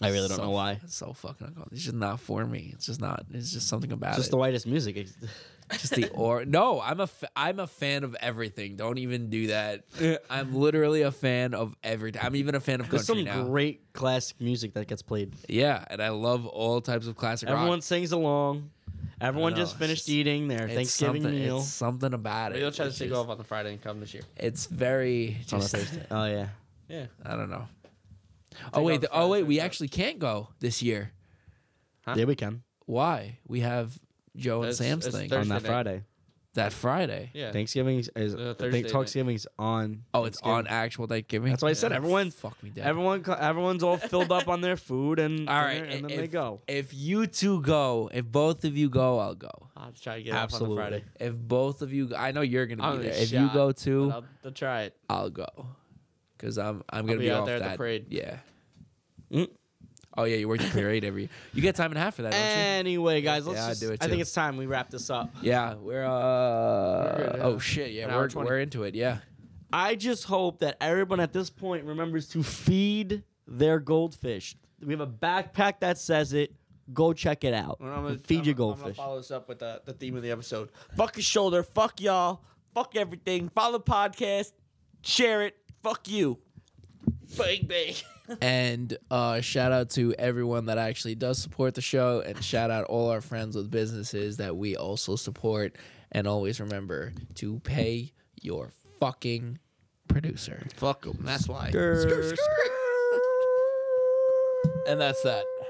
Speaker 1: I really don't
Speaker 3: So
Speaker 1: know why.
Speaker 3: fu- so fucking uncomfortable. It's just not for me. It's just not. It's just something about
Speaker 1: Just
Speaker 3: it.
Speaker 1: the whitest music.
Speaker 3: just the or no i'm a f- i'm a fan of everything don't even do that i'm literally a fan of everything i'm even a fan of country
Speaker 1: There's some
Speaker 3: now
Speaker 1: great classic music that gets played.
Speaker 3: yeah and i love all types of classic
Speaker 1: Everyone
Speaker 3: rock
Speaker 1: sings along. Everyone
Speaker 3: know,
Speaker 1: just
Speaker 3: Oh, it's
Speaker 1: finished
Speaker 3: just-
Speaker 1: eating their
Speaker 3: It's
Speaker 1: Thanksgiving
Speaker 3: something,
Speaker 1: meal.
Speaker 3: it's something about it
Speaker 2: Maybe I'll try to
Speaker 3: It's
Speaker 2: take
Speaker 3: just-
Speaker 2: off on the Friday and come this year.
Speaker 3: it's very
Speaker 1: on a
Speaker 3: just,
Speaker 1: Thursday. Oh yeah.
Speaker 2: Yeah.
Speaker 3: i don't know oh
Speaker 2: off
Speaker 3: wait the,
Speaker 2: the
Speaker 3: oh wait
Speaker 2: Friday,
Speaker 3: we
Speaker 2: Thursday.
Speaker 3: actually can't go this year
Speaker 2: Huh?
Speaker 1: Yeah, we can
Speaker 3: why we have joe and
Speaker 2: It's-
Speaker 3: sam's
Speaker 2: it's
Speaker 3: thing
Speaker 2: Thursday
Speaker 1: on that
Speaker 2: night.
Speaker 1: Friday.
Speaker 3: that friday
Speaker 2: Yeah.
Speaker 1: Thanksgiving is
Speaker 2: Uh,
Speaker 1: I
Speaker 2: Thursday
Speaker 1: think
Speaker 2: night.
Speaker 1: Thanksgiving's on.
Speaker 3: oh it's
Speaker 1: Thanksgiving.
Speaker 3: on actual thanksgiving
Speaker 1: That's why I said everyone.
Speaker 3: fuck me dead
Speaker 1: Everyone, co- everyone's all filled up on their food and
Speaker 3: all right
Speaker 1: dinner, and then
Speaker 3: if,
Speaker 1: they go.
Speaker 3: if you two go if both of you go i'll go
Speaker 2: I'll have to try to get
Speaker 1: Absolutely.
Speaker 2: off on the Friday.
Speaker 3: If both of you, go- I know you're gonna
Speaker 2: I'm
Speaker 3: be
Speaker 2: gonna
Speaker 3: there.
Speaker 2: be
Speaker 3: If you
Speaker 2: shot,
Speaker 3: go
Speaker 2: But
Speaker 3: too,
Speaker 2: I'll, I'll try it.
Speaker 3: I'll go, cause I'm I'm gonna
Speaker 2: be
Speaker 3: be,
Speaker 2: out
Speaker 3: off
Speaker 2: there at the
Speaker 3: that.
Speaker 2: parade.
Speaker 3: Yeah.
Speaker 1: Mm.
Speaker 3: Oh yeah, you work the parade every. You get time and a half for that, don't
Speaker 1: Anyway, guys, let's
Speaker 3: Yeah, I'd
Speaker 1: just,
Speaker 3: do it
Speaker 1: I think
Speaker 3: too.
Speaker 1: it's time we wrap this up.
Speaker 3: you? Yeah, we're uh.
Speaker 2: We're good, yeah.
Speaker 3: Oh shit, yeah,
Speaker 2: An hour
Speaker 3: we're
Speaker 2: 20.
Speaker 3: we're into it. Yeah.
Speaker 1: I just hope that everyone at this point remembers to feed their goldfish. We have a backpack that says it. Go check it out.
Speaker 2: I'm gonna,
Speaker 1: feed
Speaker 2: I'm,
Speaker 1: your
Speaker 2: I'm gonna
Speaker 1: goldfish.
Speaker 2: follow this up with the, the theme of the episode. Fuck your shoulder. Fuck y'all. Fuck everything. Follow the podcast. Share it. Fuck you. Bang bang.
Speaker 3: And uh, shout out to everyone that actually does support the show, and shout out all our friends with businesses that we also support. And always remember to pay your fucking producer.
Speaker 2: Fuck them. That's why.
Speaker 3: And that's that.